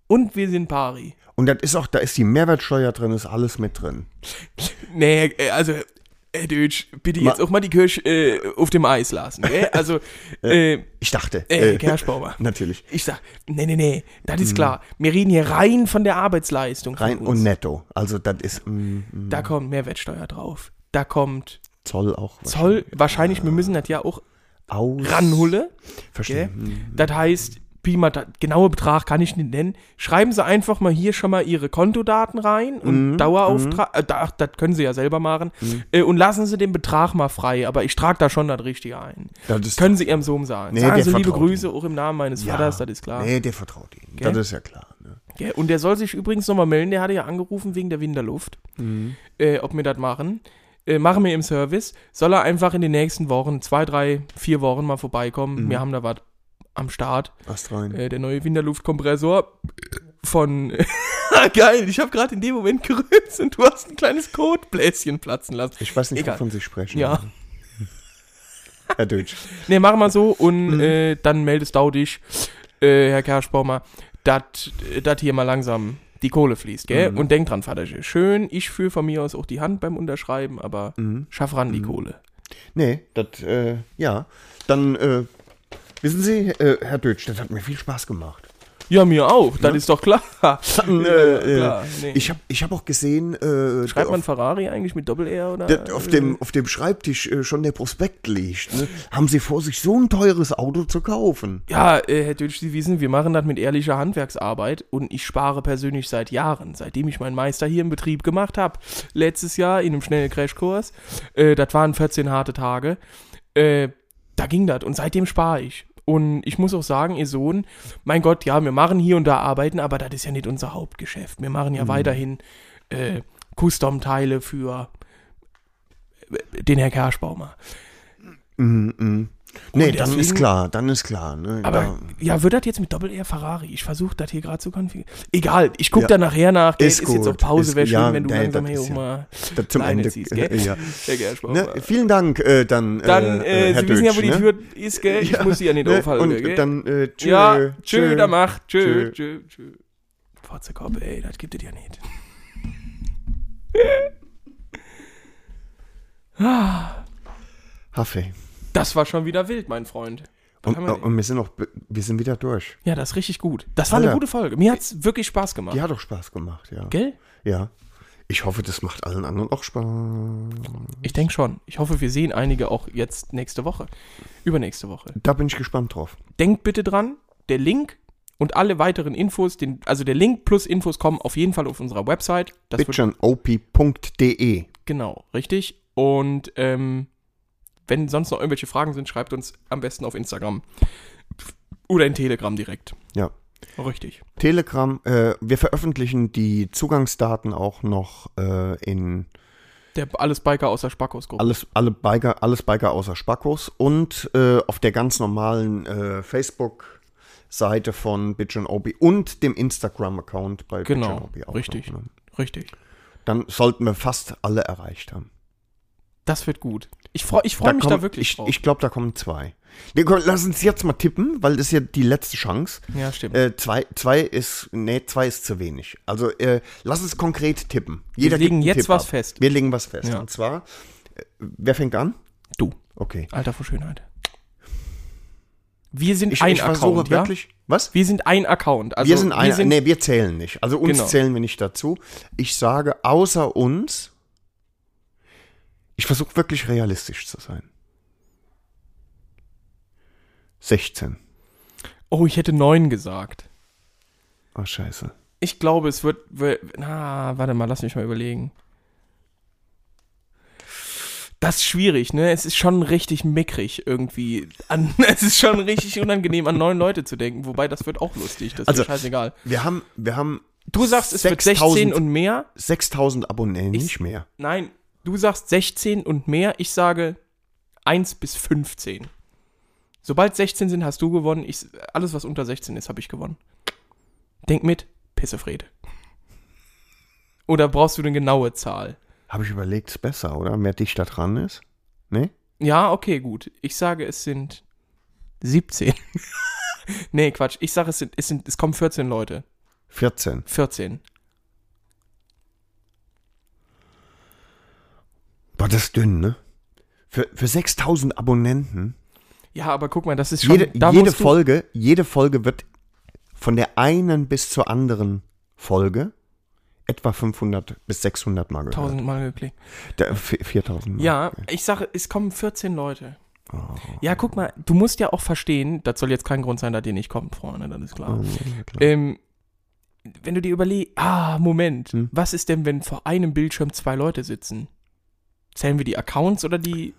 Speaker 2: Und wir sind pari.
Speaker 3: Und das ist auch, da ist die Mehrwertsteuer drin, ist alles mit drin.
Speaker 2: Nee, äh, also, äh, Deutsch, bitte
Speaker 3: Ma-
Speaker 2: jetzt auch mal die Kirche äh, auf dem Eis lassen. Gell?
Speaker 3: *laughs*
Speaker 2: Also, äh,
Speaker 3: Ich dachte.
Speaker 2: äh, Kerschbaumer.
Speaker 3: *laughs* Natürlich.
Speaker 2: Ich sag, nee, nee, nee, das ist klar. Wir reden hier rein von der Arbeitsleistung. von
Speaker 3: Mhm. Rein
Speaker 2: uns.
Speaker 3: und netto. Also das ist mm, mm,
Speaker 2: Da kommt Mehrwertsteuer drauf. Da kommt
Speaker 3: Zoll auch.
Speaker 2: Zoll. Wahrscheinlich, wir müssen das ja auch
Speaker 3: Aus.
Speaker 2: ranhulle.
Speaker 3: Verstehe.
Speaker 2: Gell?
Speaker 3: hm.
Speaker 2: Das heißt, Pi mal, da- genaue Betrag kann ich nicht nennen. Schreiben Sie einfach mal hier schon mal Ihre Kontodaten rein
Speaker 3: Mhm,
Speaker 2: und Dauerauftrag, äh, da- ach, das können Sie ja selber machen, äh, und lassen Sie den Betrag mal frei, aber ich trage da schon das Richtige ein.
Speaker 3: Das ist
Speaker 2: können Sie Ihrem Sohn sagen.
Speaker 3: Nee,
Speaker 2: sagen
Speaker 3: der
Speaker 2: Sie liebe
Speaker 3: vertraut
Speaker 2: Grüße, auch im Namen meines Vaters, das ist klar.
Speaker 3: Nee, der vertraut Ihnen.
Speaker 2: Gell?
Speaker 3: Das ist ja klar. Ne?
Speaker 2: Gell? Und der soll sich übrigens nochmal melden, der hatte ja angerufen wegen der Winterluft,
Speaker 3: Mhm.
Speaker 2: äh, ob wir das machen. Äh, machen wir im Service, soll er einfach in den nächsten Wochen, zwei, drei, vier Wochen mal vorbeikommen.
Speaker 3: Mhm.
Speaker 2: Wir haben da was am Start.
Speaker 3: Was rein.
Speaker 2: Äh, der neue Winterluftkompressor von. *laughs* Ah, Geil, ich habe gerade in dem Moment gerülpst und du hast ein kleines Kotbläschen platzen lassen.
Speaker 3: ich weiß nicht,
Speaker 2: egal.
Speaker 3: wovon Sie sprechen.
Speaker 2: Ja.
Speaker 3: *laughs* Herr Deutsch.
Speaker 2: Ne, mach mal so und
Speaker 3: Mhm.
Speaker 2: äh, dann meldest du dich, äh, Herr Kerschbaumer, dass hier mal langsam die Kohle fließt,
Speaker 3: Mhm.
Speaker 2: gell? Und denk dran, Vaterchen. Schön, ich fühle von mir aus auch die Hand beim Unterschreiben, aber
Speaker 3: Mhm.
Speaker 2: schaff ran die Kohle.
Speaker 3: Nee, das, äh, ja. Dann, äh, wissen Sie, äh, Herr Deutsch, das hat mir viel
Speaker 2: *laughs*
Speaker 3: Spaß gemacht.
Speaker 2: Ja, mir auch, das ist doch klar.
Speaker 3: Dann, äh,
Speaker 2: klar,
Speaker 3: äh,
Speaker 2: nee.
Speaker 3: Ich habe ich hab auch gesehen, äh,
Speaker 2: Schreibt
Speaker 3: auf-
Speaker 2: man Ferrari eigentlich mit Doppel-R oder?
Speaker 3: Der, auf, dem, auf dem Schreibtisch äh, schon der Prospekt liegt. Ne? Haben Sie vor, sich so ein teures Auto zu kaufen?
Speaker 2: Ja, äh, Herr Dötsch, Sie wissen, wir machen das mit ehrlicher Handwerksarbeit und ich spare persönlich seit Jahren, seitdem ich meinen Meister hier im Betrieb gemacht habe. Letztes Jahr in einem schnellen Crashkurs, äh, das waren 14 harte Tage, äh, da ging das und seitdem spare ich. Und ich muss auch sagen, Ihr Sohn, mein Gott, ja, wir machen hier und da Arbeiten, aber das ist ja nicht unser Hauptgeschäft. Wir machen ja weiterhin äh, Custom-Teile für äh, den Herr Kerschbaumer.
Speaker 3: Mhm,
Speaker 2: Und
Speaker 3: Nee, dann
Speaker 2: deswegen-
Speaker 3: ist klar, dann ist klar. Ne?
Speaker 2: Aber
Speaker 3: da,
Speaker 2: ja, wird das jetzt mit Doppel-R Ferrari? Ich versuche das hier gerade zu konfigurieren. Egal, ich gucke da nachher nach. Gell,
Speaker 3: Ist
Speaker 2: ist, jetzt
Speaker 3: gut,
Speaker 2: auch Pause,
Speaker 3: ist
Speaker 2: wäre
Speaker 3: gut.
Speaker 2: schön,
Speaker 3: Ja,
Speaker 2: wenn du
Speaker 3: nee,
Speaker 2: langsam
Speaker 3: das
Speaker 2: hier
Speaker 3: ist
Speaker 2: auch
Speaker 3: ja-
Speaker 2: mal
Speaker 3: da zum
Speaker 2: Leine
Speaker 3: Ende.
Speaker 2: ziehst, gell?
Speaker 3: *laughs* ja.
Speaker 2: Sehr gerne, Spaß.
Speaker 3: ne? Vielen Dank, äh, dann.
Speaker 2: Dann, äh,
Speaker 3: Herr
Speaker 2: Sie wissen ja, wo
Speaker 3: Dötsch,
Speaker 2: die
Speaker 3: ne?
Speaker 2: Tür ist, gell? Ich
Speaker 3: Ja,
Speaker 2: muss sie ja nicht
Speaker 3: ne?
Speaker 2: aufhalten,
Speaker 3: Und
Speaker 2: gell?
Speaker 3: dann, äh, tschö.
Speaker 2: ja, tschö, da
Speaker 3: tschö.
Speaker 2: macht. Tschö,
Speaker 3: tschö.
Speaker 2: tschö, tschö. Fotzekopf, ey, das gibt es ja nicht.
Speaker 3: Haffee.
Speaker 2: Das war schon wieder wild, mein Freund. Was
Speaker 3: Und, oh,
Speaker 2: haben wir denn?
Speaker 3: und wir sind auch, wir sind wieder durch.
Speaker 2: ja, das ist richtig gut. Das war eine
Speaker 3: Alter.
Speaker 2: gute Folge. Mir hat's wirklich Spaß gemacht.
Speaker 3: Die hat auch Spaß gemacht, ja.
Speaker 2: Gell?
Speaker 3: Ja. Ich hoffe, das macht allen anderen auch Spaß.
Speaker 2: Ich denke schon. Ich hoffe, wir sehen einige auch jetzt nächste Woche. Übernächste Woche.
Speaker 3: Da bin ich gespannt drauf.
Speaker 2: Denkt bitte dran, der Link und alle weiteren Infos, den, also der Link plus Infos kommen auf jeden Fall auf unserer Website. Das wird
Speaker 3: Bitchanop.de.
Speaker 2: Genau, richtig. Und ähm, wenn sonst noch irgendwelche Fragen sind, schreibt uns am besten auf Instagram oder in Telegram direkt.
Speaker 3: Ja.
Speaker 2: Richtig.
Speaker 3: Telegram, äh, wir veröffentlichen die Zugangsdaten auch noch äh, in
Speaker 2: Der Alles Biker aus der Spackos-Gruppe.
Speaker 3: alles, alle Biker, alles Biker außer Spackos und äh, auf der ganz normalen äh, Facebook-Seite von Bitchin Obi und dem Instagram-Account bei
Speaker 2: Genau,
Speaker 3: Bitchin Obi
Speaker 2: richtig.
Speaker 3: noch, ne?
Speaker 2: Richtig.
Speaker 3: Dann sollten wir fast alle erreicht haben.
Speaker 2: Das wird gut. Ich freue ich freu mich
Speaker 3: kommen-
Speaker 2: da wirklich
Speaker 3: Ich,
Speaker 2: drauf.
Speaker 3: ich glaube, da kommen zwei. Wir können, lass uns jetzt mal tippen, weil das ist ja die letzte Chance.
Speaker 2: ja, stimmt.
Speaker 3: Äh, zwei, zwei ist, nee, zwei ist zu wenig. Also äh, lass uns konkret tippen.
Speaker 2: legen
Speaker 3: gibt einen
Speaker 2: jetzt
Speaker 3: Tipp
Speaker 2: was fest.
Speaker 3: Wir legen was fest.
Speaker 2: Ja.
Speaker 3: Und zwar, äh, wer fängt an?
Speaker 2: du,
Speaker 3: Okay.
Speaker 2: Alter vor Schönheit. Wir sind
Speaker 3: Ich,
Speaker 2: ein
Speaker 3: ich versuche
Speaker 2: Account, ja?
Speaker 3: wirklich. Was?
Speaker 2: Wir sind ein Account. Also
Speaker 3: wir sind ein,
Speaker 2: Wir sind,
Speaker 3: nee, wir zählen nicht. Also uns
Speaker 2: Genau.
Speaker 3: zählen wir nicht dazu. Ich sage, außer uns, ich versuche wirklich realistisch zu sein. 16.
Speaker 2: Oh, ich hätte neun gesagt.
Speaker 3: Oh, scheiße.
Speaker 2: Ich glaube, es wird. wir- Na, warte mal, lass mich mal überlegen. Das ist schwierig, ne? Es ist schon richtig mickrig irgendwie. An, *laughs* es ist schon richtig unangenehm, an neun Leute zu denken. Wobei, das wird auch lustig. Das
Speaker 3: Also,
Speaker 2: ist scheißegal.
Speaker 3: Wir haben, wir haben
Speaker 2: Du sagst, es wird 16 und mehr.
Speaker 3: 6000 Abonnenten, nicht mehr.
Speaker 2: Nein, du sagst 16 und mehr. Ich sage 1 bis 15. Sobald 16 sind, hast du gewonnen. Ich, alles, was unter 16 ist, habe ich gewonnen. Denk mit, Pissefred. Oder brauchst du eine genaue Zahl?
Speaker 3: Habe ich überlegt, ist besser, oder? Wer dichter dran ist? Nee?
Speaker 2: Ja, okay, gut. Ich sage, es sind 17. *laughs* nee, Quatsch. Ich sage, es sind, es sind, es kommen 14 Leute.
Speaker 3: 14.
Speaker 2: 14.
Speaker 3: Boah, das ist dünn, ne? Für, für 6000 Abonnenten.
Speaker 2: Ja, aber guck mal, das ist schon.
Speaker 3: Jede,
Speaker 2: da
Speaker 3: jede
Speaker 2: musst du-
Speaker 3: Folge, jede Folge wird von der einen bis zur anderen Folge etwa 500 bis 600 Mal gehört.
Speaker 2: 1000 Mal geklickt.
Speaker 3: Der- vi- 4000 Mal. Oh,
Speaker 2: Ja, ich sage, es kommen 14 Leute. Ja, guck mal, du musst ja auch verstehen, das soll jetzt kein Grund sein, dass ihr nicht kommt, Freunde, das ist
Speaker 3: oh.
Speaker 2: klar. Ähm, wenn du dir überlegst, ah, Moment,
Speaker 3: Hm.
Speaker 2: was ist denn, wenn vor einem Bildschirm zwei Leute sitzen? Zählen wir die Accounts oder die?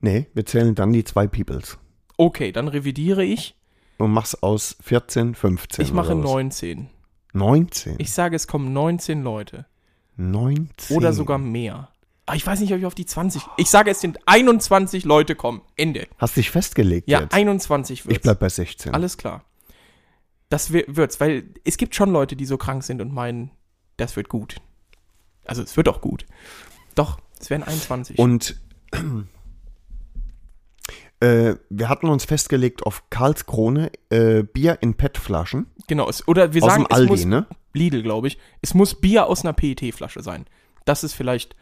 Speaker 3: Nee, wir zählen dann die zwei Peoples.
Speaker 2: Okay, dann revidiere ich.
Speaker 3: Und mach's aus 14, 15.
Speaker 2: Ich mache
Speaker 3: oder was.
Speaker 2: 19.
Speaker 3: 19.
Speaker 2: Ich sage, es kommen 19 Leute
Speaker 3: 19.
Speaker 2: oder sogar mehr. Aber ich weiß nicht, ob ich auf die 20. Ich sage, es sind 21 Leute kommen. Ende.
Speaker 3: Hast dich festgelegt
Speaker 2: Ja,
Speaker 3: jetzt?
Speaker 2: 21 wird's.
Speaker 3: Ich bleib bei 16.
Speaker 2: Alles klar. Das wi- wird's, weil es gibt schon Leute, die so krank sind und meinen, das wird gut. Also es wird auch gut. Doch, es werden 21.
Speaker 3: Und äh, wir hatten uns festgelegt auf Karlskrone äh, Bier in PET-Flaschen
Speaker 2: genau, es, oder wir
Speaker 3: aus
Speaker 2: sagen,
Speaker 3: dem Aldi,
Speaker 2: es muss
Speaker 3: ne?
Speaker 2: Lidl, glaube ich. Es muss Bier aus einer PET-Flasche sein. Das ist vielleicht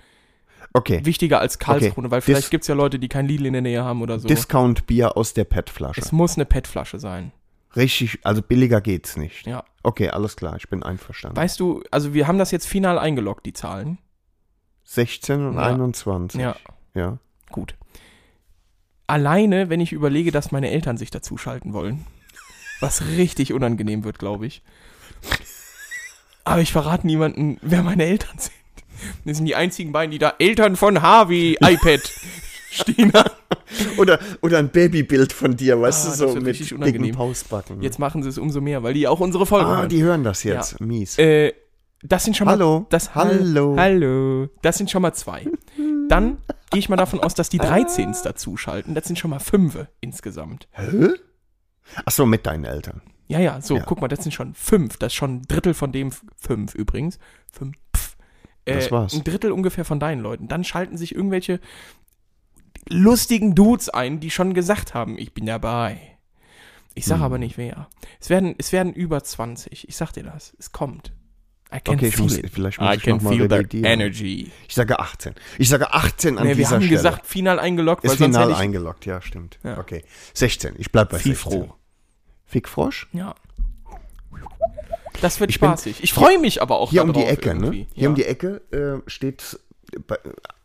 Speaker 3: Okay.
Speaker 2: wichtiger als Karlskrone,
Speaker 3: Okay,
Speaker 2: weil vielleicht
Speaker 3: das-
Speaker 2: gibt's ja Leute, die kein Lidl in der Nähe haben oder so.
Speaker 3: Discount-Bier aus der
Speaker 2: Es
Speaker 3: PET-Flasche.
Speaker 2: muss eine PET-Flasche sein.
Speaker 3: Richtig, also billiger geht's nicht.
Speaker 2: Ja.
Speaker 3: Okay, alles klar, ich bin einverstanden.
Speaker 2: Weißt du, also wir haben das jetzt final eingeloggt, die Zahlen.
Speaker 3: 16 und
Speaker 2: Ja.
Speaker 3: 21.
Speaker 2: Ja.
Speaker 3: ja.
Speaker 2: Gut. Alleine, wenn ich überlege, dass meine Eltern sich dazuschalten wollen. Was richtig unangenehm wird, glaube ich. Aber ich verrate niemanden, wer meine Eltern sind. Das sind die einzigen beiden, die da Eltern von
Speaker 3: *laughs*
Speaker 2: Harvey iPad stehen. haben.
Speaker 3: Oder, oder ein Babybild von dir, weißt
Speaker 2: Ah,
Speaker 3: du,
Speaker 2: das
Speaker 3: so
Speaker 2: wird
Speaker 3: mit
Speaker 2: richtig
Speaker 3: dicken
Speaker 2: unangenehm.
Speaker 3: Pausbacken.
Speaker 2: Jetzt machen sie es umso mehr, weil die auch unsere Folgen
Speaker 3: ah,
Speaker 2: hören.
Speaker 3: die hören das jetzt. Mies.
Speaker 2: äh, das sind schon mal
Speaker 3: Hallo.
Speaker 2: Das,
Speaker 3: Hallo.
Speaker 2: Hallo. Das sind schon mal zwei.
Speaker 3: *laughs*
Speaker 2: Dann gehe ich mal davon aus, dass die 13s dazuschalten. Das sind schon mal fünf insgesamt.
Speaker 3: Hä? Ach so, mit deinen Eltern.
Speaker 2: Ja, ja, so,
Speaker 3: Ja.
Speaker 2: guck mal, das sind schon fünf. Das ist schon ein Drittel von dem f- fünf übrigens. Fünf. pf. Äh,
Speaker 3: Das war's.
Speaker 2: Ein Drittel ungefähr von deinen Leuten. Dann schalten sich irgendwelche lustigen Dudes ein, die schon gesagt haben, ich bin dabei. Ich
Speaker 3: Hm.
Speaker 2: sag aber nicht wer. Es werden, es werden über 20. Ich sag dir das. Es kommt. I can
Speaker 3: Okay, ich muss-
Speaker 2: it.
Speaker 3: vielleicht muss
Speaker 2: I
Speaker 3: ich
Speaker 2: can
Speaker 3: noch mal
Speaker 2: feel that
Speaker 3: revidieren.
Speaker 2: energy.
Speaker 3: Ich sage 18. Ich sage 18 an
Speaker 2: Nee, wir
Speaker 3: dieser
Speaker 2: haben
Speaker 3: Stelle.
Speaker 2: gesagt, final eingeloggt, weil
Speaker 3: Ist
Speaker 2: sonst
Speaker 3: final
Speaker 2: hätte ich...
Speaker 3: eingeloggt, ja, stimmt.
Speaker 2: Ja.
Speaker 3: Okay. 16, ich bleib bei
Speaker 2: Viel
Speaker 3: 16.
Speaker 2: froh.
Speaker 3: Fickfrosch?
Speaker 2: Ja. Das wird
Speaker 3: Ich bin-
Speaker 2: spaßig. Ich freue mich aber auch
Speaker 3: Hier um
Speaker 2: darauf
Speaker 3: die Ecke, ne?
Speaker 2: irgendwie.
Speaker 3: Hier
Speaker 2: ja.
Speaker 3: um die Ecke äh, steht bei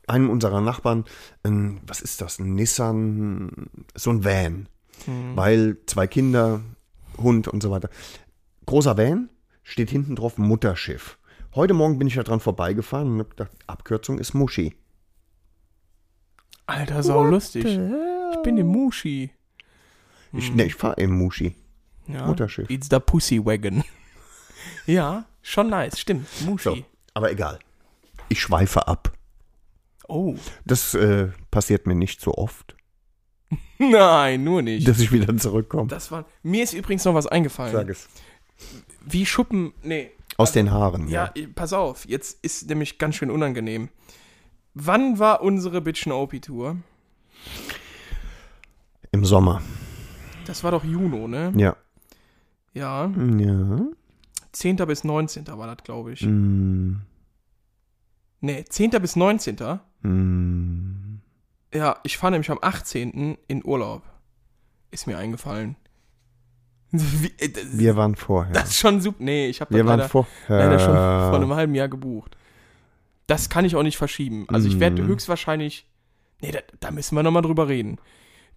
Speaker 3: einem unserer Nachbarn, ein, was ist das? Ein Nissan, so ein Van.
Speaker 2: Hm.
Speaker 3: Weil zwei Kinder, Hund und so weiter. Großer Van, steht hinten drauf Mutterschiff. Heute Morgen bin ich da dran vorbeigefahren und hab gedacht, Abkürzung ist Muschi.
Speaker 2: Alter, sau lustig. Ich bin im Muschi. Hm,
Speaker 3: Ich, ne, ich fahre im Muschi.
Speaker 2: Ja.
Speaker 3: Mutterschiff.
Speaker 2: It's the Pussy
Speaker 3: *laughs*
Speaker 2: Wagon. ja, schon nice, stimmt.
Speaker 3: So,
Speaker 2: Muschi.
Speaker 3: aber egal. Ich schweife ab.
Speaker 2: Oh. *laughs*
Speaker 3: Das äh, passiert mir nicht so oft,
Speaker 2: Nein, nur nicht.
Speaker 3: dass ich wieder zurückkomme.
Speaker 2: Das war. Mir ist übrigens noch was eingefallen.
Speaker 3: Sag es.
Speaker 2: Wie Schuppen. Nee.
Speaker 3: Aus den Haaren,
Speaker 2: Ja,
Speaker 3: ja.
Speaker 2: eh, pass auf. Jetzt ist nämlich ganz schön unangenehm. Wann war unsere Bitchen OP Tour?
Speaker 3: Im Sommer.
Speaker 2: Das war doch Juno, ne?
Speaker 3: Ja.
Speaker 2: Ja.
Speaker 3: Ja.
Speaker 2: 10. bis 19. war das, glaube ich.
Speaker 3: Mm,
Speaker 2: Nee, 10. bis 19.
Speaker 3: mm.
Speaker 2: Ja, ich fahre nämlich am 18. in Urlaub. Ist mir eingefallen. *laughs* Wie, äh, das-
Speaker 3: Wir waren vorher.
Speaker 2: Das ist schon super. Nee, ich habe das
Speaker 3: Wir waren äh,
Speaker 2: leider, leider schon vor einem
Speaker 3: vorher.
Speaker 2: halben Jahr gebucht. Das kann ich auch nicht verschieben. Also ich werde
Speaker 3: Mhm.
Speaker 2: höchstwahrscheinlich. Nee, da, da müssen wir nochmal drüber reden.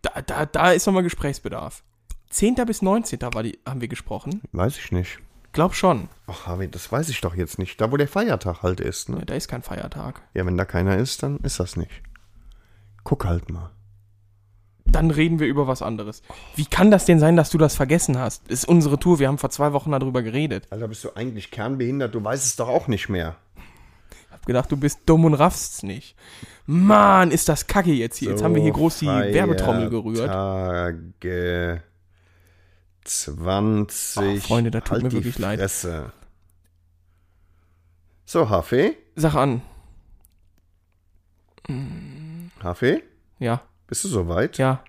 Speaker 2: Da, da, da ist nochmal Gesprächsbedarf. 10. bis 19. War die, haben wir gesprochen.
Speaker 3: Weiß ich nicht.
Speaker 2: Glaub schon.
Speaker 3: Ach, Harvey, das weiß ich doch jetzt nicht. Da, wo der Feiertag halt ist, ne?
Speaker 2: Ja, Da ist kein Feiertag.
Speaker 3: Ja, wenn da keiner ist, dann ist das nicht. Guck halt mal.
Speaker 2: Dann reden wir über was anderes. Wie kann das denn sein, dass du das vergessen hast? Ist unsere Tour. Wir haben vor zwei Wochen darüber geredet.
Speaker 3: Alter, bist du eigentlich kernbehindert? Du weißt es doch auch nicht mehr.
Speaker 2: Hab gedacht, du bist dumm und raffst's nicht. Mann, ist das kacke jetzt hier. Jetzt haben wir hier groß die Werbetrommel gerührt.
Speaker 3: Tage 20.
Speaker 2: Oh, Freunde, das tut
Speaker 3: halt
Speaker 2: mir
Speaker 3: die
Speaker 2: wirklich leid.
Speaker 3: Fresse. So, Hafe,
Speaker 2: Sag an.
Speaker 3: Hafe,
Speaker 2: Ja.
Speaker 3: bist du soweit?
Speaker 2: Ja.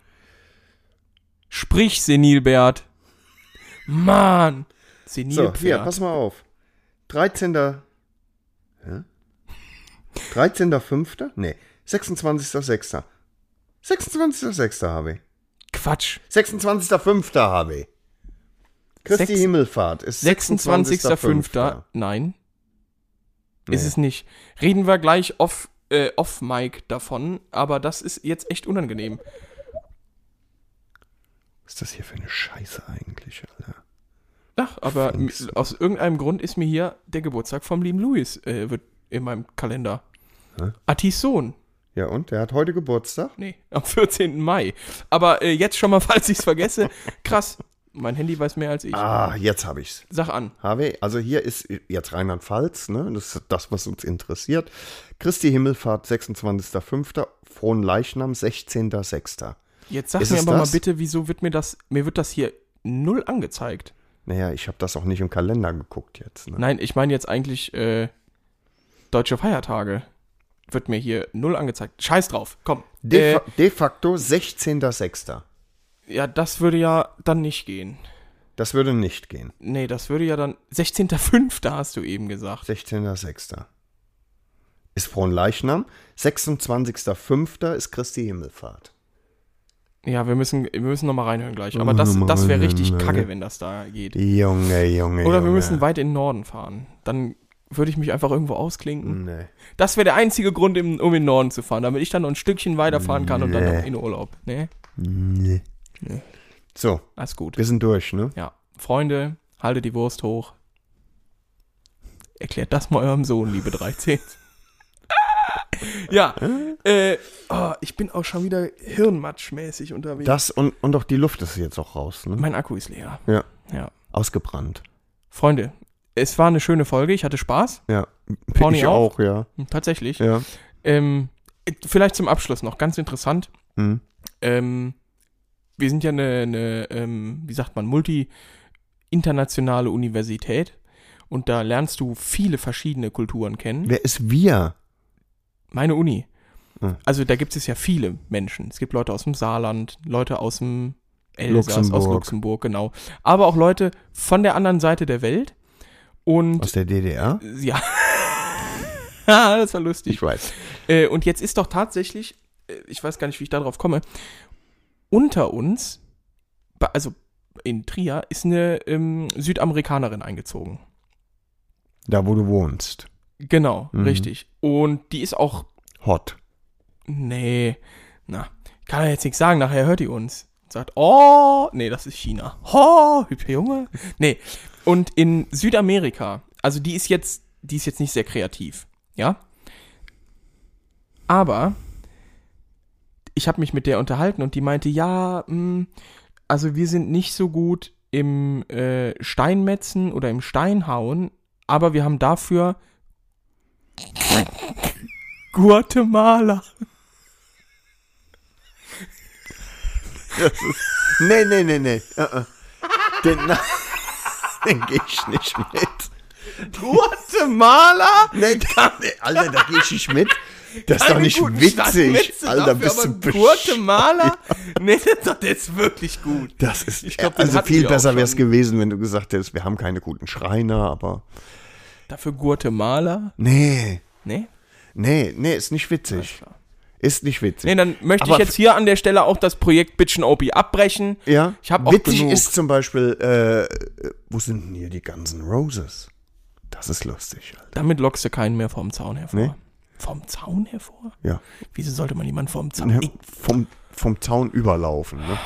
Speaker 2: Sprich, Senilbert. Mann.
Speaker 3: so,
Speaker 2: Senilpferd.
Speaker 3: hier, pass mal auf. 13. Hä? 13.05.? Nee, 26.06. 26.06. Harvey.
Speaker 2: Quatsch.
Speaker 3: 26.05. Harvey. Christi
Speaker 2: Sechs-
Speaker 3: Himmelfahrt ist
Speaker 2: 26.05. Nein, ist es nicht. Reden wir gleich off, äh, off Mike davon, aber das ist jetzt echt unangenehm.
Speaker 3: Was ist das hier für eine Scheiße eigentlich, Alter?
Speaker 2: Ach, aber m-
Speaker 3: Pfingsten.
Speaker 2: aus irgendeinem Grund ist mir hier der Geburtstag vom lieben Louis äh, wird in meinem Kalender.
Speaker 3: Hä?
Speaker 2: Atis Sohn.
Speaker 3: Ja, und? Der hat heute Geburtstag?
Speaker 2: Nee, am 14. Mai. Aber äh, jetzt schon mal, *laughs* falls ich es vergesse. Krass, mein Handy weiß mehr als ich.
Speaker 3: Ah, jetzt habe ich's.
Speaker 2: Sag an.
Speaker 3: HW, also hier ist jetzt Rheinland-Pfalz, ne? Das ist das, was uns interessiert. Christi Himmelfahrt, 26.05., Frohen Leichnam, 16.06.
Speaker 2: Jetzt sag
Speaker 3: Ist
Speaker 2: mir
Speaker 3: es
Speaker 2: aber
Speaker 3: das?
Speaker 2: mal bitte, wieso wird mir das, mir wird das hier null angezeigt?
Speaker 3: Naja, ich habe das auch nicht im Kalender geguckt jetzt, ne?
Speaker 2: Nein, ich meine jetzt eigentlich äh, deutsche Feiertage. Wird mir hier null angezeigt. Scheiß drauf, komm.
Speaker 3: De,
Speaker 2: äh,
Speaker 3: de facto 16.06.
Speaker 2: ja, das würde ja dann nicht gehen.
Speaker 3: Das würde nicht gehen.
Speaker 2: Nee, das würde ja dann. 16.05. hast du eben gesagt.
Speaker 3: 16.06. ist Frohen Leichnam, 26.05. ist Christi Himmelfahrt.
Speaker 2: Ja, wir müssen, wir müssen nochmal reinhören gleich. Aber das, das wäre richtig kacke, wenn das da geht.
Speaker 3: Junge, Junge,
Speaker 2: Oder wir
Speaker 3: Junge.
Speaker 2: müssen weit in den Norden fahren. Dann würde ich mich einfach irgendwo ausklinken.
Speaker 3: Nee.
Speaker 2: Das wäre der einzige Grund, im, um in den Norden zu fahren, damit ich dann noch ein Stückchen weiterfahren kann und dann
Speaker 3: Nee.
Speaker 2: noch in Urlaub. Nee,
Speaker 3: Nee.
Speaker 2: Nee.
Speaker 3: So,
Speaker 2: alles gut.
Speaker 3: wir sind durch, ne?
Speaker 2: Ja, Freunde, haltet die Wurst hoch. Erklärt das mal eurem Sohn, liebe 13. *laughs* ja, äh, oh, ich bin auch schon wieder hirnmatschmäßig unterwegs.
Speaker 3: Das und, und auch die Luft ist jetzt auch raus, ne?
Speaker 2: mein Akku ist leer.
Speaker 3: Ja.
Speaker 2: Ja.
Speaker 3: Ausgebrannt.
Speaker 2: Freunde, es war eine schöne Folge, ich hatte Spaß,
Speaker 3: Ja.
Speaker 2: Pauli
Speaker 3: ich
Speaker 2: auch?
Speaker 3: auch, ja.
Speaker 2: tatsächlich.
Speaker 3: Ja.
Speaker 2: Ähm, vielleicht zum Abschluss noch, ganz interessant.
Speaker 3: Hm.
Speaker 2: Ähm, wir sind ja eine, eine ähm, wie sagt man, multi-internationale Universität. Und da lernst du viele verschiedene Kulturen kennen.
Speaker 3: Wer ist wir?
Speaker 2: Meine Uni.
Speaker 3: Hm.
Speaker 2: Also da gibt es ja viele Menschen. Es gibt Leute aus dem Saarland, Leute aus dem Elsass, aus
Speaker 3: Luxemburg.
Speaker 2: Luxemburg, genau. Aber auch Leute von der anderen Seite der Welt. Und
Speaker 3: Aus der DDR?
Speaker 2: ja. *laughs* Ah, das war lustig.
Speaker 3: weiß.
Speaker 2: Äh, und jetzt ist doch tatsächlich, äh, ich weiß gar nicht, wie ich darauf komme, unter uns, ba- also in Trier, ist eine ähm, Südamerikanerin eingezogen.
Speaker 3: Da, wo du wohnst.
Speaker 2: Genau, richtig. Und die ist auch,
Speaker 3: Hot.
Speaker 2: nee, na, kann er jetzt nichts sagen, nachher hört die uns. Und sagt, oh, nee, das ist China. Oh, hübscher Junge. Nee, und in Südamerika, also die ist jetzt, die ist jetzt nicht sehr kreativ, ja. Aber ich habe mich mit der unterhalten und die meinte, ja, mh, also wir sind nicht so gut im äh, Steinmetzen oder im Steinhauen, aber wir haben dafür Guatemala.
Speaker 3: Nee, nee, nee, nee. Äh, äh. Den, na, *laughs* den geh ich nicht mit.
Speaker 2: Guatemala?
Speaker 3: Nee, da, nee, Alter, da geh ich nicht mit. Das ist doch nicht witzig. Alter, bist du besch
Speaker 2: Guatemala? Nee, das, ist doch- der ist wirklich gut.
Speaker 3: Das ist,
Speaker 2: Ich glaub, den
Speaker 3: also
Speaker 2: hatten
Speaker 3: viel
Speaker 2: wir auch
Speaker 3: besser wäre es
Speaker 2: schon.
Speaker 3: gewesen, wenn du gesagt hättest, wir haben keine guten Schreiner, aber
Speaker 2: Dafür Guatemala?
Speaker 3: nee,
Speaker 2: Nee?
Speaker 3: nee, nee, ist nicht witzig. Ist nicht witzig.
Speaker 2: Nee, dann möchte
Speaker 3: Aber
Speaker 2: ich jetzt hier an der Stelle auch das Projekt Bitchen OP abbrechen.
Speaker 3: Ja,
Speaker 2: Ich habe auch
Speaker 3: witzig
Speaker 2: genug.
Speaker 3: ist zum Beispiel, äh, äh, wo sind denn hier die ganzen Roses? Das ist lustig, halt, Alter.
Speaker 2: Damit lockst du keinen mehr vom Zaun hervor.
Speaker 3: Nee.
Speaker 2: Vom Zaun hervor?
Speaker 3: Ja.
Speaker 2: Wieso sollte man jemanden vom Zaun?
Speaker 3: Ja,
Speaker 2: Ich,
Speaker 3: vom, vom Zaun überlaufen. Ne?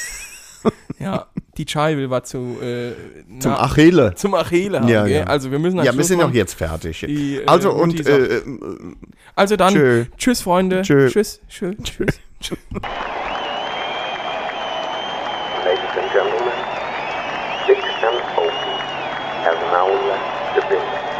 Speaker 2: *laughs* ja, die Scheibe war zu. Äh, na,
Speaker 3: Zum Achille.
Speaker 2: Zum Achille. haben
Speaker 3: Ja,
Speaker 2: wir.
Speaker 3: ja.
Speaker 2: Also wir müssen halt
Speaker 3: Ja, wir
Speaker 2: Schluss
Speaker 3: sind
Speaker 2: machen.
Speaker 3: auch jetzt fertig.
Speaker 2: Die, äh,
Speaker 3: also
Speaker 2: Mutti
Speaker 3: und
Speaker 2: sagt-
Speaker 3: äh, äh,
Speaker 2: Also dann,
Speaker 3: Tschö.
Speaker 2: tschüss, Freunde.
Speaker 3: Tschö.
Speaker 2: Tschüss, tschö, tschüss.
Speaker 5: Ladies and gentlemen, Dick and Opie has now left the building.